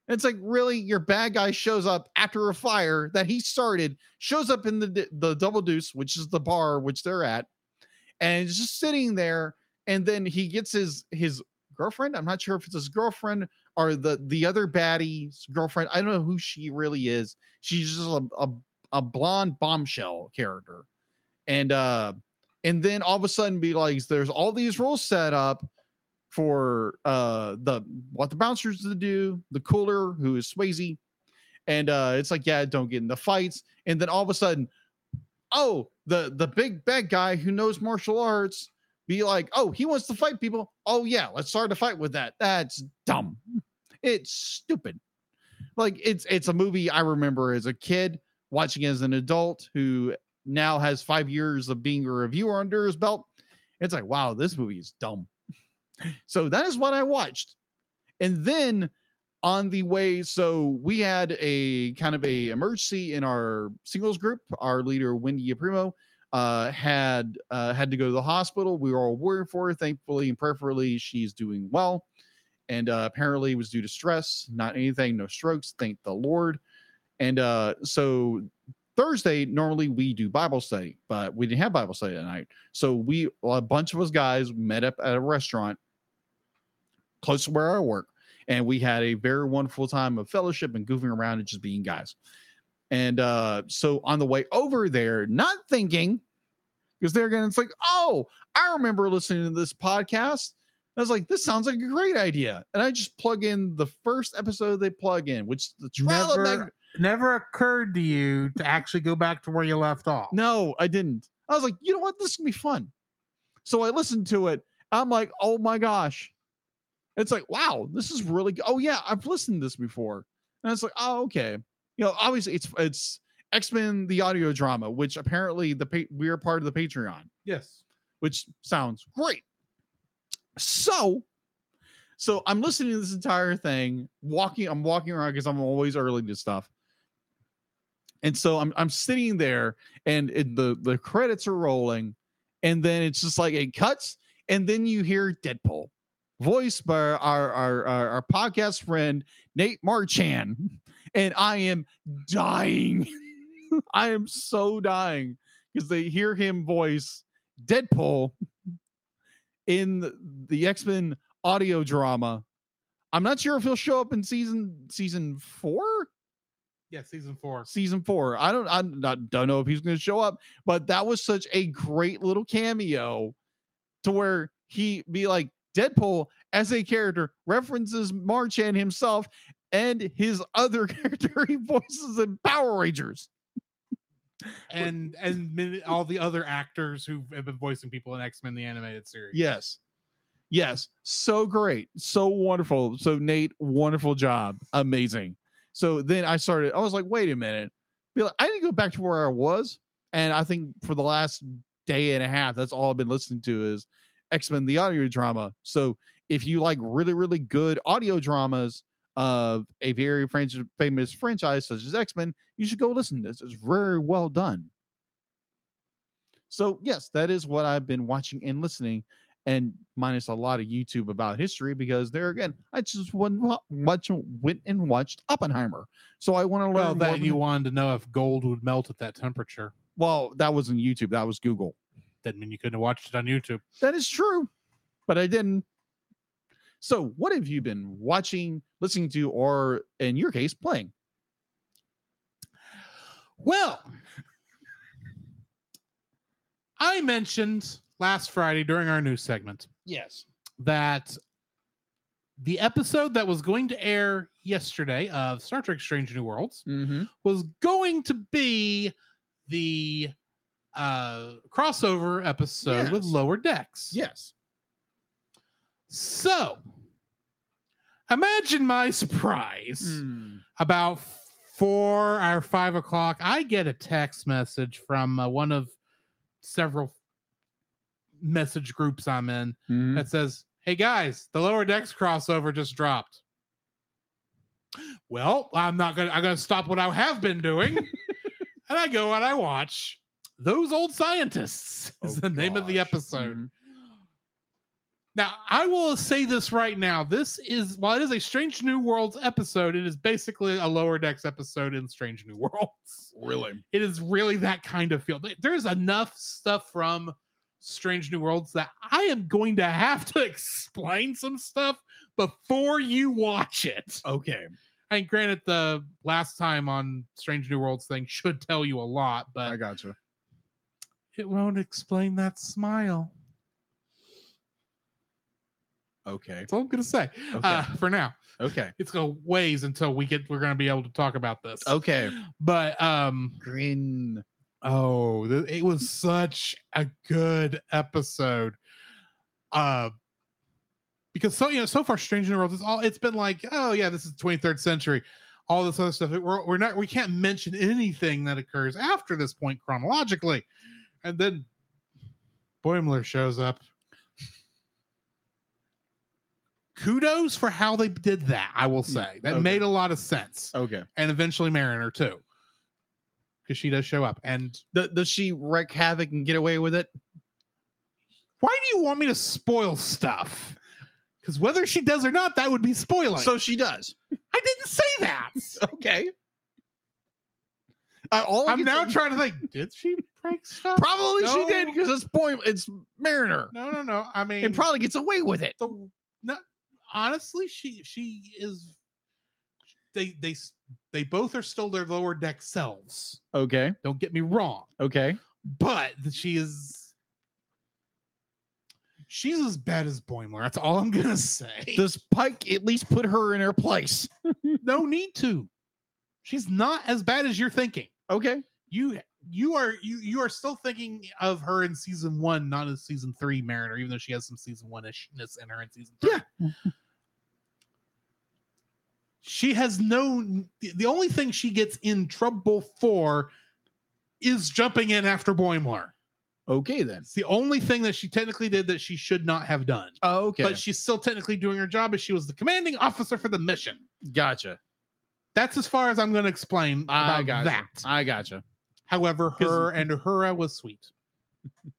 Speaker 3: It's like, really? Your bad guy shows up after a fire that he started, shows up in the, d- the Double Deuce, which is the bar which they're at, and is just sitting there. And then he gets his his girlfriend. I'm not sure if it's his girlfriend or the the other baddie's girlfriend. I don't know who she really is. She's just a, a, a blonde bombshell character. And uh and then all of a sudden be like there's all these rules set up for uh the what the bouncers to do the cooler who is swayze and uh it's like yeah don't get in the fights and then all of a sudden oh the the big bad guy who knows martial arts be like oh he wants to fight people oh yeah let's start a fight with that that's dumb it's stupid like it's it's a movie i remember as a kid watching as an adult who now has five years of being a reviewer under his belt. It's like, wow, this movie is dumb. so that is what I watched. And then on the way, so we had a kind of a emergency in our singles group. Our leader, Wendy Primo, uh, had uh, had to go to the hospital. We were all worried for her. Thankfully and prayerfully, she's doing well. And uh, apparently, it was due to stress, not anything, no strokes. Thank the Lord. And uh, so Thursday, normally we do Bible study, but we didn't have Bible study that night. So we, a bunch of us guys, met up at a restaurant close to where I work. And we had a very wonderful time of fellowship and goofing around and just being guys. And uh, so on the way over there, not thinking, because they're going to, it's like, oh, I remember listening to this podcast. I was like, this sounds like a great idea. And I just plug in the first episode they plug in, which is the trial of Mag-
Speaker 1: never, never occurred to you to actually go back to where you left off.
Speaker 3: No, I didn't. I was like, you know what? This can be fun. So I listened to it. I'm like, oh my gosh. It's like, wow, this is really good. Oh yeah, I've listened to this before. And it's like, oh, okay. You know, obviously it's it's X-Men the audio drama, which apparently the pa- we are part of the Patreon
Speaker 1: Yes.
Speaker 3: which sounds great. So, so I'm listening to this entire thing, walking, I'm walking around because I'm always early to stuff. And so I'm I'm sitting there and it, the the credits are rolling, and then it's just like it cuts, and then you hear Deadpool, voiced by our our our, our podcast friend Nate Marchan, and I am dying. I am so dying because they hear him voice Deadpool in the- the X Men audio drama. I'm not sure if he'll show up in season season four,
Speaker 1: Yeah, season four.
Speaker 3: season four. I don't, I'm not, don't know if he's going to show up, but that was such a great little cameo, to where he be like Deadpool as a character references Marchan himself and his other character he voices in Power Rangers.
Speaker 1: And and many- all the other actors who have been voicing people in X Men the animated series.
Speaker 3: Yes. Yes. So great. So wonderful. So Nate, wonderful job. Amazing. So then I started, I was like, wait a minute. Be like, I didn't go back to where I was. And I think for the last day and a half, that's all I've been listening to is X-Men the audio drama. So if you like really, really good audio dramas of a very franchi- famous franchise such as X-Men, you should go listen to this. It's very well done. So yes, that is what I've been watching and listening and minus a lot of YouTube about history because there again, I just went wa- watch went and watched Oppenheimer. So I want to learn
Speaker 1: Well,
Speaker 3: more
Speaker 1: that
Speaker 3: than-
Speaker 1: you wanted to know if gold would melt at that temperature.
Speaker 3: well, that wasn't YouTube, that was Google.
Speaker 1: That mean you couldn't have watched it on YouTube.
Speaker 3: That is true, but I didn't. So what have you been watching, listening to, or in your case, playing?
Speaker 1: Well, I mentioned last Friday during our news segment
Speaker 3: Yes.
Speaker 1: that the episode that was going to air yesterday of Star Trek Strange New Worlds
Speaker 3: Mm-hmm.
Speaker 1: was going to be the uh crossover episode with
Speaker 3: Yes.
Speaker 1: lower decks.
Speaker 3: Yes.
Speaker 1: So imagine my surprise
Speaker 3: Hmm.
Speaker 5: Hmm.
Speaker 1: about four or five o'clock, I get a text message from uh, one of several message groups I'm in
Speaker 3: Mhm.
Speaker 7: Mm-hmm.
Speaker 1: that says, hey guys, the lower decks crossover just dropped. Well, I'm not gonna I'm gonna stop what I have been doing. and I go and I watch Those Old Scientists is
Speaker 7: Oh,
Speaker 1: the name of the
Speaker 7: gosh. Mm-hmm.
Speaker 1: episode.
Speaker 3: Mm-hmm.
Speaker 1: Now, I will say this right now. This is while it is a Strange New Worlds episode, it is basically a lower decks episode in Strange New Worlds.
Speaker 3: Really?
Speaker 1: It is really that kind of feel. There- There's enough stuff from Strange New Worlds that I am going to have to explain some stuff before you watch it.
Speaker 3: Okay.
Speaker 1: And granted, the last time on Strange New Worlds thing should tell you a lot,
Speaker 5: I
Speaker 1: but
Speaker 5: gotcha.
Speaker 1: it won't explain that smile.
Speaker 3: Okay.
Speaker 1: That's all I'm gonna say uh, for now.
Speaker 3: Okay.
Speaker 1: It's gonna ways until we get we're gonna be able to talk about this.
Speaker 3: Oh.
Speaker 5: Okay.
Speaker 1: But um,
Speaker 5: Grin.
Speaker 1: oh, th- it was such a good episode. Uh, because so you know, so far, Strange New Worlds is all. It's been like, oh yeah, this is 23rd century. All this other stuff. It- We're, we're not. We can't mention anything that occurs after this point chronologically. And then Boimler shows up. Kudos for how they did that. I will say that
Speaker 5: okay.
Speaker 1: made a lot of sense
Speaker 5: Okay.
Speaker 1: and eventually Mariner too, because she does show up. And
Speaker 5: Th- does she wreak havoc and get away with it?
Speaker 1: why do you want me to spoil stuff? Because whether she does or not, that would be spoiling.
Speaker 5: so she does.
Speaker 1: I didn't say that.
Speaker 5: Okay. I, all I
Speaker 1: I'm
Speaker 5: can
Speaker 1: now
Speaker 5: think-
Speaker 1: trying to think. Did she break stuff?
Speaker 5: Probably she did
Speaker 1: No.
Speaker 5: because it's point. It's Mariner.
Speaker 1: No, no, no. I mean,
Speaker 5: It probably gets away with it.
Speaker 1: the, no, honestly, she she is. They they s- they both are still their lower deck selves.
Speaker 5: Okay.
Speaker 1: Don't get me wrong.
Speaker 5: Okay.
Speaker 1: but that she is she's as bad as Boimler. That's all I'm gonna say.
Speaker 5: Does Pike at least put her in her place?
Speaker 1: no need to. She's not as bad as you're thinking.
Speaker 5: Okay.
Speaker 1: You you are you you are still thinking of her in season one, not as season three Mariner, even though she has some season one ishness in her in season three. Yeah. she has no the the only thing she gets in trouble for is jumping in after Boimler.
Speaker 5: Okay then.
Speaker 1: It's the only thing that she technically did that she should not have done.
Speaker 5: Oh, okay.
Speaker 1: But she's still technically doing her job as she was the commanding officer for the mission.
Speaker 5: gotcha.
Speaker 1: That's as far as I'm going to explain about
Speaker 5: I gotcha.
Speaker 1: that.
Speaker 5: I gotcha.
Speaker 1: However,
Speaker 5: 'Cause-
Speaker 1: her and Uhura was sweet. That's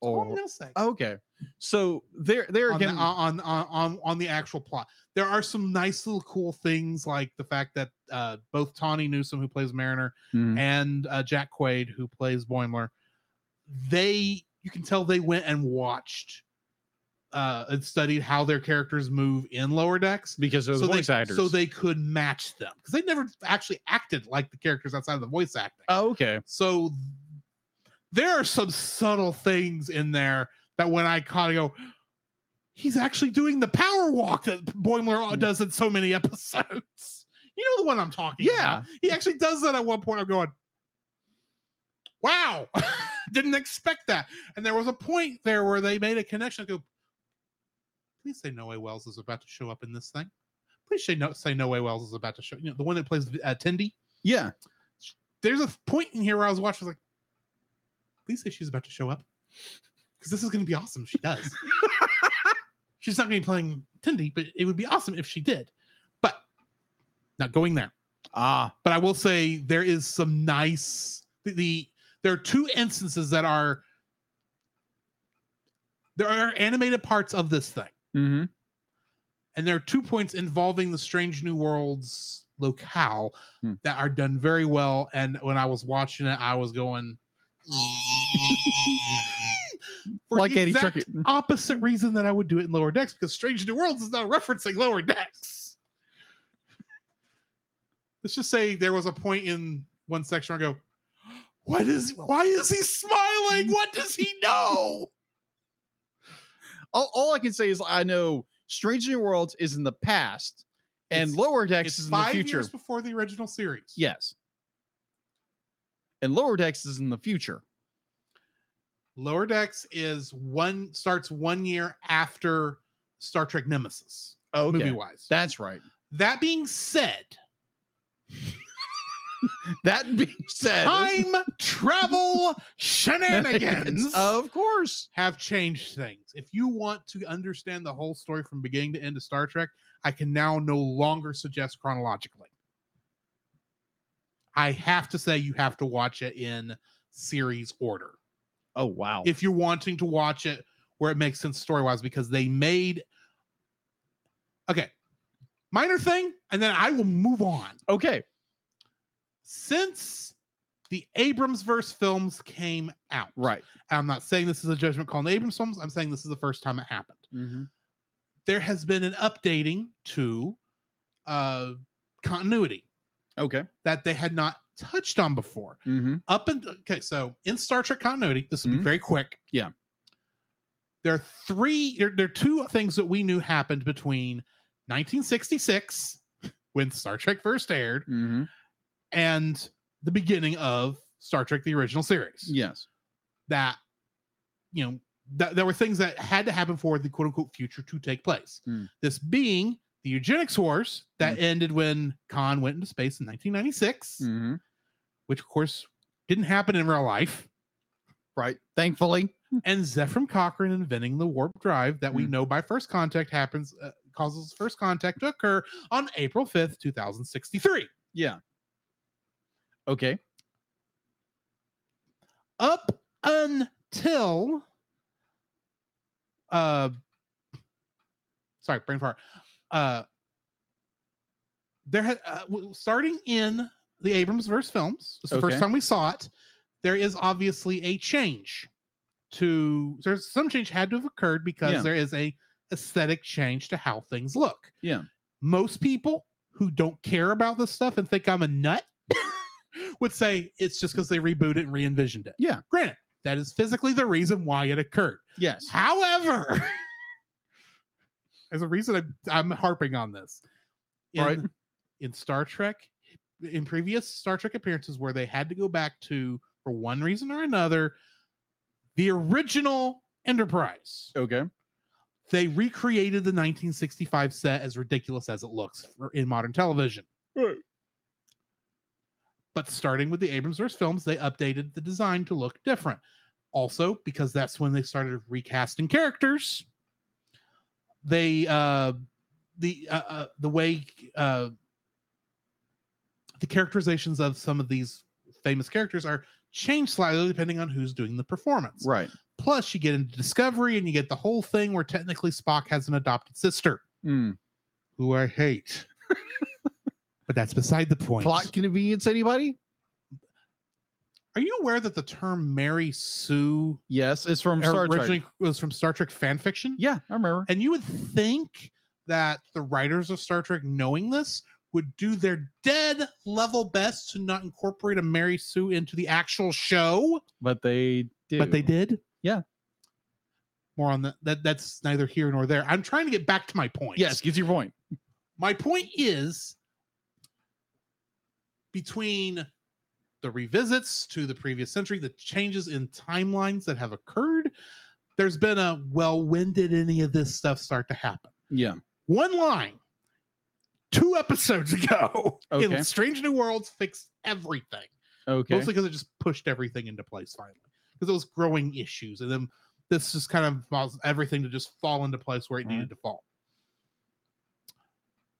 Speaker 1: all I'm
Speaker 5: Or-
Speaker 1: gonna say.
Speaker 3: Oh,
Speaker 5: okay. So there, there
Speaker 1: on, the, uh,
Speaker 5: again. uh,
Speaker 1: on, on, on, on the actual plot, there are some nice little cool things like the fact that uh, both Tawny Newsom, who plays Mariner,
Speaker 5: Mm.
Speaker 1: and uh, Jack Quaid, who plays Boimler, they you can tell they went and watched uh, and studied how their characters move in lower decks.
Speaker 5: because of the voice
Speaker 1: they,
Speaker 5: actors.
Speaker 1: so they could match them because they never actually acted like the characters outside of the voice acting.
Speaker 5: Oh, okay.
Speaker 1: So there are some subtle things in there that when I caught, I go, he's actually doing the power walk that Boimler does in so many episodes. You know the one I'm talking about.
Speaker 5: Yeah.
Speaker 1: He actually does that at one point. I'm going, wow, didn't expect that. And there was a point there where they made a connection. I go, please say Noah Wells is about to show up in this thing. Please say no, say Noah Wells is about to show. You know the one that plays uh, Tindy
Speaker 5: Yeah.
Speaker 1: there's a point in here where I was watching, I was like, please say she's about to show up. Because this is going to be awesome. if She does. she's not going to be playing Tindy, but it would be awesome if she did. But not going there.
Speaker 5: Ah.
Speaker 1: But I will say there is some nice the, the there are two instances that are there are animated parts of this thing.
Speaker 5: Mm-hmm.
Speaker 1: And there are two points involving the Strange New Worlds locale
Speaker 5: Hmm.
Speaker 1: that are done very well. And when I was watching it, I was going for
Speaker 5: Like
Speaker 1: the
Speaker 5: Eddie
Speaker 1: exact
Speaker 5: Turkey.
Speaker 1: opposite reason that I would do it in lower decks because Strange New Worlds is not referencing lower decks. Let's just say there was a point in one section where I go, what is why is he smiling? What does he know?
Speaker 5: All, all I can say is I know Strange New Worlds is in the past, and
Speaker 1: It's-
Speaker 5: Lower Decks
Speaker 1: It's
Speaker 5: is in the
Speaker 1: five
Speaker 5: future.
Speaker 1: years before the original series.
Speaker 5: Yes. And Lower Decks is in the future.
Speaker 1: Lower Decks is one starts one year after Star Trek Nemesis,
Speaker 5: Oh,
Speaker 1: movie wise. That,
Speaker 5: That's right.
Speaker 1: being said,
Speaker 5: that being said,
Speaker 1: Time travel shenanigans
Speaker 5: of course.
Speaker 1: have changed things. If you want to understand the whole story from beginning to end of Star Trek, I can now no longer suggest chronologically. I have to say you have to watch it in series order.
Speaker 5: Oh wow.
Speaker 1: if you're wanting to watch it where it makes sense story wise, because they made okay minor thing, and then I will move on.
Speaker 5: okay.
Speaker 1: Since the Abramsverse films came out,
Speaker 5: Right.
Speaker 1: I'm not saying this is a judgment call on the Abrams films. I'm saying this is the first time it happened.
Speaker 5: Mm-hmm.
Speaker 1: There has been an updating to uh, continuity
Speaker 5: Okay.
Speaker 1: that they had not touched on before.
Speaker 5: Mm-hmm.
Speaker 1: up and okay so in star trek continuity this will
Speaker 5: Mhm.
Speaker 1: be very quick
Speaker 5: Yeah.
Speaker 1: there are three there, there are two things that we knew happened between 1966 when star trek first aired
Speaker 5: Mm-hmm.
Speaker 1: and the beginning of star trek the original series
Speaker 5: Yes.
Speaker 1: that you know that there were things that had to happen for the quote unquote future to take place
Speaker 5: Mm.
Speaker 1: this being the eugenics wars that ended when khan went into space in 1996
Speaker 3: Hmm.
Speaker 5: Mm-hmm.
Speaker 1: which of course didn't happen in real life
Speaker 5: Right. Thankfully.
Speaker 1: and Zephram Cochrane inventing the warp drive that we
Speaker 5: Hmm.
Speaker 1: know by first contact happens uh, causes first contact to occur on April 5th, 2063.
Speaker 5: Yeah. Okay.
Speaker 1: Up until uh sorry, brain fart. Uh there had uh, w- starting in the Abrams verse films, it's the
Speaker 5: Okay.
Speaker 1: first time we saw it, there is obviously a change to there's some change had to have occurred because
Speaker 5: Yeah.
Speaker 1: there is a aesthetic change to how things look.
Speaker 5: Yeah.
Speaker 1: Most people who don't care about this stuff and think I'm a nut would say it's just because they rebooted and re-envisioned it.
Speaker 5: Yeah.
Speaker 1: Granted, that is physically the reason why it occurred.
Speaker 5: Yes.
Speaker 1: However, there's a reason I'm, I'm harping on this. In,
Speaker 5: Right.
Speaker 1: in Star Trek, in previous Star Trek appearances where they had to go back to, for one reason or another, the original Enterprise,
Speaker 5: Okay.
Speaker 1: they recreated the 1965 set as ridiculous as it looks for, in modern television.
Speaker 5: Right.
Speaker 1: But starting with the Abramsverse films, they updated the design to look different. Also, because that's when they started recasting characters, they uh, the uh, uh, the way uh, the characterizations of some of these famous characters are changed slightly depending on who's doing the performance.
Speaker 5: Right.
Speaker 1: Plus, you get into Discovery and you get the whole thing where technically Spock has an adopted sister
Speaker 5: Mm.
Speaker 1: who I hate. but that's beside the point.
Speaker 5: Plot convenience, anybody?
Speaker 1: Are you aware that the term Mary Sue
Speaker 5: Yes, it's from Star Trek.
Speaker 1: originally was from Star Trek fan fiction?
Speaker 5: Yeah, I remember.
Speaker 1: And you would think that the writers of Star Trek, knowing this, would do their dead level best to not incorporate a Mary Sue into the actual show.
Speaker 5: But they did.
Speaker 1: But they did.
Speaker 5: Yeah.
Speaker 1: More on that. that. That's neither here nor there. I'm trying to get back to my point.
Speaker 5: Yes, gets your point.
Speaker 1: My point is between the revisits to the previous century, the changes in timelines that have occurred, there's been a well, when did any of this stuff start to happen?
Speaker 5: Yeah.
Speaker 1: One line two episodes ago
Speaker 5: Okay.
Speaker 1: in Strange New Worlds fixed everything.
Speaker 5: Okay.
Speaker 1: Mostly because it just pushed everything into place finally. Because it was growing issues. And then this just kind of caused everything to just fall into place where it
Speaker 5: Right.
Speaker 1: needed to fall.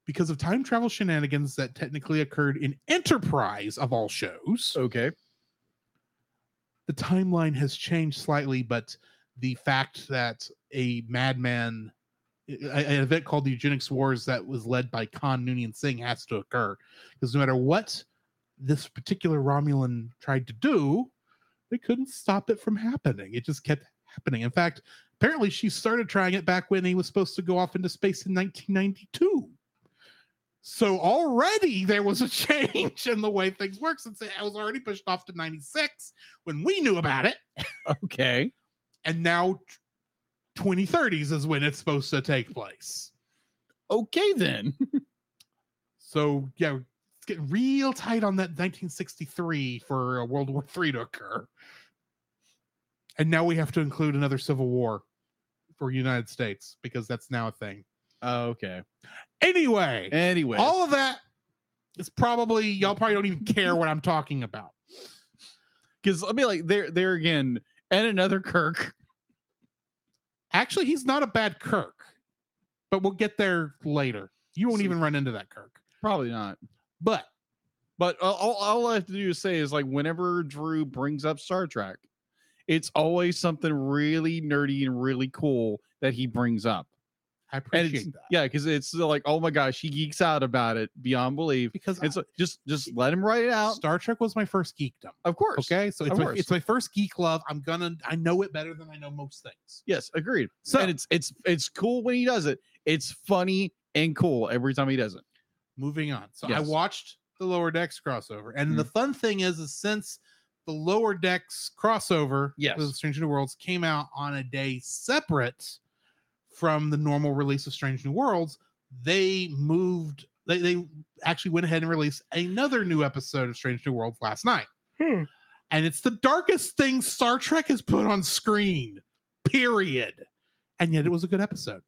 Speaker 1: Because of time travel shenanigans that technically occurred in Enterprise of all shows,
Speaker 5: okay.
Speaker 1: the timeline has changed slightly, but the fact that a madman, a- a- an event called the Eugenics Wars that was led by Khan, Noonien Singh has to occur. Because no matter what this particular Romulan tried to do, they couldn't stop it from happening. It just kept happening. In fact, apparently she started trying it back when he was supposed to go off into space in 1992. So already there was a change in the way things work since it was already pushed off to 96 when we knew about it,
Speaker 5: Okay.
Speaker 1: and now t- 2030s is when it's supposed to take place.
Speaker 5: Okay then.
Speaker 1: So yeah, it's getting real tight on that 1963 for uh, World War III to occur, and now we have to include another Civil War for United States because that's now a thing.
Speaker 5: okay.
Speaker 1: Anyway,
Speaker 5: Anyway.
Speaker 1: all of that It's probably y'all probably don't even care what I'm talking about.
Speaker 3: Because I mean, like there, there again, and another Kirk.
Speaker 1: Actually, he's not a bad Kirk, but we'll get there later. You won't
Speaker 3: See.
Speaker 1: even run into that Kirk.
Speaker 5: Probably not.
Speaker 1: But
Speaker 3: But all- all, all I have to do is say is like, whenever Drew brings up Star Trek, it's always something really nerdy and really cool that he brings up.
Speaker 1: I
Speaker 3: And it's,
Speaker 1: appreciate that
Speaker 3: yeah, because it's like, oh my gosh, he geeks out about it beyond belief.
Speaker 1: because
Speaker 3: And
Speaker 1: it's
Speaker 3: so just just let him write it out.
Speaker 1: Star Trek was my first geekdom.
Speaker 3: uh, Of course.
Speaker 1: Okay, so it's
Speaker 3: Of
Speaker 1: my,
Speaker 3: course.
Speaker 1: it's my first geek love. I'm gonna I know it better than I know most things.
Speaker 3: Yes, agreed.
Speaker 1: So
Speaker 3: and it's it's it's cool when he does it. It's funny and cool every time he does it.
Speaker 1: moving on. So I
Speaker 3: Yes. Mm-hmm.
Speaker 1: watched the Lower Decks crossover, and the fun thing is, is since the Lower Decks crossover,
Speaker 3: Yes.
Speaker 1: with Strange New Worlds came out on a day separate from the normal release of Strange New Worlds, they moved. They, they actually went ahead and released another new episode of Strange New Worlds last night. And it's the darkest thing Star Trek has put on screen, period. And yet it was a good episode.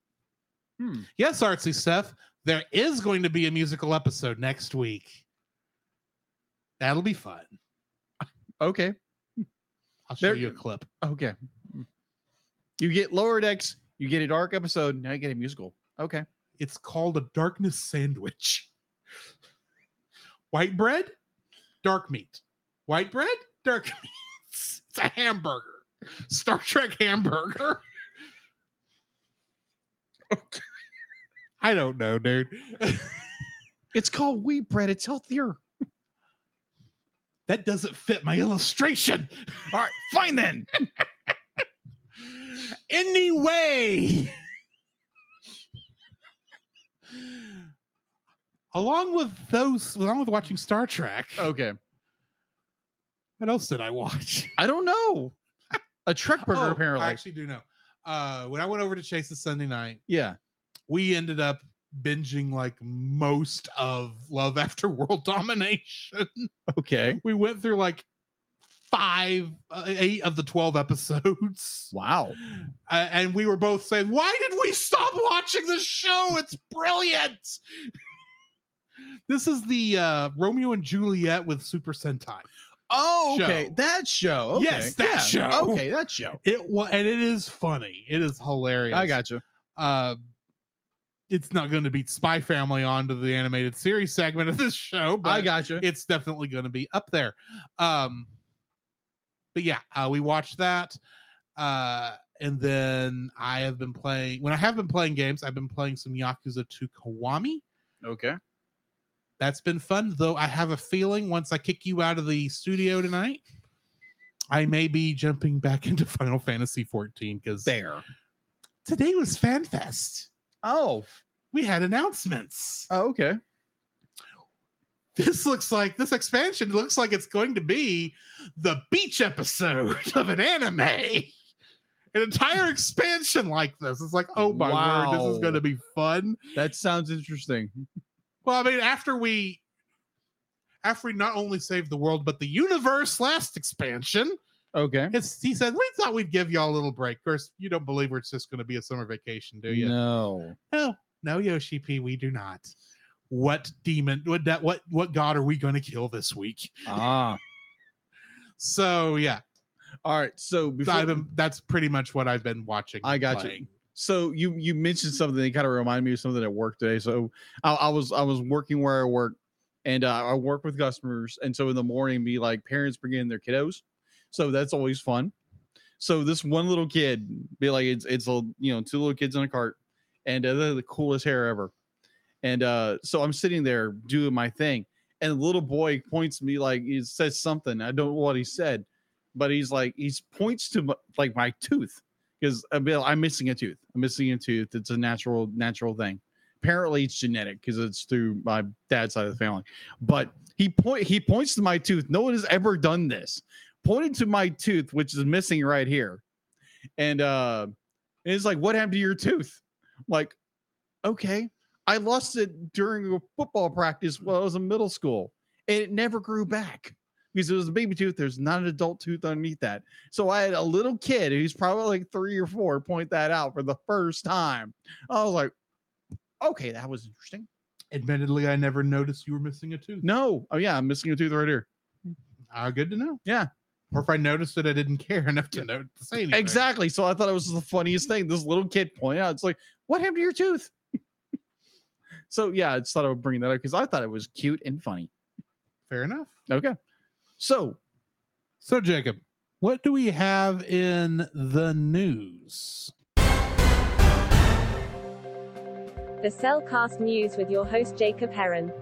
Speaker 5: Hmm.
Speaker 1: Yes, artsy Seth, there is going to be a musical episode next week. That'll be fun.
Speaker 3: Okay.
Speaker 1: I'll show
Speaker 3: There-
Speaker 1: you a clip.
Speaker 3: Okay. You get lower decks, you get a dark episode, now you get a musical. Okay.
Speaker 1: It's called a darkness sandwich. White bread, dark meat. White bread, dark meat. It's a hamburger. Star Trek hamburger. I don't know, dude.
Speaker 3: It's called wheat bread. It's healthier.
Speaker 1: That doesn't fit my illustration.
Speaker 3: All right, fine then.
Speaker 1: Anyway, along with those, along with watching Star Trek,
Speaker 3: Okay.
Speaker 1: what else did I watch?
Speaker 3: I don't know. A Trek burger,
Speaker 1: Oh,
Speaker 3: apparently.
Speaker 1: I actually do know. Uh, when I went over to Chase's Sunday night,
Speaker 3: yeah.
Speaker 1: we ended up binging like most of Love After World Domination.
Speaker 3: Okay.
Speaker 1: we went through like five, uh, eight of the 12 episodes.
Speaker 3: Wow.
Speaker 1: uh, and we were both saying, "Why did we stop watching this show? It's brilliant." this is the uh, Romeo and Juliet with Super Sentai.
Speaker 3: Oh,
Speaker 1: okay.
Speaker 3: That show.
Speaker 1: Yes, that show.
Speaker 3: Okay, that show.
Speaker 1: It was, and it is funny. It is hilarious.
Speaker 3: I got you.
Speaker 1: Uh, it's not going to beat Spy Family onto the animated series segment of this show, but
Speaker 3: I got you.
Speaker 1: it's definitely going to be up there. Um, but yeah, uh, we watched that. Uh, and then I have been playing, when I have been playing games, I've been playing some Yakuza 2 Kiwami.
Speaker 3: Okay.
Speaker 1: That's been fun, though. I have a feeling once I kick you out of the studio tonight, I may be jumping back into Final Fantasy 14 because
Speaker 3: There.
Speaker 1: today was FanFest.
Speaker 3: Oh.
Speaker 1: We had announcements.
Speaker 3: oh okay.
Speaker 1: this looks like this expansion looks like it's going to be the beach episode of an anime. An entire expansion like this. It's like, oh my word, this is
Speaker 3: Wow.
Speaker 1: going to be fun.
Speaker 3: That sounds interesting.
Speaker 1: Well, I mean, after we, after we not only saved the world but the universe last expansion,
Speaker 3: Okay.
Speaker 1: it's, he said we thought we'd give y'all a little break. Of course, you don't believe it's just going to be a summer vacation, do you?
Speaker 5: No.
Speaker 1: No, Yoshi P, we do not. What demon? What that? What what god are we going to kill this week?
Speaker 5: Ah.
Speaker 1: So yeah,
Speaker 3: All right. So before
Speaker 1: I've been, that's pretty much what I've been watching.
Speaker 3: I
Speaker 1: and
Speaker 3: got you.
Speaker 1: playing.
Speaker 3: so you you mentioned something that kind of reminded me of something at work today. So I, I was I was working where I work, and uh, I work with customers, and so in the morning, be like parents bring in their kiddos, so that's always fun. So this one little kid, be like it's it's a you know two little kids in a cart, and uh, they're the coolest hair ever, and uh, so I'm sitting there doing my thing, and the little boy points me like he says something I don't know what he said, but he's like he's points to my, like my tooth because uh, Bill, I'm missing a tooth. I'm missing a tooth. It's a natural, natural thing. Apparently, it's genetic because it's through my dad's side of the family. But he point he points to my tooth. No one has ever done this. Pointed to my tooth, which is missing right here, and uh, it's like, what happened to your tooth? I'm like, okay, I lost it during a football practice while I was in middle school, and it never grew back because it was a baby tooth. There's not an adult tooth underneath that. So I had a little kid who's probably like three or four point that out for the first time. I was like, okay, that was interesting.
Speaker 1: Admittedly, I never noticed you were missing a tooth.
Speaker 3: No. Oh yeah, I'm missing a tooth right here.
Speaker 1: Ah, good to know.
Speaker 3: Yeah.
Speaker 1: Or if I noticed it, I didn't care enough to know to say anything.
Speaker 3: Exactly. So I thought it was the funniest thing. This little kid pointed out, it's like, what happened to your tooth? so yeah, I just thought I would bring that up because I thought it was cute and funny.
Speaker 1: Fair enough.
Speaker 3: Okay. So
Speaker 1: So, Jacob, what do we have in the news?
Speaker 9: The Cellcast News with your host Jacob Heron.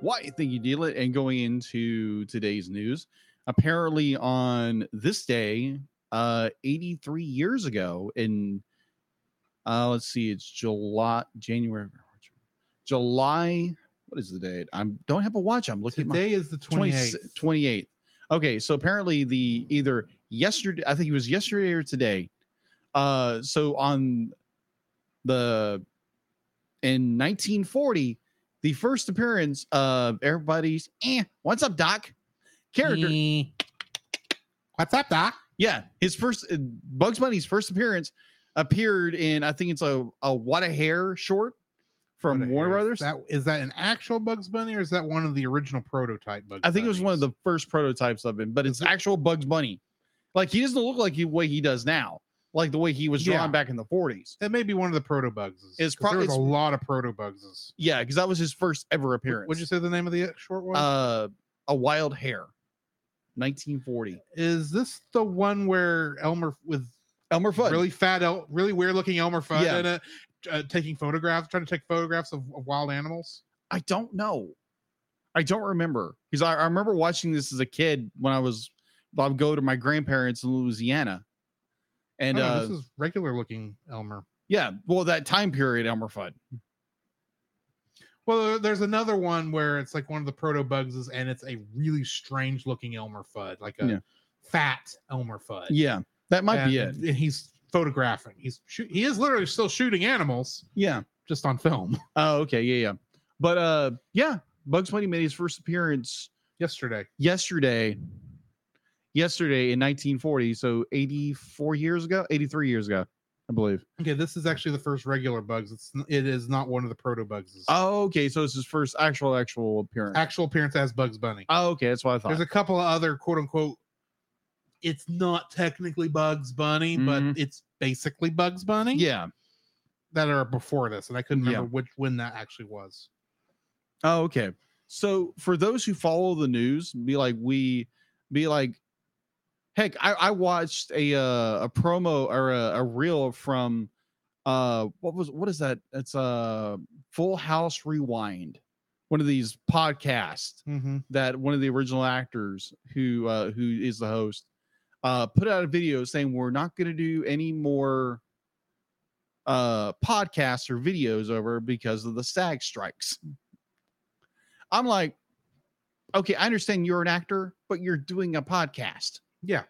Speaker 3: why thank you, deal it and going into today's news. Apparently on this day, uh 83 years ago in uh let's see, it's July January July. What is the date? I don't have a watch. I'm looking at my
Speaker 1: Today is the 28th.
Speaker 3: 28th. 28th. Okay, so apparently the either yesterday, I think it was yesterday or today. Uh so on the in 1940, the first appearance of everybody's eh, what's up, Doc? Character.
Speaker 1: What's up, Doc?
Speaker 3: Yeah, his first uh, Bugs Bunny's first appearance appeared in I think it's a, a what a hair short from
Speaker 1: What a
Speaker 3: Warner
Speaker 1: hair.
Speaker 3: Brothers.
Speaker 1: That, is that an actual Bugs Bunny or is that one of the original prototype Bugs
Speaker 3: I think it was one of the first prototypes of him, but it's actual Bugs Bunny. Like he doesn't look like the way he does now, like the way he was drawn
Speaker 1: Yeah.
Speaker 3: back in the 40s.
Speaker 1: That may be one of the proto bugs.
Speaker 3: It's
Speaker 1: probably
Speaker 3: prob-
Speaker 1: there's a
Speaker 3: it's-
Speaker 1: lot of proto bugs.
Speaker 3: Yeah, because that was his first ever appearance.
Speaker 1: Would you say the name of the short one?
Speaker 3: uh, a wild hair, 1940.
Speaker 1: is this the one where Elmer with
Speaker 3: Elmer Fudd.
Speaker 1: really fat, El, really weird looking Elmer Fudd
Speaker 3: Yeah.
Speaker 1: in it, uh, taking photographs, trying to take photographs of, of wild animals?
Speaker 3: I don't know. I don't remember because I, I remember watching this as a kid when I was. I would go to my grandparents in Louisiana, and
Speaker 1: Oh,
Speaker 3: uh,
Speaker 1: this is regular looking Elmer.
Speaker 3: yeah, well, that time period, Elmer Fudd.
Speaker 1: Well, there- there's another one where it's like one of the proto bugs is, and it's a really strange looking Elmer Fudd, like a
Speaker 3: Yeah.
Speaker 1: fat Elmer Fudd.
Speaker 3: Yeah, that might be it.
Speaker 1: and, and he's photographing. He's shoot, he is literally still shooting animals,
Speaker 3: Yeah.
Speaker 1: just on film.
Speaker 3: Oh, okay, yeah, yeah. But uh yeah, Bugs Bunny made his first appearance
Speaker 1: Yesterday,
Speaker 3: yesterday. Yesterday in 1940, so 84 years ago, 83 years ago, I believe.
Speaker 1: okay, this is actually the first regular bugs. It's n- it is not one of the proto bugs.
Speaker 3: Oh, okay, so it's his first actual actual appearance.
Speaker 1: actual appearance as Bugs Bunny.
Speaker 3: oh, okay, that's what I
Speaker 1: There's
Speaker 3: thought.
Speaker 1: a couple of other quote unquote. It's not technically Bugs Bunny,
Speaker 3: Mhm.
Speaker 1: but it's basically Bugs Bunny.
Speaker 3: yeah.
Speaker 1: that are before this, and I couldn't
Speaker 3: Yeah.
Speaker 1: remember which when that actually was.
Speaker 3: Oh, okay. So for those who follow the news, be like we be like heck, I, I watched a uh, a promo or a, a reel from uh what was what is that? It's uh Full House Rewind, one of these podcasts
Speaker 1: Mm-hmm.
Speaker 3: that one of the original actors who uh who is the host uh put out a video saying we're not gonna do any more uh podcasts or videos over because of the SAG strikes. I'm like, okay, I understand you're an actor, but you're doing a podcast.
Speaker 1: Yeah.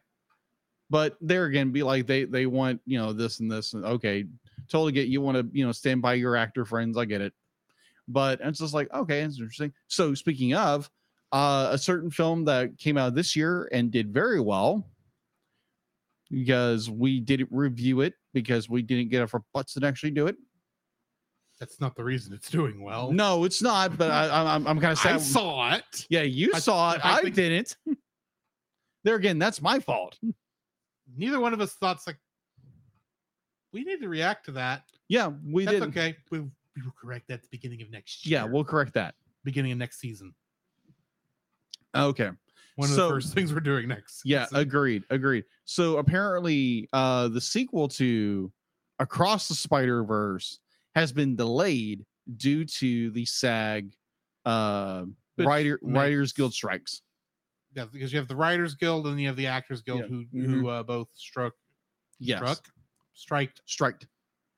Speaker 3: But there again, be like they they want, you know, this and this and okay, totally get you want to, you know, stand by your actor friends. I get it. But it's just like, okay, it's interesting. So speaking of uh, a certain film that came out this year and did very well because we didn't review it because we didn't get off our butts and actually do it.
Speaker 1: That's not the reason it's doing well.
Speaker 3: No, it's not. But I, I'm- I'm I'm kind of sad.
Speaker 1: Oh. I saw it.
Speaker 3: yeah, you
Speaker 1: I-
Speaker 3: saw it.
Speaker 1: I
Speaker 3: I,
Speaker 1: think-
Speaker 3: didn't. there again, that's my fault.
Speaker 1: Neither one of us thought it's like we need to react to that.
Speaker 3: Yeah, we
Speaker 1: That's
Speaker 3: did. not
Speaker 1: okay. We, we will correct that at the beginning of next year.
Speaker 3: Yeah, we'll correct that.
Speaker 1: beginning of next season.
Speaker 3: Okay.
Speaker 1: One of
Speaker 3: So-
Speaker 1: the first things we're doing next.
Speaker 3: Yeah,
Speaker 1: season.
Speaker 3: agreed, agreed. So apparently, uh, the sequel to Across the Spider Verse has been delayed due to the SAG uh,
Speaker 1: Which
Speaker 3: writer
Speaker 1: makes-
Speaker 3: Writers Guild strikes.
Speaker 1: yeah, because you have the Writers Guild and you have the Actors Guild
Speaker 3: Yeah. mm-hmm.
Speaker 1: who who uh, both struck
Speaker 3: Yes,
Speaker 1: struck striked
Speaker 3: striked.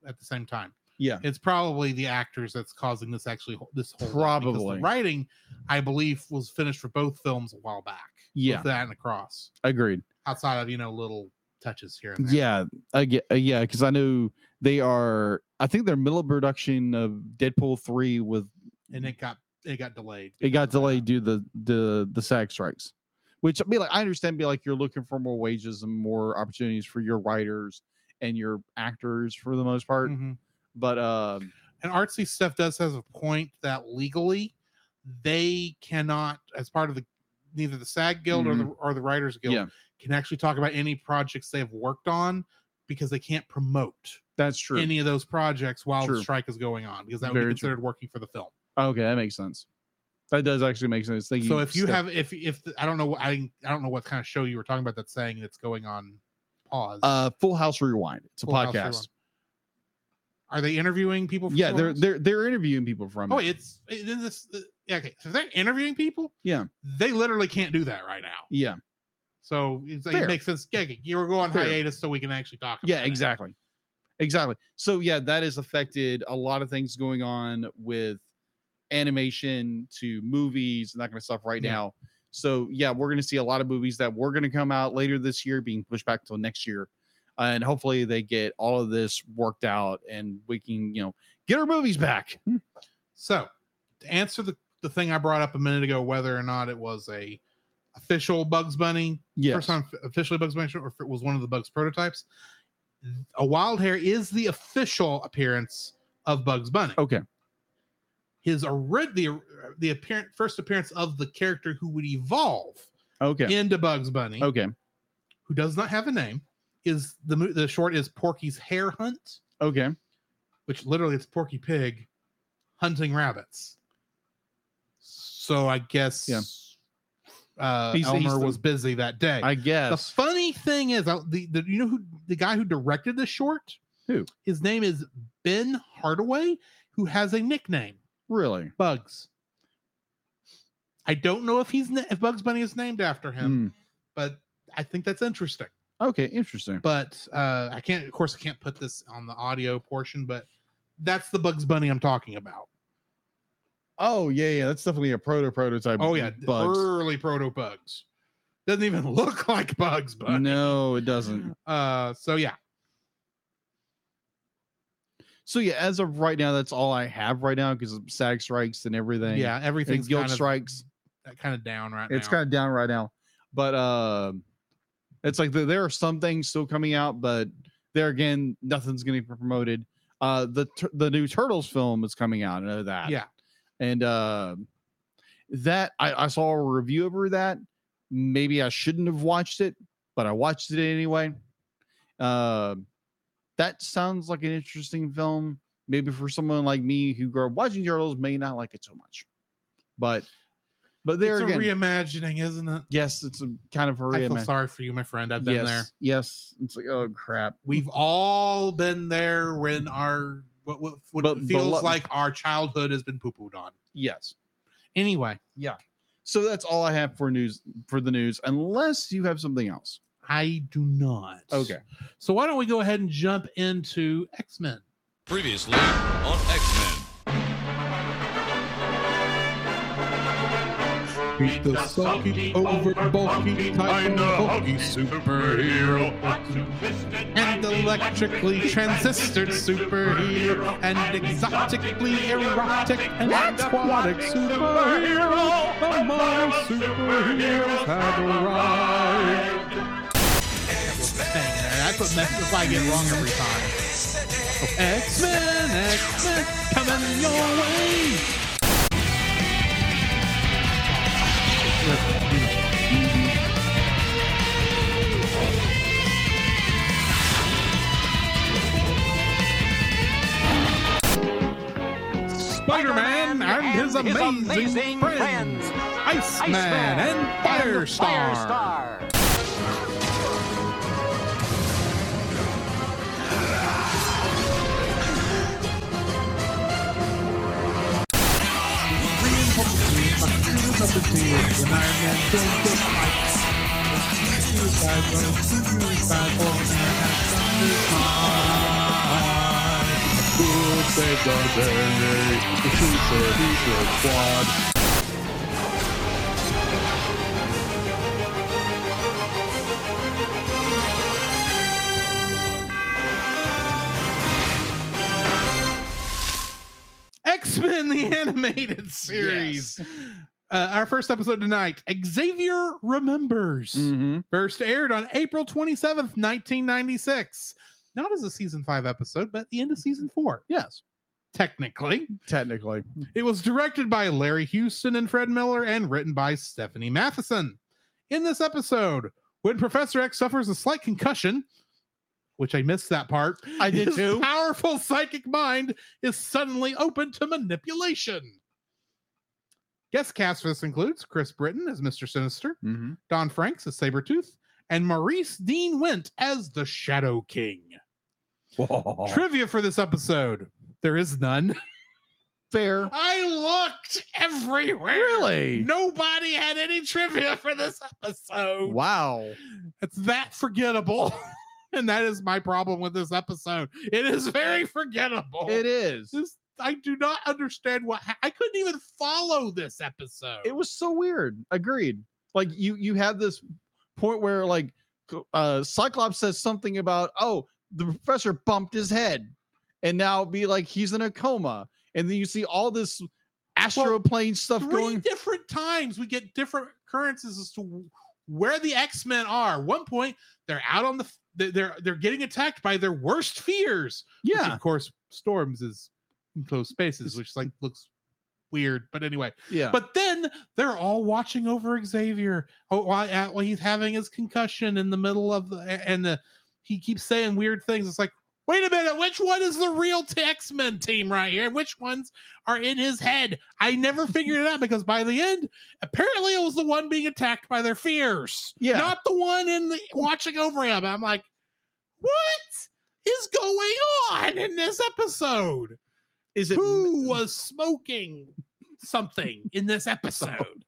Speaker 1: at the same time.
Speaker 3: Yeah.
Speaker 1: it's probably the actors that's causing this actually ho- this whole
Speaker 3: Probably.
Speaker 1: the writing, I believe, was finished for both films a while back. with
Speaker 3: Yeah,
Speaker 1: that and across
Speaker 3: agreed.
Speaker 1: outside of you know little touches here and there.
Speaker 3: Yeah, I get, uh, yeah, because I know they are. I think they're middle of production of Deadpool three with
Speaker 1: and it got it got delayed.
Speaker 3: it got
Speaker 1: because of
Speaker 3: delayed
Speaker 1: that.
Speaker 3: due to the the the SAG strikes, which I mean, like I understand, be like you're looking for more wages and more opportunities for your writers and your actors for the most part,
Speaker 1: Mhm.
Speaker 3: but um,
Speaker 1: And artsy stuff does has a point that legally they cannot, as part of the neither the SAG Guild or the or the Writers Guild,
Speaker 3: Mm-hmm. Yeah.
Speaker 1: can actually talk about any projects they have worked on because they can't promote
Speaker 3: that's true.
Speaker 1: any of those projects while
Speaker 3: True.
Speaker 1: the strike is going on because that would
Speaker 3: Very
Speaker 1: be
Speaker 3: true.
Speaker 1: considered working for the film.
Speaker 3: okay, that makes sense. That does actually make sense. Thank
Speaker 1: so if you
Speaker 3: Steph.
Speaker 1: have if if the- I don't know I I don't know what kind of show you were talking about that's saying that's going on pause.
Speaker 3: uh Full House Rewind, it's a
Speaker 1: Full House,
Speaker 3: podcast.
Speaker 1: everyone. Are they interviewing people? from
Speaker 3: Yeah,
Speaker 1: Full
Speaker 3: they're
Speaker 1: House?
Speaker 3: they're they're interviewing people from.
Speaker 1: Oh,
Speaker 3: it.
Speaker 1: it's it, then this. uh, yeah, okay, so if they're interviewing people.
Speaker 3: Yeah.
Speaker 1: they literally can't do that right now.
Speaker 3: yeah,
Speaker 1: So it's,
Speaker 3: Fair.
Speaker 1: it makes sense. Yeah, okay, you were going
Speaker 3: Fair.
Speaker 1: hiatus, so we can actually talk.
Speaker 3: yeah,
Speaker 1: about it.
Speaker 3: exactly, exactly. So yeah, that has affected a lot of things going on with animation to movies and that kind of stuff right
Speaker 1: Yeah.
Speaker 3: now. So yeah, we're going to see a lot of movies that were going to come out later this year being pushed back till next year, uh, and hopefully they get all of this worked out and we can you know get our movies back.
Speaker 1: So to answer the the thing I brought up a minute ago, whether or not it was a official Bugs Bunny
Speaker 3: Yes.
Speaker 1: first time officially Bugs Bunny show, or if it was one of the Bugs prototypes, a wild hair is the official appearance of Bugs Bunny.
Speaker 3: Okay.
Speaker 1: His ori- the the appearance first appearance of the character who would evolve
Speaker 3: Okay.
Speaker 1: into Bugs Bunny,
Speaker 3: Okay.
Speaker 1: who does not have a name, is the mo- the short is Porky's Hare Hunt,
Speaker 3: Okay.
Speaker 1: which literally it's Porky Pig hunting rabbits. So I guess
Speaker 3: Yeah.
Speaker 1: uh,
Speaker 3: He's-
Speaker 1: Elmer
Speaker 3: he's the-
Speaker 1: was busy that day.
Speaker 3: I
Speaker 1: The
Speaker 3: guess.
Speaker 1: funny thing is, uh, the, the you know who the guy who directed this short?
Speaker 3: Who?
Speaker 1: His name is Ben Hardaway, who has a nickname,
Speaker 3: Really.
Speaker 1: Bugs. I don't know if he's na- if Bugs Bunny is named after him,
Speaker 3: Hmm.
Speaker 1: but I think that's interesting.
Speaker 3: Okay. Interesting.
Speaker 1: But uh, I can't, of course, I can't put this on the audio portion, but that's the Bugs Bunny I'm talking about.
Speaker 3: Oh yeah, yeah, that's definitely a proto prototype.
Speaker 1: Oh yeah,
Speaker 3: bugs.
Speaker 1: early proto Bugs. Doesn't even look like Bugs Bunny.
Speaker 3: No, it doesn't.
Speaker 1: Uh, so yeah,
Speaker 3: So yeah, as of right now, that's all I have right now because of SAG strikes and everything.
Speaker 1: yeah,
Speaker 3: and
Speaker 1: everything's
Speaker 3: guild
Speaker 1: kind of-
Speaker 3: strikes.
Speaker 1: kind of down right now.
Speaker 3: It's kind of down right now, but uh, it's like there- there are some things still coming out, but there again, nothing's going to be promoted. Uh, the tur- the new Turtles film is coming out. I know that.
Speaker 1: Yeah.
Speaker 3: and uh, that I, I saw a review over that. Maybe I shouldn't have watched it, but I watched it anyway. Uh, that sounds like an interesting film. Maybe for someone like me who grew up watching Turtles, may not like it so much. But but there
Speaker 1: it's
Speaker 3: again,
Speaker 1: a reimagining, isn't it?
Speaker 3: yes, it's a kind of a
Speaker 1: I feel
Speaker 3: reimagine.
Speaker 1: sorry for you, my friend. I've been
Speaker 3: yes,
Speaker 1: there.
Speaker 3: yes. It's like oh crap.
Speaker 1: We've all been there when our what, what, what
Speaker 3: But
Speaker 1: feels
Speaker 3: beloved-
Speaker 1: like our childhood has been poo pooed on.
Speaker 3: yes.
Speaker 1: Anyway,
Speaker 3: So that's all I have for news for the news, unless you have something else.
Speaker 1: I do not. So why don't we go ahead and jump into X Men?
Speaker 10: Previously on X Men.
Speaker 1: Beat the sulky, over bulky, titan, hulky superhero, and electrically transistored superhero, and exotically erotic and aquatic superhero. The modern superheroes have arrived. That's what messes that's why I get wrong every time. X Men, X Men, coming your way. Spider-Man and his amazing, friends, Iceman, and Firestar. X-Men the animated series. Uh, our first episode tonight, Xavier Remembers,
Speaker 3: Mm-hmm.
Speaker 1: first aired on April 27th, 1996. Not as a season 5 episode, but the end of season 4. Yes. Technically,
Speaker 3: Technically.
Speaker 1: it was directed by Larry Houston and Fred Miller and written by Stephanie Matheson. In this episode, when Professor X suffers a slight concussion, which I missed that part,
Speaker 3: I did
Speaker 1: his
Speaker 3: too.
Speaker 1: powerful psychic mind is suddenly open to manipulation. Guest cast for this includes Chris Britton as Mr. Sinister,
Speaker 3: Mm-hmm.
Speaker 1: Don Franks as Sabretooth, and Maurice Dean Wint as the Shadow King. Trivia for this episode. There is none.
Speaker 3: Fair.
Speaker 1: I looked everywhere.
Speaker 3: Really?
Speaker 1: Nobody had any trivia for this episode.
Speaker 3: Wow.
Speaker 1: It's that forgettable. and that is my problem with this episode. It is very forgettable.
Speaker 3: It is.
Speaker 1: This- I do not understand what ha- I couldn't even follow this episode.
Speaker 3: It was so weird. Agreed. Like you you have this point where like uh Cyclops says something about, oh, the professor bumped his head. And now it'd be like he's in a coma. And then you see all this astroplane stuff
Speaker 1: Three
Speaker 3: going.
Speaker 1: different times we get different occurrences as to where the X Men are. One point they're out on the f- they're- they're they're getting attacked by their worst fears. which,
Speaker 3: yeah.
Speaker 1: of course, storms is enclosed spaces, which like looks weird. But anyway,
Speaker 3: Yeah.
Speaker 1: but then they're all watching over Xavier oh, while, at- while he's having his concussion in the middle of the and the he keeps saying weird things. It's like, wait a minute, which one is the real X Men team right here? Which ones are in his head? I never figured it out because by the end, apparently it was the one being attacked by their fears,
Speaker 3: Yeah.
Speaker 1: not the one in the watching over him. I'm like, what is going on in this episode?
Speaker 3: is it
Speaker 1: who was smoking something in this episode?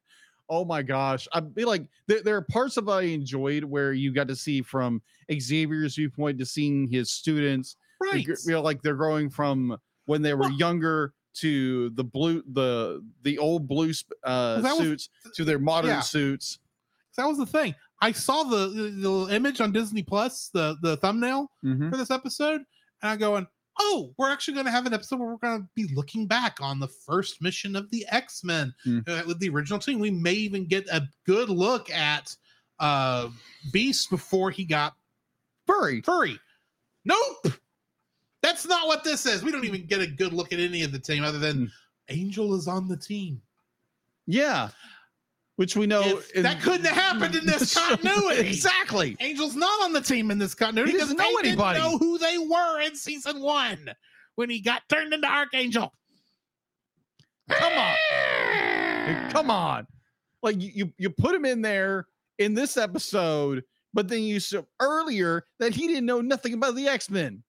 Speaker 3: oh my gosh i feel like there, there are parts of i enjoyed where you got to see from xavier's viewpoint to seeing his students the
Speaker 1: Right.
Speaker 3: gr- you know like they're growing from when they were
Speaker 1: Well-
Speaker 3: younger to the blue the the old blue sp- uh
Speaker 1: that was-
Speaker 3: suits to their modern
Speaker 1: yeah.
Speaker 3: suits
Speaker 1: That was the thing. I saw the, the little image on Disney Plus, the the thumbnail
Speaker 3: Mhm.
Speaker 1: for this episode, and I'm going, oh, we're actually going to have an episode where we're going to be looking back on the first mission of the X Men
Speaker 3: Mm.
Speaker 1: uh, with the original team. We may even get a good look at uh, Beast before he got
Speaker 3: furry
Speaker 1: furry. Nope. That's not what this is. We don't even get a good look at any of the team other than
Speaker 3: Mm.
Speaker 1: Angel is on the team.
Speaker 3: yeah which we know
Speaker 1: If
Speaker 3: is-
Speaker 1: that couldn't have happened in this continuity.
Speaker 3: exactly
Speaker 1: Angel's not on the team in this continuity
Speaker 3: He
Speaker 1: because
Speaker 3: doesn't
Speaker 1: they
Speaker 3: know anybody.
Speaker 1: didn't know who they were in season one when he got turned into Archangel.
Speaker 3: come on come on like you you- you put him in there in this episode but then you said earlier that he didn't know nothing about the x-men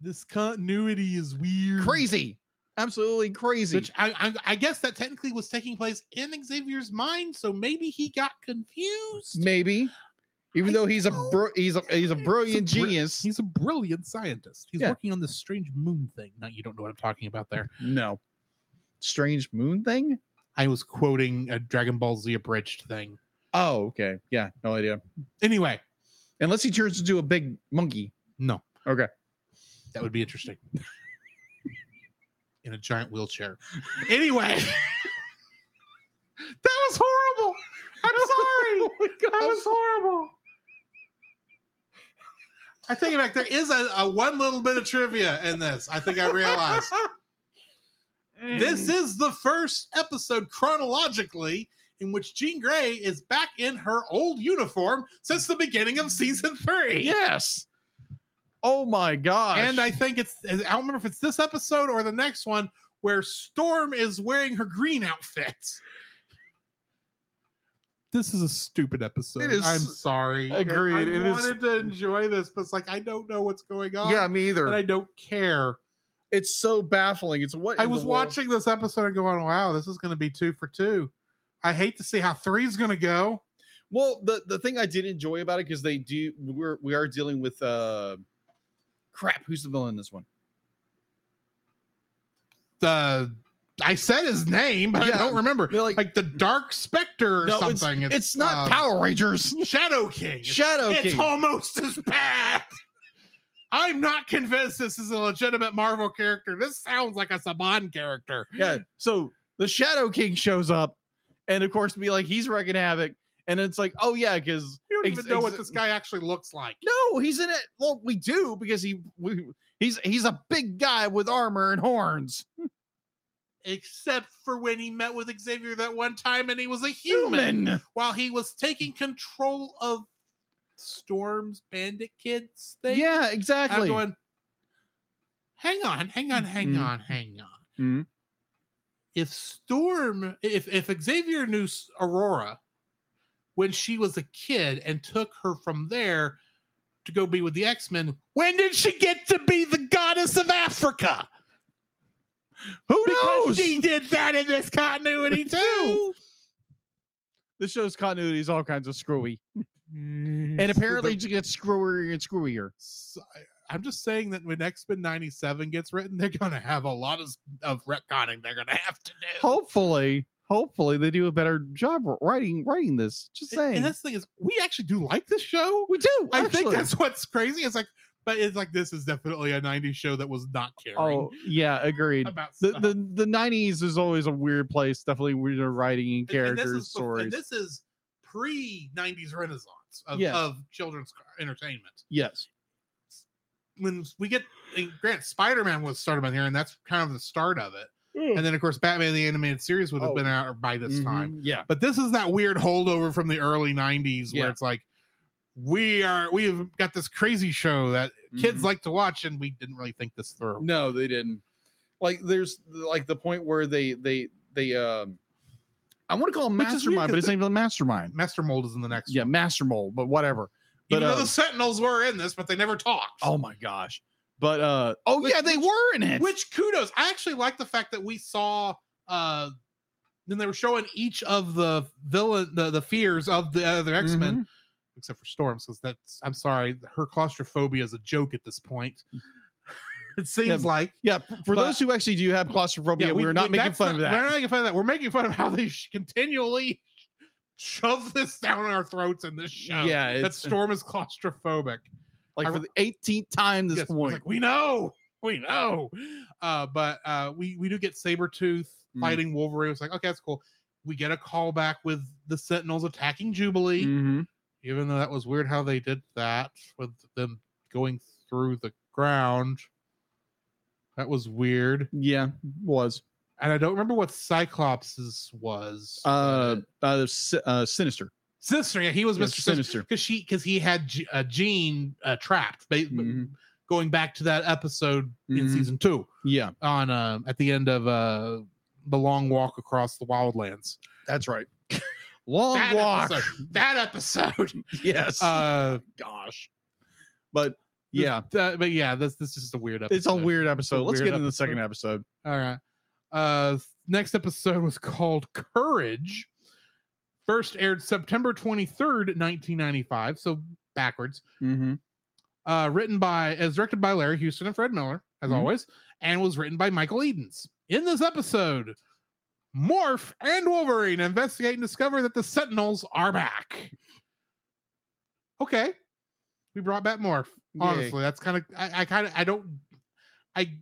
Speaker 1: This continuity is weird.
Speaker 3: crazy absolutely crazy
Speaker 1: Mm. Which I, I, I guess that technically was taking place in Xavier's mind, so maybe he got confused.
Speaker 3: maybe even
Speaker 1: I
Speaker 3: though he's a
Speaker 1: don't
Speaker 3: bro- he's a he's a
Speaker 1: know.
Speaker 3: brilliant
Speaker 1: He's a bri-
Speaker 3: genius
Speaker 1: He's a brilliant scientist. He's
Speaker 3: Yeah.
Speaker 1: working on this strange moon thing. Now you don't know what I'm talking about there.
Speaker 3: no strange moon thing
Speaker 1: I was quoting a Dragon Ball Z abridged thing.
Speaker 3: oh okay yeah no idea
Speaker 1: Anyway,
Speaker 3: unless he turns into a big monkey
Speaker 1: no.
Speaker 3: Okay.
Speaker 1: That would be interesting. In a giant wheelchair. Anyway. that was horrible. I'm sorry. that was horrible. I take it back. There is a, a one little bit of trivia in this. I think I realized. this is the first episode chronologically in which Jean Grey is back in her old uniform since the beginning of season three.
Speaker 3: yes oh my gosh
Speaker 1: And I think it's, I don't remember if it's this episode or the next one where Storm is wearing her green outfit. This is a stupid episode.
Speaker 3: It is-
Speaker 1: I'm sorry.
Speaker 3: Agreed,
Speaker 1: I
Speaker 3: it is-
Speaker 1: wanted to enjoy this, but it's like I don't know what's going on.
Speaker 3: yeah me either
Speaker 1: and I don't care.
Speaker 3: it's so baffling it's what
Speaker 1: I
Speaker 3: in the
Speaker 1: was
Speaker 3: world?
Speaker 1: watching this episode and going, "Wow, this is going to be two for two. I hate to see how three's going to go.
Speaker 3: Well, the the thing I did enjoy about it because they do we're we are dealing with uh crap. Who's the villain in this one?
Speaker 1: The I said his name, but
Speaker 3: Yeah,
Speaker 1: I don't remember.
Speaker 3: they're like-
Speaker 1: Like, the Dark Specter or
Speaker 3: No, it's-
Speaker 1: something.
Speaker 3: It's, not
Speaker 1: um,
Speaker 3: Power Rangers.
Speaker 1: Shadow King.
Speaker 3: Shadow
Speaker 1: it's
Speaker 3: King.
Speaker 1: almost as bad. I'm not convinced this is a legitimate Marvel character. This sounds like a Saban character.
Speaker 3: Yeah. So the Shadow King shows up, and of course, be like, he's wrecking havoc. And it's like, oh yeah, because
Speaker 1: You don't even
Speaker 3: ex-
Speaker 1: know what
Speaker 3: ex-
Speaker 1: this guy actually looks like.
Speaker 3: No, he's in it. Well, we do because he we, he's he's a big guy with armor and horns.
Speaker 1: Except for when he met with Xavier that one time and he was a human.
Speaker 3: Human.
Speaker 1: while he was taking control of Storm's Bandit Kids thing.
Speaker 3: Yeah,
Speaker 1: I'm
Speaker 3: exactly. Mm-hmm.
Speaker 1: going, hang on, hang on, hang
Speaker 5: Mhm.
Speaker 1: on, hang on.
Speaker 5: Mhm.
Speaker 1: If Storm, if if Xavier knew S- Aurora when she was a kid and took her from there to go be with the X Men, when did she get to be the goddess of Africa?
Speaker 3: Who
Speaker 1: Because
Speaker 3: knows?
Speaker 1: she did that in this continuity too.
Speaker 3: This show's continuity is all kinds of screwy,
Speaker 1: Mm,
Speaker 3: and apparently it just gets screwier and screwier.
Speaker 1: s- I- I'm just saying that when X Men '97 gets written, they're gonna have a lot of s- of retconning they're gonna have to do.
Speaker 3: Hopefully, hopefully they do a better job writing writing this. Just
Speaker 1: And-
Speaker 3: saying,
Speaker 1: And that's the thing is, we actually do like this show.
Speaker 3: we do.
Speaker 1: I think
Speaker 3: actually.
Speaker 1: that's what's crazy. It's like, but it's like this is definitely a '90s show that was not caring
Speaker 3: Oh yeah, agreed.
Speaker 1: about
Speaker 3: The,
Speaker 1: stuff.
Speaker 3: the the 90s is always a weird place, definitely weirder writing and
Speaker 1: And- and this
Speaker 3: characters,
Speaker 1: is bef-
Speaker 3: stories.
Speaker 1: And this is pre '90s Renaissance of,
Speaker 3: Yeah.
Speaker 1: of children's car- entertainment.
Speaker 3: yes.
Speaker 1: when we get and grant spider-man was started on here and that's kind of the start of it and then of course batman the animated series would have
Speaker 3: Mm. Oh.
Speaker 1: been out by this time
Speaker 3: Mhm, Yeah.
Speaker 1: but this is that weird holdover from the early 90s
Speaker 3: Yeah.
Speaker 1: where it's like we are we've got this crazy show that kids
Speaker 3: Mm-hmm.
Speaker 1: like to watch and we didn't really think this through
Speaker 5: No,
Speaker 3: they didn't like there's like the point where they they they um i want to call him
Speaker 1: Which is weird
Speaker 3: mastermind
Speaker 1: 'cause
Speaker 3: but it's not even mastermind
Speaker 1: master mold is in the next
Speaker 3: yeah master mold but whatever
Speaker 1: one.
Speaker 3: but
Speaker 1: even though
Speaker 3: um,
Speaker 1: the sentinels were in this but they never talked
Speaker 3: oh my gosh but uh oh
Speaker 1: Which-
Speaker 3: yeah they were in it
Speaker 1: which kudos i actually like the fact that we saw uh then they were showing each of the villain the, the fears of the other x-men
Speaker 3: Mhm.
Speaker 1: except for storm so that's i'm sorry her claustrophobia is a joke at this point it seems
Speaker 3: Yeah,
Speaker 1: like
Speaker 3: yeah f- for
Speaker 1: But-
Speaker 3: those who actually do have claustrophobia we, are not making
Speaker 1: that's
Speaker 3: fun of
Speaker 1: not-
Speaker 3: that
Speaker 1: we're not making fun of that we're making fun of how they sh- continually shove this down our throats in this show
Speaker 3: yeah
Speaker 1: that
Speaker 3: it's uh,
Speaker 1: storm is claustrophobic
Speaker 3: like
Speaker 1: I-
Speaker 3: for the 18th time this
Speaker 1: Yes, it's
Speaker 3: point
Speaker 1: Like, we know, we know. Uh, but uh, we we do get Sabretooth
Speaker 5: Mm.
Speaker 1: fighting Wolverine. It's like, okay, that's cool. We get a callback with the Sentinels attacking Jubilee,
Speaker 3: Mm. Mm-hmm.
Speaker 5: Mhm.
Speaker 1: even though that was weird how they did that with them going through the ground. That was weird.
Speaker 3: yeah was
Speaker 1: And I don't remember what Cyclops's was.
Speaker 3: uh
Speaker 1: but-
Speaker 3: uh, S- uh sinister
Speaker 1: Sinister. Yeah, he was
Speaker 3: Yes,
Speaker 1: Mr. Sinister.
Speaker 3: sinister
Speaker 1: Because she, because he had G- uh, Jean uh, trapped, ba-
Speaker 3: Mm-hmm.
Speaker 5: Mhm.
Speaker 1: going back to that episode in
Speaker 5: Mhm.
Speaker 1: season two.
Speaker 3: yeah
Speaker 1: on um at the end of uh the long walk across the wildlands.
Speaker 3: that's right long
Speaker 1: that
Speaker 3: walk
Speaker 1: episode. That episode.
Speaker 3: yes
Speaker 1: Uh,
Speaker 3: gosh but yeah
Speaker 1: th- uh, but yeah, this this is just a weird episode.
Speaker 3: It's a weird episode. Let's
Speaker 1: weird
Speaker 3: get into the
Speaker 1: episode.
Speaker 3: second episode.
Speaker 1: All right. Uh, next episode was called Courage. First aired September twenty third, nineteen ninety five. So backwards. Uh, written by as directed by Larry Houston and Fred Miller, as
Speaker 3: Mhm.
Speaker 1: always, and was written by Michael Edens. In this episode, Morph and Wolverine investigate and discover that the Sentinels are back. Okay. We brought back Morph. Honestly, that's kind of I, I kind of I don't I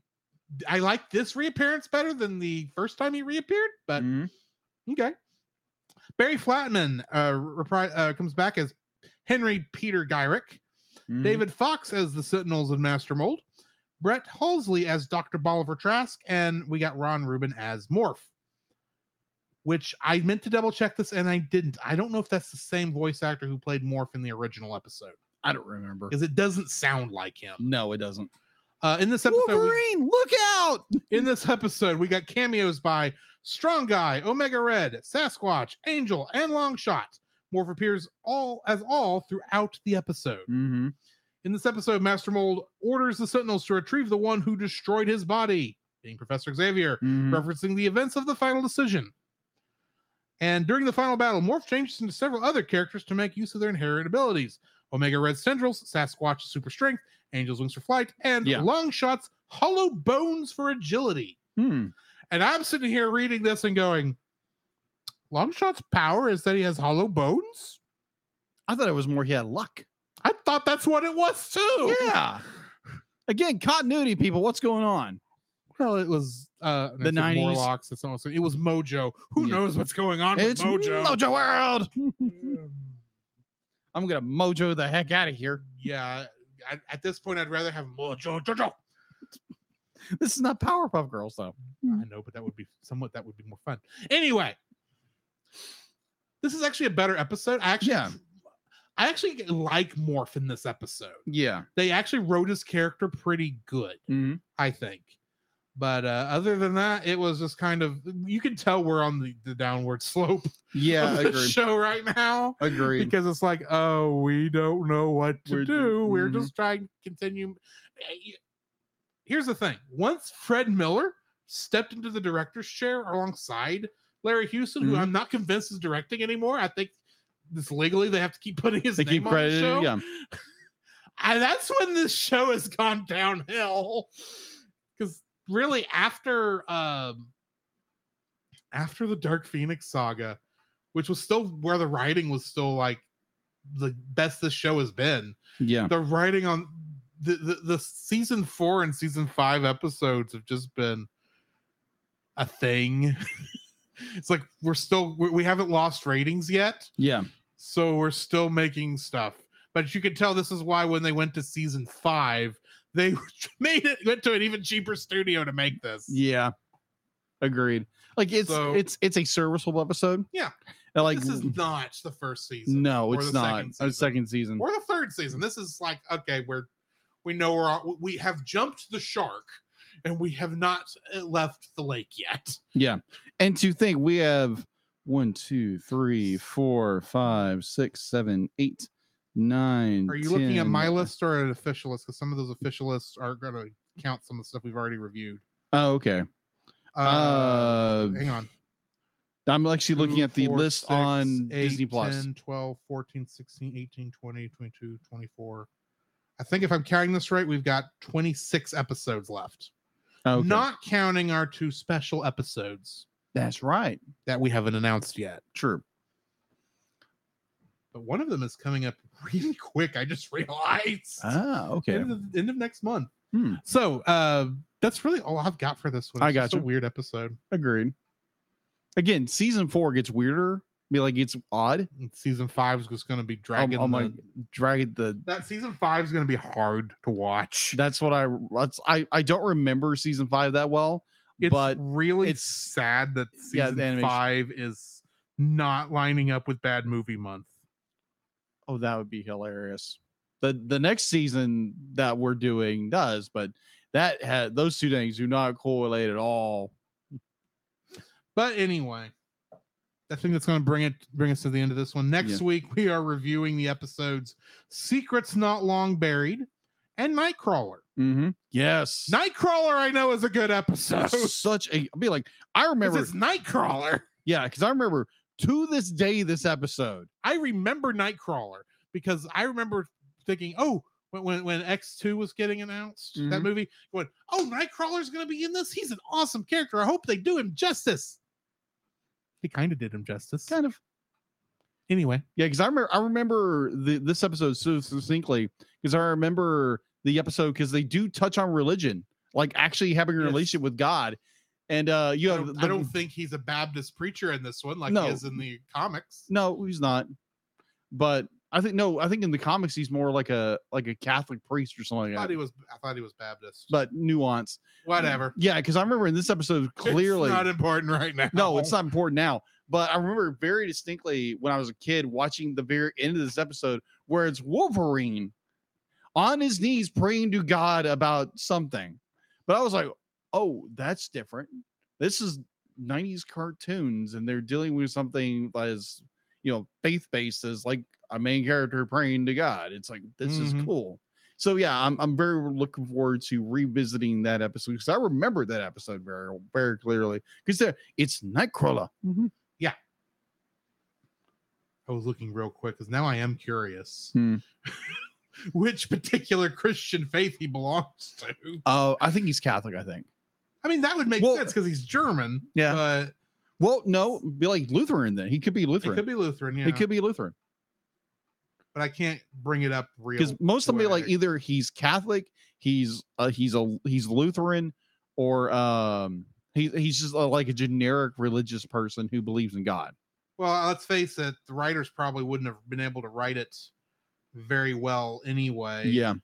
Speaker 1: I like this reappearance better than the first time he reappeared,
Speaker 3: Uh,
Speaker 1: but
Speaker 5: Mhm.
Speaker 1: okay. Barry Flatman uh, repri- uh comes back as Henry Peter Gyrick.
Speaker 3: Mm-hmm.
Speaker 5: Mhm.
Speaker 1: David Fox as the Sentinels of Master Mold, Brett Halsley as Dr. Bolivar Trask, and we got Ron Rubin as Morph. Which I meant to double check this and I didn't. I don't know if that's the same voice actor who played Morph in the original episode
Speaker 3: I don't remember.
Speaker 1: because it doesn't sound like him.
Speaker 3: No, it doesn't.
Speaker 1: Uh, in this episode, we-
Speaker 3: look out!
Speaker 1: in this episode, we got cameos by Strong Guy, Omega Red, Sasquatch, Angel, and Longshot. Morph appears all as all throughout the episode.
Speaker 5: Mm-hmm.
Speaker 1: In this episode, Master Mold orders the Sentinels to retrieve the one who destroyed his body, being Professor Xavier,
Speaker 3: Mm-hmm.
Speaker 1: referencing the events of the final decision. And during the final battle, Morph changes into several other characters to make use of their inherited abilities Omega Red Tendrils, Sasquatch's Super Strength, Angel's Wings for Flight, and
Speaker 3: Yeah.
Speaker 1: Longshot's Hollow Bones for Agility. And I'm sitting here reading this and going, Longshot's power is that he has hollow bones?
Speaker 3: I thought it was more he had luck.
Speaker 1: I thought that's what it was too.
Speaker 3: Oh, Yeah.
Speaker 11: Again, continuity, people. What's going on?
Speaker 1: Well, it was uh,
Speaker 3: The
Speaker 1: it's
Speaker 3: 90s.
Speaker 1: Morlocks. It's also, it was Mojo. Who
Speaker 3: Yeah.
Speaker 1: knows what's going on
Speaker 3: It's
Speaker 1: with Mojo?
Speaker 3: Mojo World. I'm gonna mojo the heck out of here.
Speaker 1: Yeah. I, at this point, I'd rather have Mojo. Jojo.
Speaker 3: This is not Powerpuff Girls though.
Speaker 1: I know, but that would be somewhat that would be more fun. Anyway, this is actually a better episode. I actually,
Speaker 3: Yeah.
Speaker 1: I actually like Morph in this episode.
Speaker 3: Yeah.
Speaker 1: They actually wrote his character pretty good,
Speaker 3: Mhm.
Speaker 1: I think. But uh, other than that, it was just kind of you can tell we're on the, the downward slope
Speaker 3: Yeah.
Speaker 1: of the
Speaker 3: Agreed.
Speaker 1: show right now
Speaker 3: Agreed.
Speaker 1: because it's like, oh, we don't know what to
Speaker 3: We're-
Speaker 1: do. We're
Speaker 3: mhm.
Speaker 1: just trying to continue. Eh, you- Here's the thing: once Fred Miller stepped into the director's chair alongside Larry Houston, who
Speaker 3: Mhm.
Speaker 1: I'm not convinced is directing anymore, I think this legally they have to keep putting his
Speaker 3: They
Speaker 1: name
Speaker 3: keep
Speaker 1: on the
Speaker 3: crediting.
Speaker 1: show.
Speaker 3: Yeah.
Speaker 1: And that's when this show has gone downhill. Because really, after um after the Dark Phoenix saga, which was still where the writing was still like the best this show has been,
Speaker 3: Yeah.
Speaker 1: the writing on the, the the season four and season five episodes have just been a thing. it's like we're still we, we haven't lost ratings yet
Speaker 3: Yeah.
Speaker 1: so we're still making stuff. But you can tell this is why when they went to season five, they made it went to an even cheaper studio to make this.
Speaker 3: Yeah. Agreed. Like it's
Speaker 1: So-
Speaker 3: it's it's a serviceable episode.
Speaker 1: Yeah.
Speaker 3: And, like
Speaker 1: this is not the first season.
Speaker 3: no,
Speaker 1: or
Speaker 3: it's
Speaker 1: the
Speaker 3: not.
Speaker 1: second
Speaker 3: Our
Speaker 1: season.
Speaker 3: second season.
Speaker 1: Or the third season. This is like okay, we're we know we're all, we have jumped the shark, and we have not uh, left the lake yet.
Speaker 3: Yeah. And to think we have one, two, three, four, five, six, seven, eight, nine.
Speaker 1: Are you looking at
Speaker 3: 10.
Speaker 1: my list or an official list? Because some of those official lists are going to count some of the stuff we've already reviewed.
Speaker 3: Oh, okay. Uh,
Speaker 1: hang on.
Speaker 3: I'm actually looking
Speaker 1: two,
Speaker 3: at the
Speaker 1: four,
Speaker 3: list
Speaker 1: six,
Speaker 3: on
Speaker 1: eight,
Speaker 3: Disney Plus.
Speaker 1: 10, 12, 14, 16, 18, 20, 22, 24. I think if I'm counting this right, we've got 26 episodes left.
Speaker 3: Oh, okay.
Speaker 1: Not counting our two special episodes
Speaker 3: That's right.
Speaker 1: that we haven't announced yet.
Speaker 3: True.
Speaker 1: But one of them is coming up really quick. I just realized.
Speaker 3: Ah, okay.
Speaker 1: End, of, end of next month.
Speaker 3: Hmm.
Speaker 1: So uh, that's really all I've got for this one.
Speaker 3: I
Speaker 1: It's just
Speaker 3: gotcha.
Speaker 1: a weird episode.
Speaker 3: Agreed. Again, season four gets weirder. I mean, like it's odd.
Speaker 1: And Season five is just going to be
Speaker 3: I'm,
Speaker 1: dragging.
Speaker 3: I'm like
Speaker 1: the-
Speaker 3: drag the.
Speaker 1: that season five is going to be hard to watch.
Speaker 3: That's what I. That's I. I don't remember season five that well.
Speaker 1: it's
Speaker 3: but
Speaker 1: really
Speaker 3: it's-
Speaker 1: it's sad that
Speaker 3: yeah, the
Speaker 1: season
Speaker 3: animation.
Speaker 1: five is not lining up with bad movie month.
Speaker 3: Oh, that would be hilarious. The the next season that we're doing does, but that had those two things do not correlate at all.
Speaker 1: But anyway, I think that's going to bring it bring us to the end of this one. Next week we are reviewing the episodes "Secrets Not Long Buried" and "Nightcrawler."
Speaker 3: Mm-hmm. Yes.
Speaker 1: Nightcrawler, I know, is a good episode.
Speaker 3: That's such a I'll be like, I
Speaker 1: 'Cause
Speaker 3: remember
Speaker 1: it's Nightcrawler.
Speaker 3: yeah, because I remember to this day this episode.
Speaker 1: I remember Nightcrawler because I remember thinking, oh, when when, when X two was getting announced, that
Speaker 3: Mhm.
Speaker 1: movie going, oh, Nightcrawler's gonna be in this. He's an awesome character. I hope they do him justice. They kind of did him justice.
Speaker 3: Kind of.
Speaker 1: Anyway,
Speaker 3: Yeah, because I remember I remember the, this episode so succinctly because I remember the episode because they do touch on religion, like actually having a
Speaker 1: Yes.
Speaker 3: relationship with God. And uh you
Speaker 1: I
Speaker 3: have
Speaker 1: don't,
Speaker 3: the-
Speaker 1: I don't think he's a Baptist preacher in this one, like
Speaker 3: No.
Speaker 1: he is in the comics.
Speaker 3: No, he's not. But I think no, I think in the comics he's more like a like a Catholic priest or something
Speaker 1: I
Speaker 3: like
Speaker 1: thought
Speaker 3: that.
Speaker 1: he was. I thought he was Baptist.
Speaker 3: But nuance.
Speaker 1: Whatever.
Speaker 3: Yeah, because I remember in this episode
Speaker 1: It's
Speaker 3: clearly
Speaker 1: not important right now.
Speaker 3: no, it's not important now. But I remember very distinctly when I was a kid watching the very end of this episode where it's Wolverine on his knees praying to God about something. But I was like, oh, that's different. This is 90s cartoons and they're dealing with something that is, you know, faith based as like a main character praying to God. It's like, this is
Speaker 1: Mhm.
Speaker 3: cool. So yeah, I'm I'm very looking forward to revisiting that episode because I remember that episode very very clearly because it's Nightcrawler.
Speaker 1: Mm-hmm. I was looking real quick because now I am curious
Speaker 3: Hmm.
Speaker 1: which particular Christian faith he belongs to.
Speaker 3: Oh, I think he's Catholic. I think.
Speaker 1: I mean, that would make
Speaker 3: Well-
Speaker 1: sense because he's German.
Speaker 3: Yeah.
Speaker 1: But
Speaker 3: Well, no, be like Lutheran then. He could be Lutheran.
Speaker 1: it could be Lutheran. Yeah.
Speaker 3: Lutheran
Speaker 1: But I can't bring it up real.
Speaker 3: because most of them be like
Speaker 1: quick.
Speaker 3: either he's Catholic, he's uh, he's a he's Lutheran or um he, he's just uh like a generic religious person who believes in God.
Speaker 1: Well, let's face it, the writers probably wouldn't have been able to write it very well anyway.
Speaker 3: Yeah.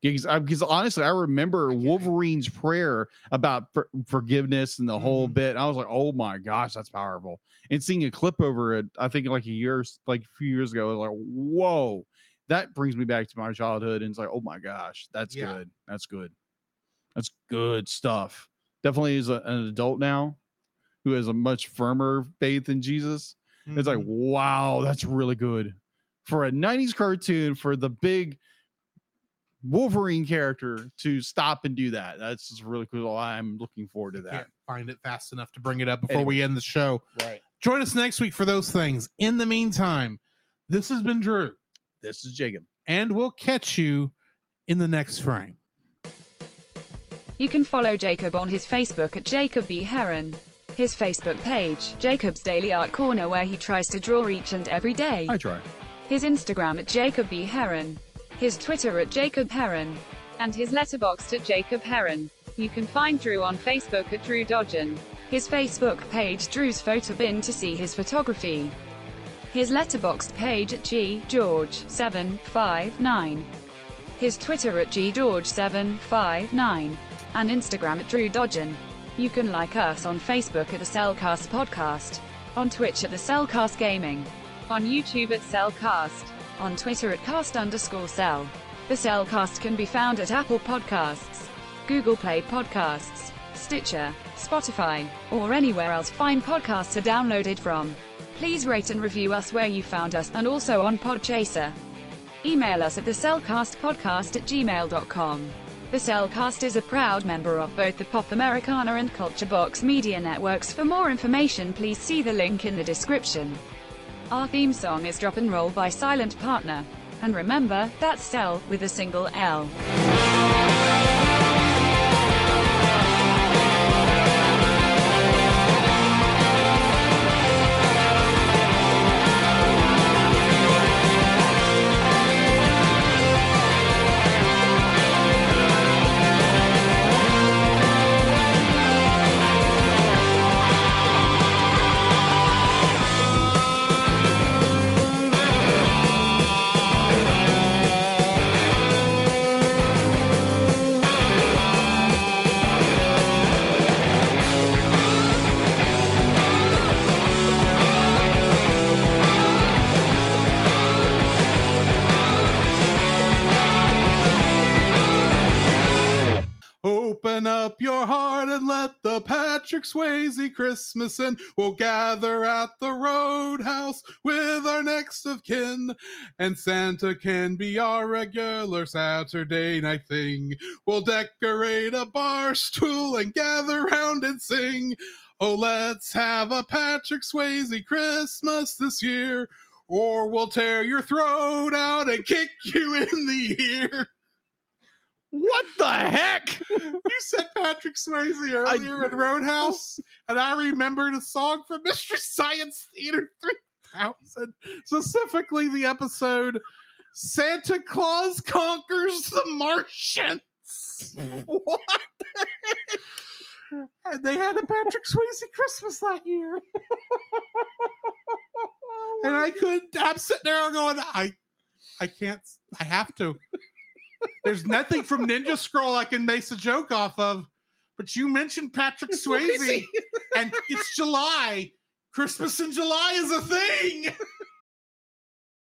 Speaker 3: Because I- because honestly, I remember Wolverine's prayer about for, forgiveness and the whole
Speaker 1: Mhm.
Speaker 3: bit. I was like, "Oh my gosh, that's powerful!" And seeing a clip over it, I think like a year, like a few years ago, I was like, "Whoa!" That brings me back to my childhood, and it's like, "Oh my gosh, that's
Speaker 1: Yeah.
Speaker 3: good. That's good. That's good stuff." Definitely, as a- an adult now, who has a much firmer faith in Jesus, it's like,
Speaker 1: Mhm.
Speaker 3: wow, that's really good for a 90s cartoon for the big Wolverine character to stop and do that. That's just really cool. I'm looking forward to that.
Speaker 1: can't find it fast enough to bring it up before we end the show.
Speaker 3: Right.
Speaker 1: Join us next week for those things. In the meantime, this has been Drew,
Speaker 3: This is Jacob.
Speaker 1: and we'll catch you in the next frame.
Speaker 2: You can follow Jacob on his Facebook at Jacob B. Heron. His Facebook page, Jacob's Daily Art Corner, where he tries to draw each and every day.
Speaker 3: I try.
Speaker 2: His Instagram at Jacob B. Heron.
Speaker 12: E. his Twitter at Jacob Heron, and his letterboxd at Jacob Heron. You can find Drew on Facebook at Drew Dodgen.
Speaker 2: His Facebook page, Drew's Photo Bin, to see his photography. His letterboxd page at G. George759. His Twitter at G. George759. And Instagram at Drew Dodgen. You can like us on Facebook at The Cellcast Podcast. On Twitch at The Cellcast Gaming.
Speaker 12: On YouTube at Cellcast.
Speaker 2: on Twitter at cast underscore cell. The Cellcast can be found at Apple Podcasts, Google Play Podcasts, Stitcher, Spotify, or anywhere else fine podcasts are downloaded from. Please rate and review us where you found us and also on Podchaser. Email us at thecellcastpodcast at gmail.com. The Cellcast is a proud member of both the Pop Americana and Culture Box media networks. For more information, please see the link in the description. Our theme song is Drop and Roll by Silent Partner. And remember, that's Cell, with a single L.
Speaker 1: Open up your heart and let the Patrick Swayze Christmas in. We'll gather at the roadhouse with our next of kin. And Santa can be our regular Saturday night thing. We'll decorate a bar stool and gather round and sing. Oh, let's have a Patrick Swayze Christmas this year, or we'll tear your throat out and kick you in the ear.
Speaker 3: What the heck?
Speaker 1: you said Patrick Swayze earlier in Roadhouse, and I remembered a song from Mystery Science Theater 3000, specifically the episode Santa Claus Conquers the Martians. what? the heck? And they had a Patrick Swayze Christmas that year. and I couldn't, I'm sitting there going, I, I can't, I have to. There's nothing from Ninja Scroll I can base a joke off of, but you mentioned Patrick Swayze, and it's July. Christmas in July is a thing.